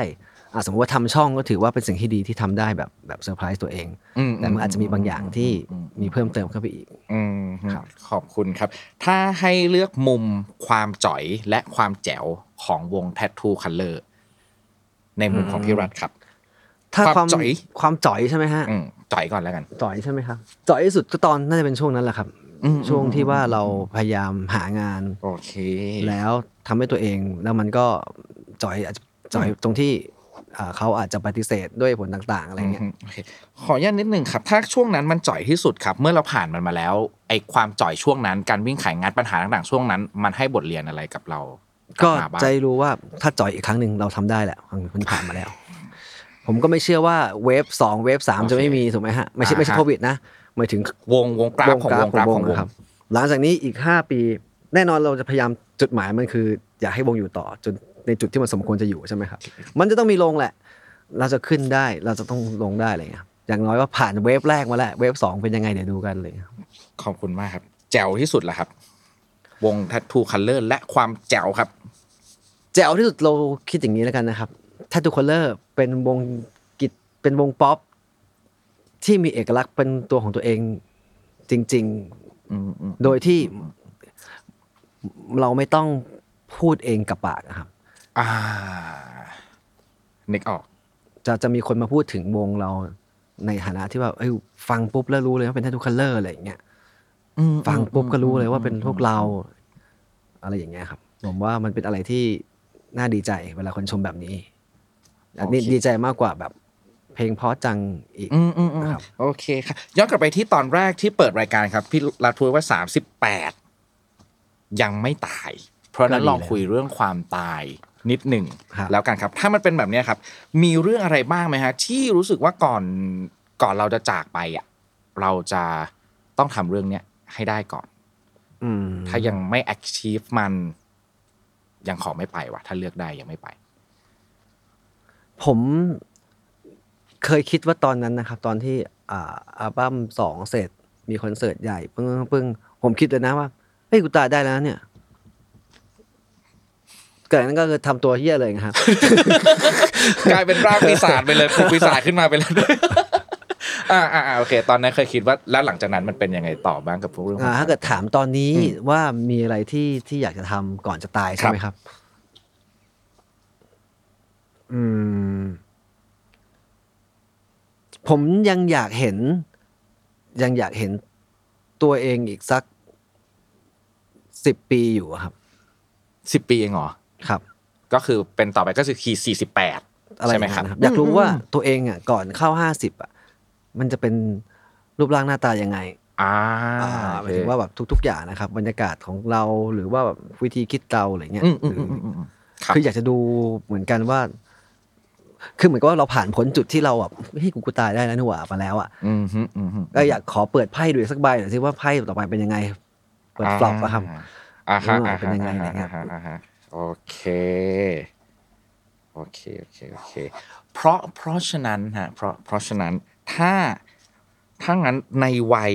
อ่ะสมมติว่าทำช่องก็ถือว่าเป็นสิ่งที่ดีที่ทำได้แบบแบบเซอร์ไพรส์ตัวเอง แต่มันอาจจะมีบางอย่างที่มีเพิ่มเติมเข้าไปอีก อืม ครับ ขอบคุณครับ ถ้าให้เลือกมุมความจ๋อยและความแจ๋วของวง Tattoo Color ในมุมของพี่รัฐครับ ถ้า ความ ความ จ๋อย ความจ่อยใช่ไหมฮะ อืมจ๋อยก่อนแล้วกัน จ่อยใช่ไหมครับจ่อยที่สุดก็ตอนน่าจะเป็นช่วงนั้นแหละครับ อืม ช่วงที่ว่าเราพยายามหางาน โอเค แล้วทำให้ตัวเองแล้วมันก็จ่อยอาจจะจ่อยตรงที่อ่าเขาอาจจะปฏิเสธด้วยผลต่างๆอะไรเงี้ย อืมโอเคขออนุญาตนิดนึงครับ ถ้าช่วงนั้นมันจ่อยที่สุดครับ เมื่อเราผ่านมันมาแล้ว ไอ้ความจ่อยช่วงนั้น การวิ่งไขายงานปัญหาต่างๆช่วงนั้น มันให้บทเรียนอะไรกับเรา ก็ ลับมาบ้าง ใจรู้ว่าถ้าจ่อยอีกครั้งหนึ่งเราทำได้แหละมันผ่านมาแล้ว ผมก็ไม่เชื่อว่าเวฟสองเวฟสามจะไม่มีถูกไหมฮะไม่ใช่ไม่ใช่โควิดนะหมายถึง วงวงกราฟของวงกราฟของวง นะครับหลังจากนี้อีก 5 ปี แน่นอนเราจะพยายามจุดหมายมันคือ อยากให้วงอยู่ต่อจนในจุดที่มันสมควรจะอยู่ใช่ไหมครับ มันจะต้องมีลงแหละ เราจะขึ้นได้เราจะต้องลงได้อะไรเงี้ยอย่างน้อยว่าผ่านเวฟแรกมาแล้วเวฟสองเป็นยังไงเดี๋ยวดูกันอะไรเลย ขอบคุณมากครับ แจ๋วที่สุดละครับ วง Tattoo Color และความแจ๋วครับ แจ๋วที่สุดเราคิดอย่างนี้แล้วกันนะครับ ถ้าทุกคนเลอร์เป็นวงกิจเป็นวงป๊อปที่มีเอกลักษณ์เป็นตัวของตัวเองจริง อืมอืม ๆ โดยที่เราไม่ต้องพูดเองกับปากนะครับ อ่านึกออก จะจะมีคนมาพูดถึงวงเราในฐานะที่ว่าเอ้ยฟังปุ๊บแล้วรู้เลยว่าเป็นท a ทูคัลเลอร์อะไรอย่างเงี้ยฟังปุ๊บก็รู้เลยว่าเป็นพวกเรา อะไรอย่างเงี้ยครับ ผมว่ามันเป็นอะไรที่น่าดีใจเวลาคนชมแบบนี้อันนี้ โอเค ดีใจมากกว่าแบบ เพลงเพราะจังอีก อืมอืมอืม นะครับ โอเคครับย้อนกลับไปที่ตอนแรกที่เปิดรายการครับ พี่ลาทัวร์ว่าสามสิบแปดยังไม่ตาย เพราะฉะนั้นลองคุยเรื่องความตายนิดหนึ่ง ครับ แล้วกันครับ ถ้ามันเป็นแบบเนี้ยครับ มีเรื่องอะไรบ้างไหมฮะ ที่รู้สึกว่าก่อนก่อนเราจะจากไปอ่ะเราจะต้องทำเรื่องเนี้ยให้ได้ก่อน อืม ถ้ายังไม่ achieve มันยังขอไม่ไปว่ะถ้าเลือกได้ยังไม่ไป ผมเคยคิดว่าตอนนั้นนะครับ ตอนที่อ่าอัลบั้มสองเสร็จ มีคอนเสิร์ตใหญ่ปึ้งปึ้งผมคิดเลยนะว่าเอ้ยกูตายได้แล้วเนี่ยเกิดนั้นก็คือทำตัวเฮี้ยเลยนะครับ กลายเป็นร่างปีศาจไป เลยผูกปีศาจขึ้นมาไปแล้วด้วย อ่าอ่าอ่าโอเค ตอนนั้นเคยคิดว่าแล้วหลังจากนั้นมันเป็นยังไงต่อบ้างกับพวกเรื่อง อ่าถ้าเกิดถามตอนนี้ว่ามีอะไรที่ที่อยากจะทำก่อนจะตายใช่ไหมครับ อืม ผมยังอยากเห็น ยังอยากเห็นตัวเองอีกสักสิบปีอยู่อะครับ สิบปีเองเหรอ ครับ ก็คือเป็นต่อไปก็คือคีสี่สิบแปด อะไรอใช่ย่าง ไหม เงี้ย ครับ นะครับอยากรู้ว่าตัวเองอ่ะ ก่อนเข้าห้าสิบอ่ะ มันจะเป็นรูปร่างหน้าตายังไง อ่า อ่าห โอ มาย เค ถึงว่าแบบทุก ๆ อย่างนะครับ บรรยากาศของเราหรือว่าแบบวิธีคิดเราอะไรเงี้ย อืมอืม หรือ อืม อ อืมอืมครับ คืออยากจะดูเหมือนกันว่า คือเหมือนกับว่าเราผ่านพ้นจุดที่เราแบบเฮ้ยกูกูตายได้แล้วนี่หว่ามาแล้วอ่ะ อืมฮึอืมฮึ ก็อยากขอเปิดไพ่ดูอีกสักใบหน่อยสิว่าไพ่ต่อไปเป็นยังไง เปิดฟลอปอะครับ อ่าฮะอ่า เป็น ฮะ ยังไง อ่า อะไร ฮะ เงี้ย อ่าฮะอ่าฮะโอเคโอเคโอเคโอเค เพราะเพราะฉะนั้นฮะเพราะเพราะฉะนั้นถ้า ถ้างั้นในวัย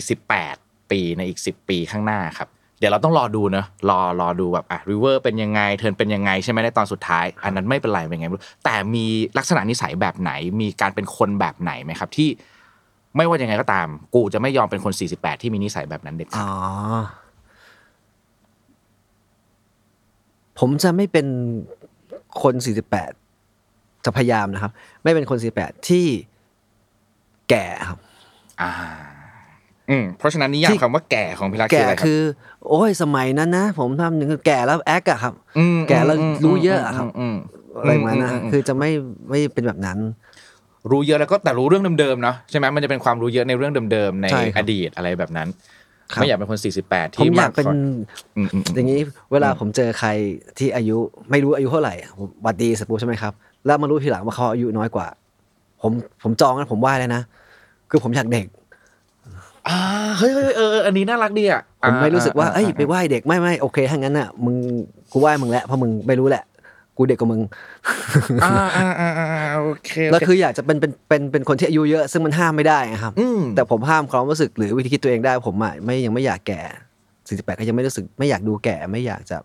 48 ปีในอีก 10 ปีข้างหน้าครับ เดี๋ยวเราต้องรอดูเนอะรอรอดูแบบอ่ะริเวอร์เป็นยังไงเทิร์นเป็นยังไงใช่ไหมในตอนสุดท้าย อันนั้นไม่เป็นไรเป็นไงไม่รู้แต่มีลักษณะนิสัยแบบไหน มีการเป็นคนแบบไหนไหมครับ ที่ไม่ว่ายังไงก็ตาม กูจะไม่ยอมเป็นคน 48 ที่มีนิสัยแบบนั้นเด็ดขา อ๋ ด อ ผมจะไม่เป็นคน 48 จะพยายามนะครับ ไม่เป็นคน 48 ที่แก่ครับ อ่า อืมเพราะฉะนั้นนิยาม ที่ คำว่าแก่ของพิรักษ์คือ แก่ อะไรครับ คือ โอ้ยสมัยนั้นนะผมทำอย่างนั้นแก่แล้วแอคอะครับ ม แก่แล้ว ม รู้เยอะอะครับ อืมม อะไรประมาณนั้นนะ มม คือจะไม่ไม่เป็นแบบนั้น รู้เยอะแล้วก็แต่รู้เรื่องเดิมๆเนาะใช่ไหมมันจะเป็นความรู้เยอะในเรื่องเดิมๆใน ใช่ครับ อดีตอะไรแบบนั้น ครับ ไม่อยากเป็นคน 48 ผม ที่ อยากเป็น อืมอืม อย่างนี้เวลาผมเจอใครที่อายุไม่รู้อายุเท่าไหร่อะผมหวัดดีเสร็จปุ๊บใช่ไหมครับ แล้วมารู้ทีหลังว่าเขาอายุน้อยกว่า ผมผมจองนะผมไหว้เลยนะ คือผมอยากเด็ก อ่าเฮ้ยเฮ้ยเออเอออันนี้น่ารักดีอ่ะ ผมไม่ อ่ รู้สึกว่า อ่ เอ้ยไปไหว้เด็กไม่ไม่โอเคถ้างั้นน่ะมึงกูไหว้มึงแล้วเพราะมึงไม่รู้แหละ กูเด็กกว่ามึง อ่าอ่าอ่าอ่าอ่าโอเคโเ แล้วคือ อยากจะเป็นเป็นเป็นเป็นคนที่อายุเยอะ ซึ่งมันห้ามไม่ได้อะครับ อืม แต่ผมห้ามความรู้สึกหรือวิธีคิดตัวเองได้ผมอ่ะไม่ยังไม่อยากแก่48ก็ยังไม่รู้สึกไม่อยากดูแก่ไม่อยากจะ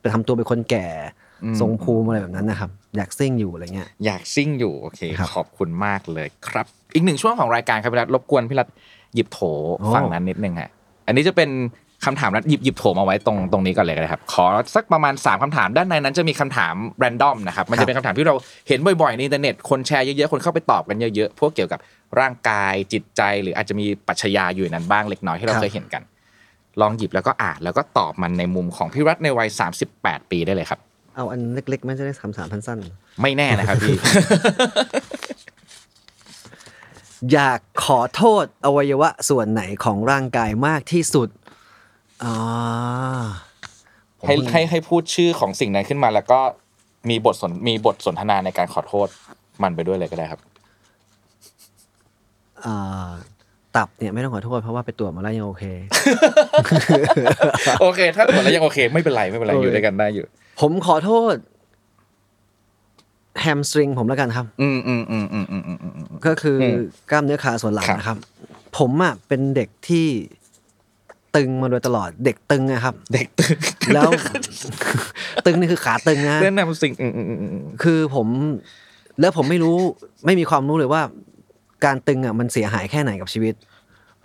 ไปทำตัวเป็นคนแก่ อืม ทรงภูมิอะไรแบบนั้นนะครับ อยากซิ่งอยู่อะไรเงี้ย อยากซิ่งอยู่โอเค ครับ ขอบคุณมากเลยครับ อีกหนึ่งช่วงของรายการครับพี่รัฐรบกวนพี่รัฐหยิบโถ โอ้ ฝั่งนั้นนิดนึงฮะอันนี้จะเป็นคำถามรัฐหยิบหยิบโถมาไว้ตรงตรงนี้ก่อนเลยนะครับ ขอสักประมาณ 3คำถามด้านในนั้นจะมีคำถามแรนดอมนะครับมันจะเป็นคำถามที่เราเห็นบ่อยๆในอินเทอร์เน็ตคนแชร์เยอะๆคนเข้าไปตอบกันเยอะๆพวกเกี่ยวกับร่างกายจิตใจหรืออาจจะมีปรัชญาอยู่ในนั้นบ้างเล็กน้อยที่เรา ครับ เคยเห็นกัน ลองหยิบแล้วก็อ่านแล้วก็ตอบมันในมุมของพี่รัฐในวัย 38 ปีได้เลยครับ เอาอันเล็กๆไม่จะได้สามสามพันสั้น ไม่แน่นะครับพี่ อยากขอโทษอวัยวะส่วนไหนของร่างกายมากที่สุดอ่าผม ให้ให้ให้พูดชื่อของสิ่งนั้นขึ้นมาแล้วก็มีบทสนมีบทสนทนาในการขอโทษมันไปด้วยเลยก็ได้ครับ อ่าตับเนี่ยไม่ต้องขอโทษเพราะว่าไปตรวจมาแล้วยังโอเค โอเค ถ้าผลแล้วยังโอเค ไม่เป็นไรไม่เป็นไรอยู่ด้วยกันได้อยู่ ผมขอโทษ แฮมสตริงผมแล้วกันครับ อืมอืมอืมอืมอืมอืมอืม ก็คืออ ม กล้ามเนื้อขาส่วนหลัง ครับ นะครับ ผมอ่ะเป็นเด็กที่ตึงมาโดยตลอดเด็กตึงนะครับ เด็กตึก แล้ว ตึงนี่คือขาตึงนะ เล่นนำสิ่งอืมอืมอืมอืม คือผมแล้วผมไม่รู้ไม่มีความรู้เลยว่า การตึงอ่ะมันเสียหายแค่ไหนกับชีวิต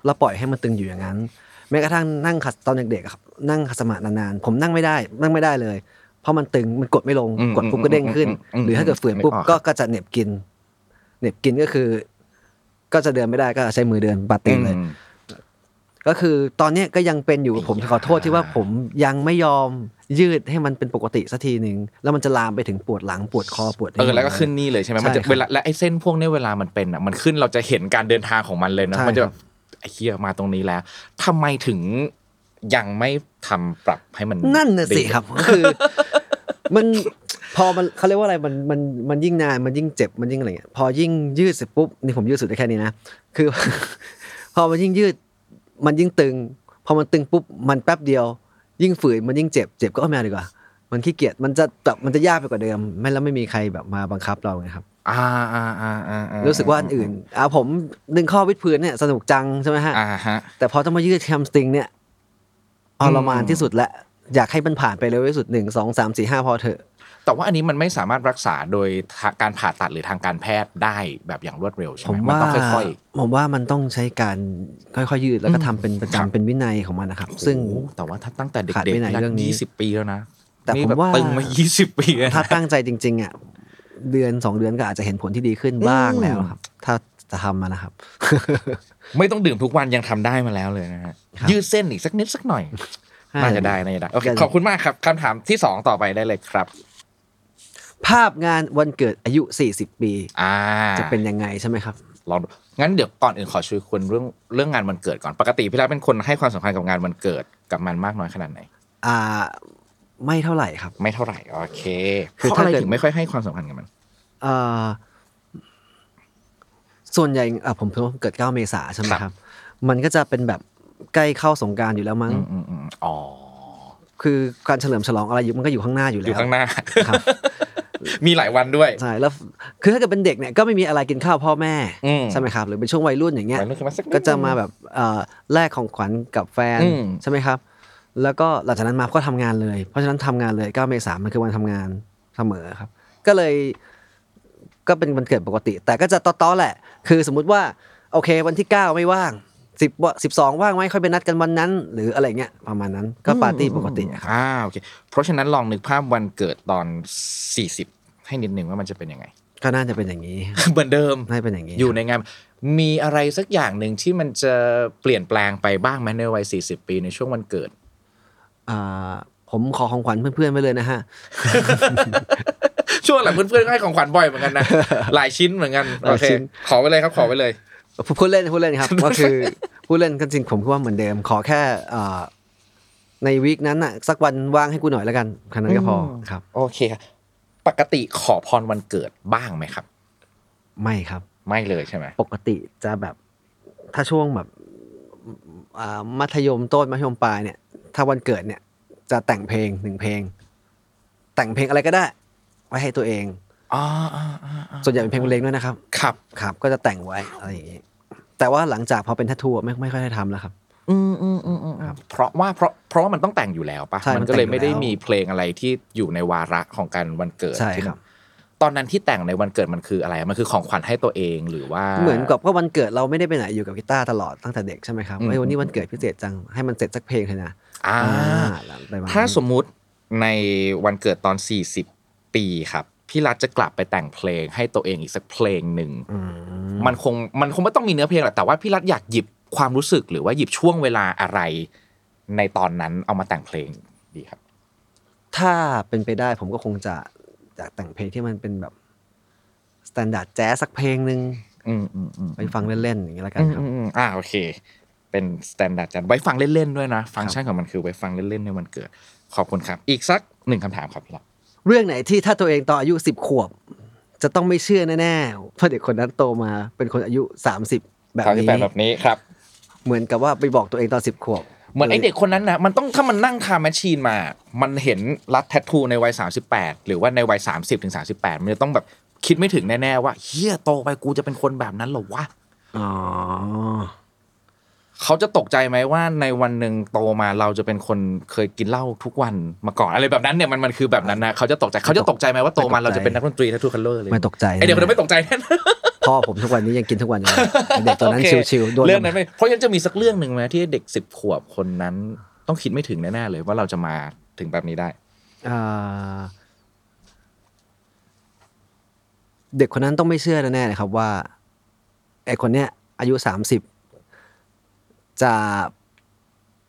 เราปล่อยให้มันตึงอยู่อย่างนั้น แม้กระทั่งนั่งขัดตอนเด็กๆอะครับนั่งขัดสมาธินานๆผมนั่งไม่ได้ นั่งไม่ได้เลย เพราะมันตึงมันกดไม่ลง กดปุ๊บก็เด้งขึ้น หรือถ้าเกิดฝืนปุ๊บก็ก็จะเหน็บกินเหน็บกินก็คือ ก็จะเดินไม่ได้ก็ใช้มือเดินปาตีนเลย อืม ก็คือตอนเนี้ยก็ยังเป็นอยู่ผมขอโทษที่ว่าผมยังไม่ยอมยืดให้มันเป็นปกติสักทีหนึ่งแล้วมันจะลามไปถึงปวดหลังปวดคอปวด เออแล้วก็ ะไร ขึ้นนี่เลยใช่ไหมมันจะ ใช่ครับ เวลาและไอ้เส้นพวกเนี้ยเวลามันเป็นอ่ะมันขึ้นเราจะเห็นการเดินทางของมันเลยนะ ใช่ มันจะ ค แบ รั บบ ไอ้เคียมาตรงนี้แล้วทำไมถึงยังไม่ทำปรับให้มัน นั่นน่ะสิ ดี ครับก็คือ มันพอมันเขาเรียกว่าอะไรมันมันมันยิ่งนานมันยิ่งเจ็บมันยิ่งอะไรเงี้ยพอยิ่งยืดเสร็จปุ๊บนี่ผมยืดสุดได้แค่นี้นะคือ พอมันยิ่งยืด มันยิ่งตึง พอมันตึงปุ๊บมันแป๊บเดียว ยิ่งฝืนมันยิ่งเจ็บเจ็บก็เอาไม่เอาดีกว่า มันขี้เกียจมันจะแบบมันจะยากไปกว่าเดิม ไม่แล้วไม่มีใครแบบมาบังคับเราไงครับ อ่าอ่าอ่าอ่าอ่ รู้สึกว่าอันอื่นอ่าผมดึงข้อวิดพื้นเนี่ยสนุกจังใช่ไหมฮะ อ่าฮะ แต่พอต้องมายืดแฮมสตริงเนี่ยทรมานที่สุดและ อยากให้มันผ่านไปเร็วที่สุดหนึ่งสองสามสี่ห้าพอเถอะ แต่ว่าอันนี้มันไม่สามารถรักษาโดยทางการผ่าตัดหรือทางการแพทย์ได้แบบอย่างรวดเร็วใช่ ผ ไหม ม มัน ว่า ต้องค่อย ผมว่ามันต้องใช้การค่อยๆยืดแล้วก็ทำเป็นประ ค จำ รับ เป็นวินัยของมันนะครับ ๆ ซึ่ง โอ้โหแต่ว่าถ้าตั้งแต่เด็ ขาด ก ไม่ ๆ นาน รัก เรื่องนี้ ยี่สิบปีแล้วนะ แต่ นี่ ผม บบ ว่า ตึงมายี่สิบปีแล้วนะ ถ้าตั้งใจจริงๆอ่ะเดือนสองเดือนก็อาจจะเห็นผลที่ดีขึ้นบ้าง อืม แล้วครับ ถ้าจะทำมานะครับ ไม่ต้องดื่มทุกวันยังทำได้มาแล้วเลยนะฮะ ครับ ยืดเส้นอีกสักนิดสักหน่อย น่าจะได้น่าจะได้โอเคขอบคุณมากครับคำถามที่สองต่อไปได้เลยครับ ภาพงานวันเกิดอายุ 40 ปี อ่า จะเป็นยังไงใช่ไหมครับ ลองดูงั้นเดี๋ยวก่อนอื่นขอช่วยคุณเรื่องเรื่องงานวันเกิดก่อนปกติพี่รัฐเป็นคนให้ความสำคัญกับงานวันเกิดกับมันมากน้อยขนาดไหน อ่าไม่เท่าไหร่ครับ ไม่เท่าไหร่โอเคเพ คือ ราะ ถ้า อะไร เกิด ถึงไม่ค่อยให้ความสำคัญกับมัน เอ่อส่วนใหญ่อ่ะผมเพิ่งเกิด 9 เมษาใช่ไหม ค ค รั รับ บ มันก็จะเป็นแบบใกล้เข้าสงกรารอยู่แล้วมั้ง อืมอืมอืมอ๋อ คือการเฉลิมฉลองอะไรอยู่มันก็อยู่ข้างหน้าอยู่ อ แล้ว ยู่ข้างหน้า ครับ มีหลายวันด้วย ใช่แล้วคือถ้าเกิดเป็นเด็กเนี่ยก็ไม่มีอะไรกินข้าวพ่อแม่ อืม ใช่ไหมครับ หรือเป็นช่วงวัยรุ่นอย่างเงี้ย มันก็มาสักนิด ก็จะมาแบบเอ่อแลกของขวัญกับแฟน อืม ใช่ไหมครับ แล้วก็หลังจากนั้นมาก็ทำงานเลย เพราะฉะนั้นทำงานเลย9เมษายนมันคือวันทำงานเสมอครับ ก็เลยก็เป็นวันเกิดปกติ แต่ก็จะต้อๆแหละ คือสมมุติว่าโอเควันที่ 9 ไม่ว่าง 10ว่า12 ว่างไหมค่อยไปนัดกันวันนั้น หรืออะไรเงี้ยประมาณนั้นก็ปาร์ตี้ปกติครับ อ่าโอเคเพราะฉะนั้นลองนึกภาพวันเกิดตอน 40 ให้นิดนึงว่ามันจะเป็นยังไง ก็น่าจะเป็นอย่างนี้ เหมือนเดิม น่าจะเป็นอย่างนี้ อยู่ในงาน มีอะไรสักอย่างหนึ่งที่มันจะเปลี่ยนแปลงไปบ้างไหมในวัย 40 ปีในช่วงวันเกิด อ่าผมขอของขวัญเพื่อนๆไปเลยนะฮะ ช่วงหลังเพื่อนๆก็ให้ของขวัญบ่อยเหมือ นกันนะ หลายชิ้นเหมือนกัน ห โอ ลาย เค ชิ้น ขอไปเลยครับขอไปเลย พูดเล่นพูดเล่นครับ ก็คือพูดเล่นก็จริงผมคิดว่าเหมือนเดิม ขอแค่เอ่อในวีคนั้นน่ะ สักวันว่างให้กูหน่อยแล้วกันแค่นั้นก็พออ ม ครับ โอเคครับปกติขอพรวันเกิดบ้างไหมครับ ไม่ครับ ไม่เลยใช่ไหม ปกติจะแบบ ถ้าช่วงแบบอ่ามัธยมต้นมัธยมปลายเนี่ย ถ้าวันเกิดเนี่ย จะแต่งเพลงหนึ่งเพลง แต่งเพลงอะไรก็ได้ ไว้ให้ตัวเอง อ๋ออ๋ออ๋ออ๋อ ส่วนใหญ่เป็นเพลงบรรเลงด้วยนะครับ ครับ ครับ ก็จะแต่งไว้อะไรอย่างงี้แต่ว่าหลังจากพอเป็นทัตทูอะไม่ไม่ค่อยได้ทำแล้วครับ อืมอืมอืมอืมอืมเพราะว่าเพราะเพราะว่ามันต้องแต่งอยู่แล้วปะ ใช่ มันก็เลย มันแต่งอยู่ ไม่ได้ แล้ว มีเพลงอะไรที่อยู่ในวาระของการวันเกิด ใช่ ที่มัน ครับ ตอนนั้นที่แต่งในวันเกิดมันคืออะไรมันคือของขวัญให้ตัวเองหรือว่า เหมือนกับว่าวันเกิดเราไม่ได้ไปไหนอยู่กับกีตาร์ตลอดตั้งแต่เด็กใช่ไหมครับ อืม เอ้ยวันนี้วันเกิดพิเศษจังให้มันเสร็จสักเพลงเถอะนะ อ่า อะไรประมาณนั้น ถ้าสมมุติในวันเกิดตอน 40 ปีครับ พี่รัฐจะกลับไปแต่งเพลงให้ตัวเองอีกสักเพลงหนึ่ง อืม มันคงมันคงไม่ต้องมีเนื้อเพลงหรอกแต่ว่าพี่รัฐอยากหยิบความรู้สึกหรือว่าหยิบช่วงเวลาอะไรในตอนนั้นเอามาแต่งเพลงดีครับ ถ้าเป็นไปได้ผมก็คงจะอยากแต่งเพลงที่มันเป็นแบบสแตนดาร์ดแจ๊สสักเพลงหนึ่ง อืมอืมอืม ไปฟังเล่นๆอย่างนี้แล้วกั อื น ม ครับ อืมอืมอ่าโอเค เป็นสแตนดาร์ดจันไว้ฟังเล่น ๆ ด้วยนะ ฟังก์ชันของมันคือไว้ฟังเล่น ๆ ในวันเกิด ขอบคุณครับ อีกสักหนึ่งคำถามครับพี่ลัก เรื่องไหนที่ถ้าตัวเองตอนอายุสิบขวบ จะต้องไม่เชื่อแน่ๆเพราะเด็กคนนั้นโตมาเป็นคนอายุ 30 แบบ คำที่ นี้ แปดแบบนี้ครับ เหมือนกับว่าไปบอกตัวเองตอนสิบขวบ เหมือนไอเด็กคนนั้นนะมันต้องถ้ามันนั่งทาแมชชีนมา มันเห็นรัดแทททูในวัย 38 หรือว่าในวัย 30ถึง38 มันจะต้องแบบคิดไม่ถึงแน่ ๆ ว่าเฮียโตไปกูจะเป็นคนแบบนั้นเหรอวะ อ๋อ เขาจะตกใจไหมว่าในวันหนึ่งโตมาเราจะเป็นคนเคยกินเหล้าทุกวันมาก่อนอะไรแบบนั้นเนี่ยมันมันคือแบบนั้นนะเขาจะตกใจเขาจะตกใจไหมว่าโตมาเราจะเป็นนักดนตรีทัทูคัลเลอร์เลย ไม่ตกใจ ไอเด็กคนนั้นไม่ตกใจแน่นอน พ่อผมทุกวันนี้ยังกินทุกวันอยู่เลยไอ้เด็กตอนนั้น โอเค ชิวๆโดน เรื่องนั้นไม่เพราะฉะนั้นจะมีสักเรื่องหนึ่งไหมที่เด็กสิบขวบคนนั้นต้องคิดไม่ถึงแน่ๆเลยว่าเราจะมาถึงแบบนี้ได้ เอ่อเด็กคนนั้นต้องไม่เชื่อแน่ๆเลยครับว่าไอคนเนี้ยอายุสามสิบจะ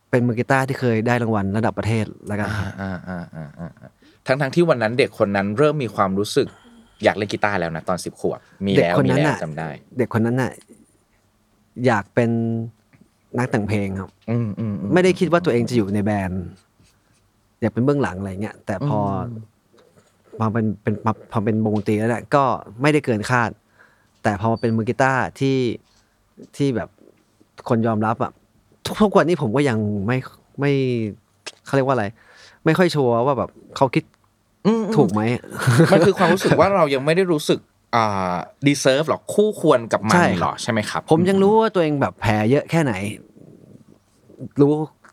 เป็นมือกีตาร์ที่เคยได้รางวัลระดับประเทศแล้วกันครับ อ่าอ่าอ่าอ่าอ่าทั้งทั้งๆที่วันนั้นเด็กคนนั้นเริ่มมีความรู้สึกอยากเล่นกีตาร์แล้วนะตอนสิบขวบมี เด็ก แล้ว คน มี นั้น แล้ว น่ะ จำได้ เด็กคนนั้นน่ะอยากเป็นนักแต่งเพลงครับ อืมอืมอืม ไม่ได้คิดว่าตัวเองจะอยู่ในแบรนด์อยากเป็นเบื้องหลังอะไรเงี้ยแต่พออมาเป็นเป็นมาพอเป็นวงดนตรีแล้วเนี่ยก็ไม่ได้เกินคาด แต่พอมาเป็นมือกีตาร์ที่ที่แบบคนยอมรับอ่ะทุกทุกวันนี้ผมก็ยังไม่ไม่เขาเรียกว่าอะไร ไม่ค่อยชัวร์ว่าแบบเขาคิดถูกไหม มันคือความรู้สึกว่าเรายังไม่ได้รู้สึกอ่าดีเซิร์ฟหรอกคู่ควรกับมัน ใช่ครับ หรอใช่ไหมครับ ผมยังรู้ว่าตัวเองแบบแผลเยอะแค่ไหน รู้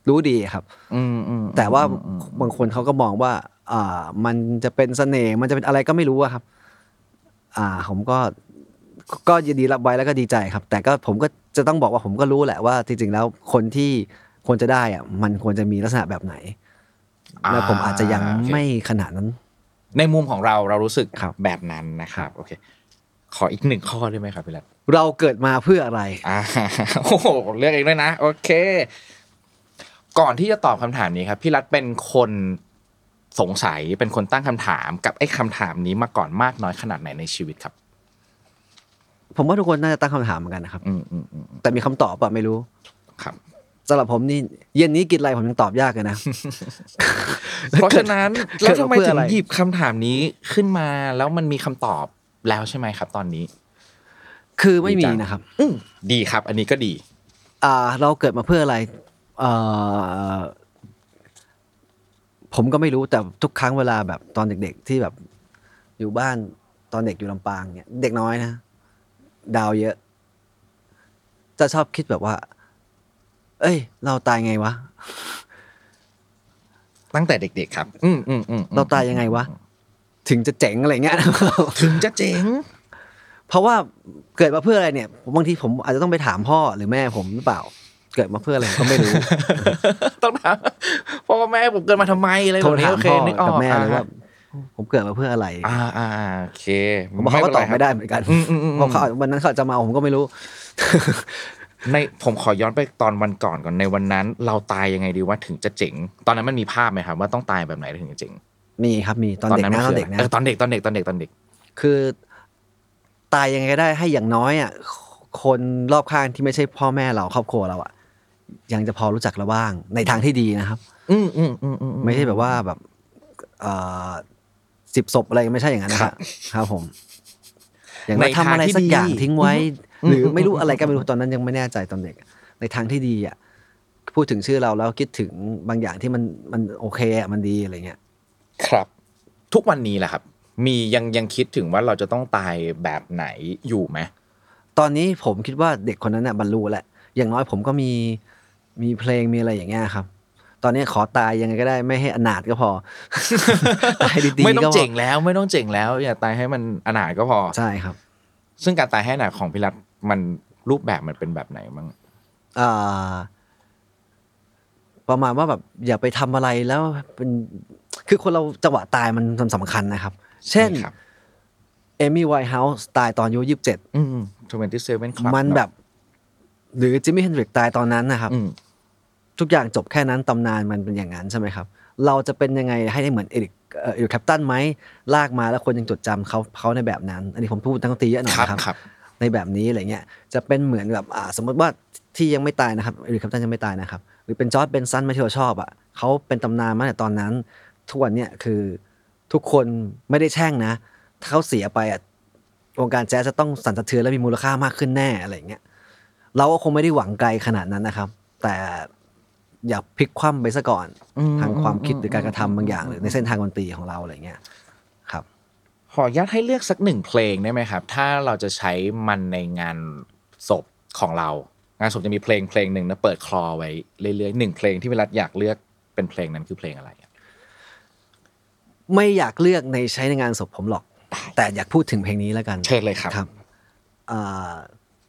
รู้ดีครับ อืมอืม แต่ว่า อืมอืม บางคนเขาก็มองว่า อ่า มันจะเป็นเสน่ห์ มันจะเป็นอะไรก็ไม่รู้อะครับ อ่า ผมก็ ก็ยินดีรับไว้แล้วก็ดีใจครับ แต่ก็ผมก็จะต้องบอกว่าผมก็รู้แหละว่าจริงๆแล้วคนที่ควรจะได้อะมันควรจะมีลักษณะแบบไหน แล้วผมอาจจะยัง โอเค ไม่ขนาดนั้น ในมุมของเราเรารู้สึก ครับ แบบนั้นนะครับโอเค ขออีกหนึ่งข้อได้ไหมครับพี่รัต เราเกิดมาเพื่ออะไร อ่า โอ้โหเลือกเองด้วยนะ โอเค ก่อนที่จะตอบคำถามนี้ครับ พี่รัฐเป็นคนสงสัยเป็นคนตั้งคำถามกับไอ้คำถามนี้มาก่อนมากน้อยขนาดไหนในชีวิตครับ ผมว่าทุกคนน่าจะตั้งคำถามเหมือนกันนะครับ อืมอืมอืม แต่มีคำตอบปะไม่รู้ ครับ สำหรับผมนี่เย็นนี้กินอะไรผมยังตอบยากเลยนะ เพราะฉะนั้น เกิด แล้วทำไม เพื่อ ถึ อะ ง ไร หยิบคำถามนี้ขึ้นมาแล้วมันมีคำตอบแล้วใช่ไหมครับ ตอนนี้ คือไม่มีดีจัง นะครับ อืมดีครับ อันนี้ก็ดี อ่าเราเกิดมาเพื่ออะไรเอ่อผมก็ไม่รู้แต่ทุกครั้งเวลาแบบตอนเด็ก ๆ ที่แบบ อยู่บ้านตอนเด็กอยู่ลำปางเนี่ยเด็กน้อยนะ ดาวเยอะ จะชอบคิดแบบว่า เอ้ย เราตายไงวะ ตั้งแต่เด็ก ๆ ครับ อืมอืมอืมอืม เราตายยังไงวะ ถึงจะเจ๋งอะไรเงี้ย ถึงจะเจ๋ง เพราะว่าเกิดมาเพื่ออะไรเนี่ยบางทีผมอาจจะต้องไปถามพ่อหรือแม่ผมหรือเปล่า เกิดมาเพื่ออะไรก็ไม่ รู้ ต้องถามพ่อกับแม่ผมเกิดมาทำไมอะไร โท แบ ร บถามนี้โอเค พ่อ นึกอ กั อบ ก แม่เลยว่า อ่ะ ผมเกิดมาเพื่ออะไร อ่าอ่าอ่าโอเค ผมว่าเขาก็ตอบไม่ได้เหมือนกัน อืมอืมอืม เพราะเขาวันนั้นเขาอาจจะเมาผมก็ไม่รู้ ในผมขอย้อนไปตอนวันก่อนก่อนในวันนั้น เราตายยังไงดีว่าถึงจะเจ๋ง ตอนนั้นมันมีภาพไหมครับว่าต้องตายแบบไหนถึงจะเจ๋ง มีครับมีตอนเด็กนะต มั อน คื เด็ก ไร นะ เออตอนเด็กตอนเด็กตอนเด็กตอนเด็ก คือ ตายยังไงก็ได้ให้อย่างน้อยอ่ะคนรอบข้างที่ไม่ใช่พ่อแม่เราครอบครัวเราอ่ะยังจะพอรู้จักเราบ้างในทางที่ดีนะครับ อืมอืมอืมอืม ไม่ใช่แบบว่าแบบสิบศพอะไรไม่ใช่อย่างนั้นนะครับครับผม อย่างว่า ใน ทำอะไร ทางที่ สักอย่าง ดี ทิ้งไว้ อืม หรืออ ม ไม่รู้ อืม อะไรก็ไม่ อื รู้ ม ตอนนั้นยังไม่แน่ใจตอนเด็กอะในทางที่ดีอ่ะพูดถึงชื่อเราแล้วคิดถึงบางอย่างที่มันมันโอเคอะมันดีอะไรเงี้ย ครับ ทุกวันนี้แหละครับ มียังยังคิดถึงว่าเราจะต้องตายแบบไหนอยู่ไหม ตอนนี้ผมคิดว่าเด็กคนนั้นน่ะบรรลุแหละอย่างน้อยผมก็มีมีเพลงมีอะไรอย่างเงี้ยครับ ตอนนี้ขอตายยังไงก็ได้ไม่ให้อนาถก็พ อ ตายดี ไม่ ๆ ต้อ ก็ ง พ เจ๋ อง แล้วไม่ต้องเจ๋งแล้วอย่าตายให้มันอนาถก็พอ ใช่ครับ ซึ่งการตายให้หนาของพิรัตมันรูปแบบมันเป็นแบบไหนบ้าง อ่าประมาณว่าแบบอย่าไปทำอะไรแล้วเป็นคือคนเราจังหวะตายมันมันสำคัญนะครับ เช่น ใช่ครับ เอมี่ไวท์เฮาส์ตายตอนอายุยี่สิบเจ็ด อืมทเวนตี้เซเว่นคลับ มันแบบ หรือจิมมี่เฮนดริกตายตอนนั้นนะครับ อืม ทุกอย่างจบแค่นั้นตำนานมันเป็นอย่างนั้นใช่ไหมครับ เราจะเป็นยังไงให้ได้เหมือนเอริกเอ่อเอริกแคปตันไหมลากมาแล้วคนยังจดจำเขาเขาในแบบนั้น อันนี้ผมพูดตั้งตีเยอะหน่อย ครับ นะครับ ครับ ในแบบนี้อะไรเงี้ยจะเป็นเหมือนแบบอ่าสมมติว่าที่ยังไม่ตายนะครับหรือคัปตันยังไม่ตายนะครับ หรือเป็นจอร์ดเบนซันมาที่เราชอบอ่ะเขาเป็นตำนานมาตั้งแต่ตอนนั้นทุกวันเนี่ยคือทุกคนไม่ได้แช่งนะ ถ้าเขาเสียไปอ่ะวงการแจ๊สจะต้องสั่นสะเทือนและมีมูลค่ามากขึ้นแน่อะไรเงี้ยเราก็คงไม่ได้หวังไกลขนาดนั้นนะครับ แต่อย่าพลิกคว่ำไปซะก่อน อื ทางความคิดหรือการกระทำบางอย่าง หรือในเส้นทางดนตรีของเราอะไรเงี้ยครับ ขออนุญาตให้เลือกสักหนึ่งเพลงได้ไหมครับ ถ้าเราจะใช้มันในงานศพของเรา งานศพจะมีเพลงเพลงหนึ่งนะเปิดคลอไว้เรื่อยๆหนึ่งเพลงที่พิรัตอยากเลือกเป็นเพลงนั้นคือเพลงอะไรอะ ไม่อยากเลือกในใช้ในงานศพผมหรอก แต่อยากพูดถึงเพลงนี้แล้วกัน เชิญเลยครับ ครับเอ่อ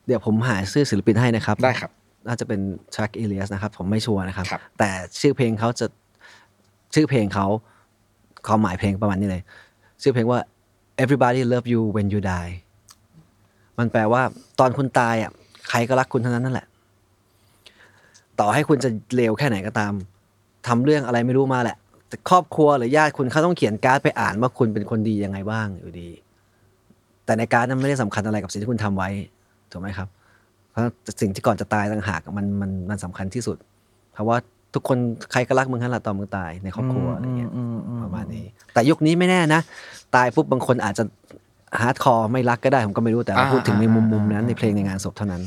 เดี๋ยวผมหาชื่อศิลปินให้นะครับ ได้ครับ น่าจะเป็นช a ักเอเลียสนะครับ ผมไม่ชัวร์นะครับ ครับ แต่ชื่อเพลงเขาจะชื่อเพลงเขาความหมายเพลงประมาณนี้เลย ชื่อเพลงว่า everybody love you when you die มันแปลว่าตอนคุณตายอ่ะใครก็รักคุณเท่านั้นนั่นแหละ ต่อให้คุณจะเลวแค่ไหนก็ตามทำเรื่องอะไรไม่รู้มาแหละ แต่ครอบครัวหรือญาติคุณเขาต้องเขียนการ์ดไปอ่านว่าคุณเป็นคนดียังไงบ้างอยู่ดี แต่ในการดนั้นไม่ได้สำคัญอะไรกับสิ่งที่คุณทำไว้ถูกไหมครับ เพราะสิ่งที่ก่อนจะตายต่างหากมันมันมันสำคัญที่สุด เพราะว่าทุกคนใครก็รักมึงทั้งนั้นแหละตอนมึงตายในครอบครัวอะไรเงี้ย มอื ประมาณนี้ แต่ยุคนี้ไม่แน่นะ ตายปุ๊บบางคนอาจจะฮาร์ดคอร์ไม่รักก็ได้ผมก็ไม่รู้แต่เราพูดถึงในมุมมุมนั้นในเพลงในงานศพเท่านั้น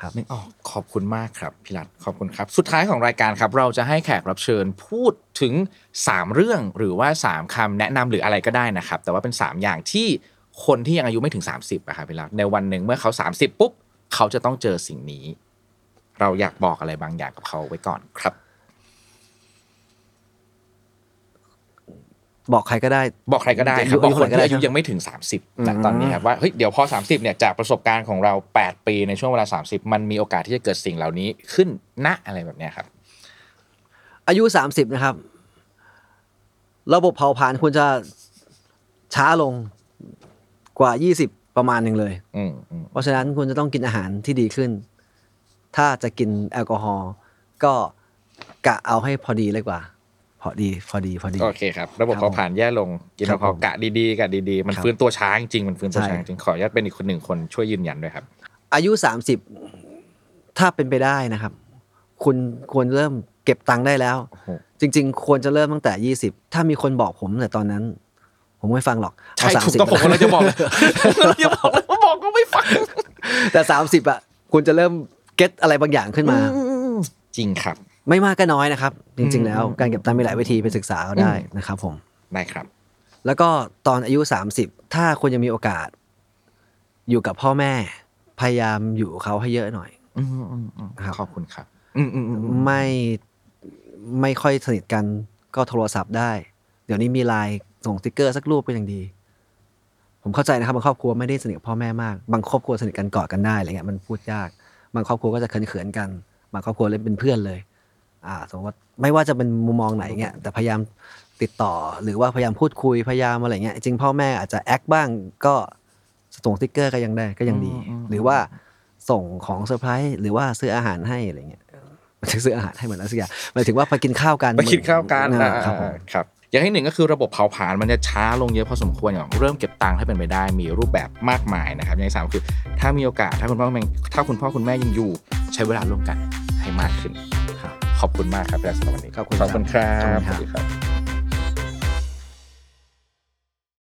ครับ นึกออกขอบคุณมากครับพิรัตขอบคุณครับ สุดท้ายของรายการครับ เราจะให้แขกรับเชิญพูดถึง 3 เรื่องหรือว่า 3คำแนะนำหรืออะไรก็ได้นะครับ แต่ว่าเป็น 3 อย่างที่คนที่ยังอายุไม่ถึง 30อะครับพิรัตในวันหนึ่งเมื่อเขา 30 ปุ๊บ เขาจะต้องเจอสิ่งนี้ เราอยากบอกอะไรบางอย่างกับเขาไว้ก่อนครับ บอกใครก็ได้ บอกใครก็ได้ครับ อายุ บอกคน เท่าไหร่ก็ได้ ที่อายุ ใช่ไหม ยังไม่ถึง 30นะ อืม ตอนนี้ครับว่าเฮ้ยเดี๋ยวพอ 30เนี่ยจากประสบการณ์ของเรา 8 ปีในช่วงเวลา 30 มันมีโอกาสที่จะเกิดสิ่งเหล่านี้ขึ้นณอะไรแบบเนี้ยครับ อายุสามสิบนะครับ ระบบเผาผลาญคุณจะช้าลงกว่ายี่สิบประมาณหนึ่งเลย อืมอืม เพราะฉะนั้นคุณจะต้องกินอาหารที่ดีขึ้น ถ้าจะกินแอลกอฮอล์ก็กะเอาให้พอดีเลยกว่า พอดีพอดีพอดี โอเคครับ ระบบ ครั เผา บผม ผลาญแย่ลงกิน ครั แล้ บ วพอ ผม กะดีๆกะดีๆ มัน ครับ ฟื้นตัวช้าจริงๆมันฟื้นตัวช้า ใช่ จริงขออนุญาตเป็นอีกคนหนึ่งคนช่วยยืนยันด้วยครับ อายุสามสิบถ้าเป็นไปได้นะครับ คุณควรเริ่มเก็บตังค์ได้แล้ว โอ้โห จริง ๆ ควรจะเริ่มตั้งแต่ยี่สิบถ้ามีคนบอกผมแต่ตอนนั้น ผมไม่ฟังหรอกเอา ใช่ถูก 30 ต้องผม ไป เราจะ บอกเลยเราจะบอกเลยว่าบอกก็ไม่ฟัง แต่สามสิบอ่ะคุณจะเริ่มเก็ตอะไรบางอย่างขึ้นมา จริงครับ ไม่มากก็น้อยนะครับ จริง ๆ แล้วการเก็บตังค์มีหลายวิธีไปศึกษาเอาได้นะครับ ผม ได้ครับ แล้วก็ตอนอายุ 30 ถ้าคุณยังมีโอกาส อยู่กับพ่อแม่ พยายามอยู่กับเขาให้เยอะหน่อย อืมอืมอืม ครับ ขอบคุณครับ อืมอืมอืมอืม ไม่ไม่ค่อยสนิทกันก็โทรศัพท์ได้ เดี๋ยวนี้มีไลน์ส่งสติกเกอร์สักรูปก็ยังดี ผมเข้าใจนะครับบางครอบครัวไม่ได้สนิทกับพ่อแม่มาก บางครอบครัวสนิทกันกอดกันได้อะไรเงี้ยมันพูดยาก บางครอบครัวก็จะเขินๆกัน บางครอบครัวเลยเป็นเพื่อนเลย อ่าสมมติว่าไม่ว่าจะเป็นมุมมองไหนเงี้ยแต่พยายามติดต่อหรือว่าพยายามพูดคุยพยายามอะไรเงี้ยจริงพ่อแม่อาจจะแอคบ้างก็ส่งสติกเกอร์ก็ยังได้ก็ยังดี หรือว่าส่งของเซอร์ไพรส์หรือว่าซื้ออาหารให้อะไรเงี้ย มันจะซื้ออาหารให้เหมือนแล้วสักอย่างหมายถึงว่าไปกินข้าวกัน ไปคิดข้าวกัน อ่ อ่า ครับผม ครับ อย่างที่หนึ่งก็คือระบบเผาผลาญมันจะช้าลงเยอะพอสมควรอย่างเริ่มเก็บตังค์ให้เป็นไปได้มีรูปแบบมากมายนะครับอย่างที่สามคือ ถ้ามีโอกาสถ้าคุณพ่อคุณแม่ถ้าคุณพ่อคุณแม่ยังอยู่ ใช้เวลาร่วมกันให้มากขึ้น ครับ ขอบคุณมากครับแรกสำหรับวันนี้ ขอบคุณ ขอบคุณครั ครับ บ สวัสดีครับ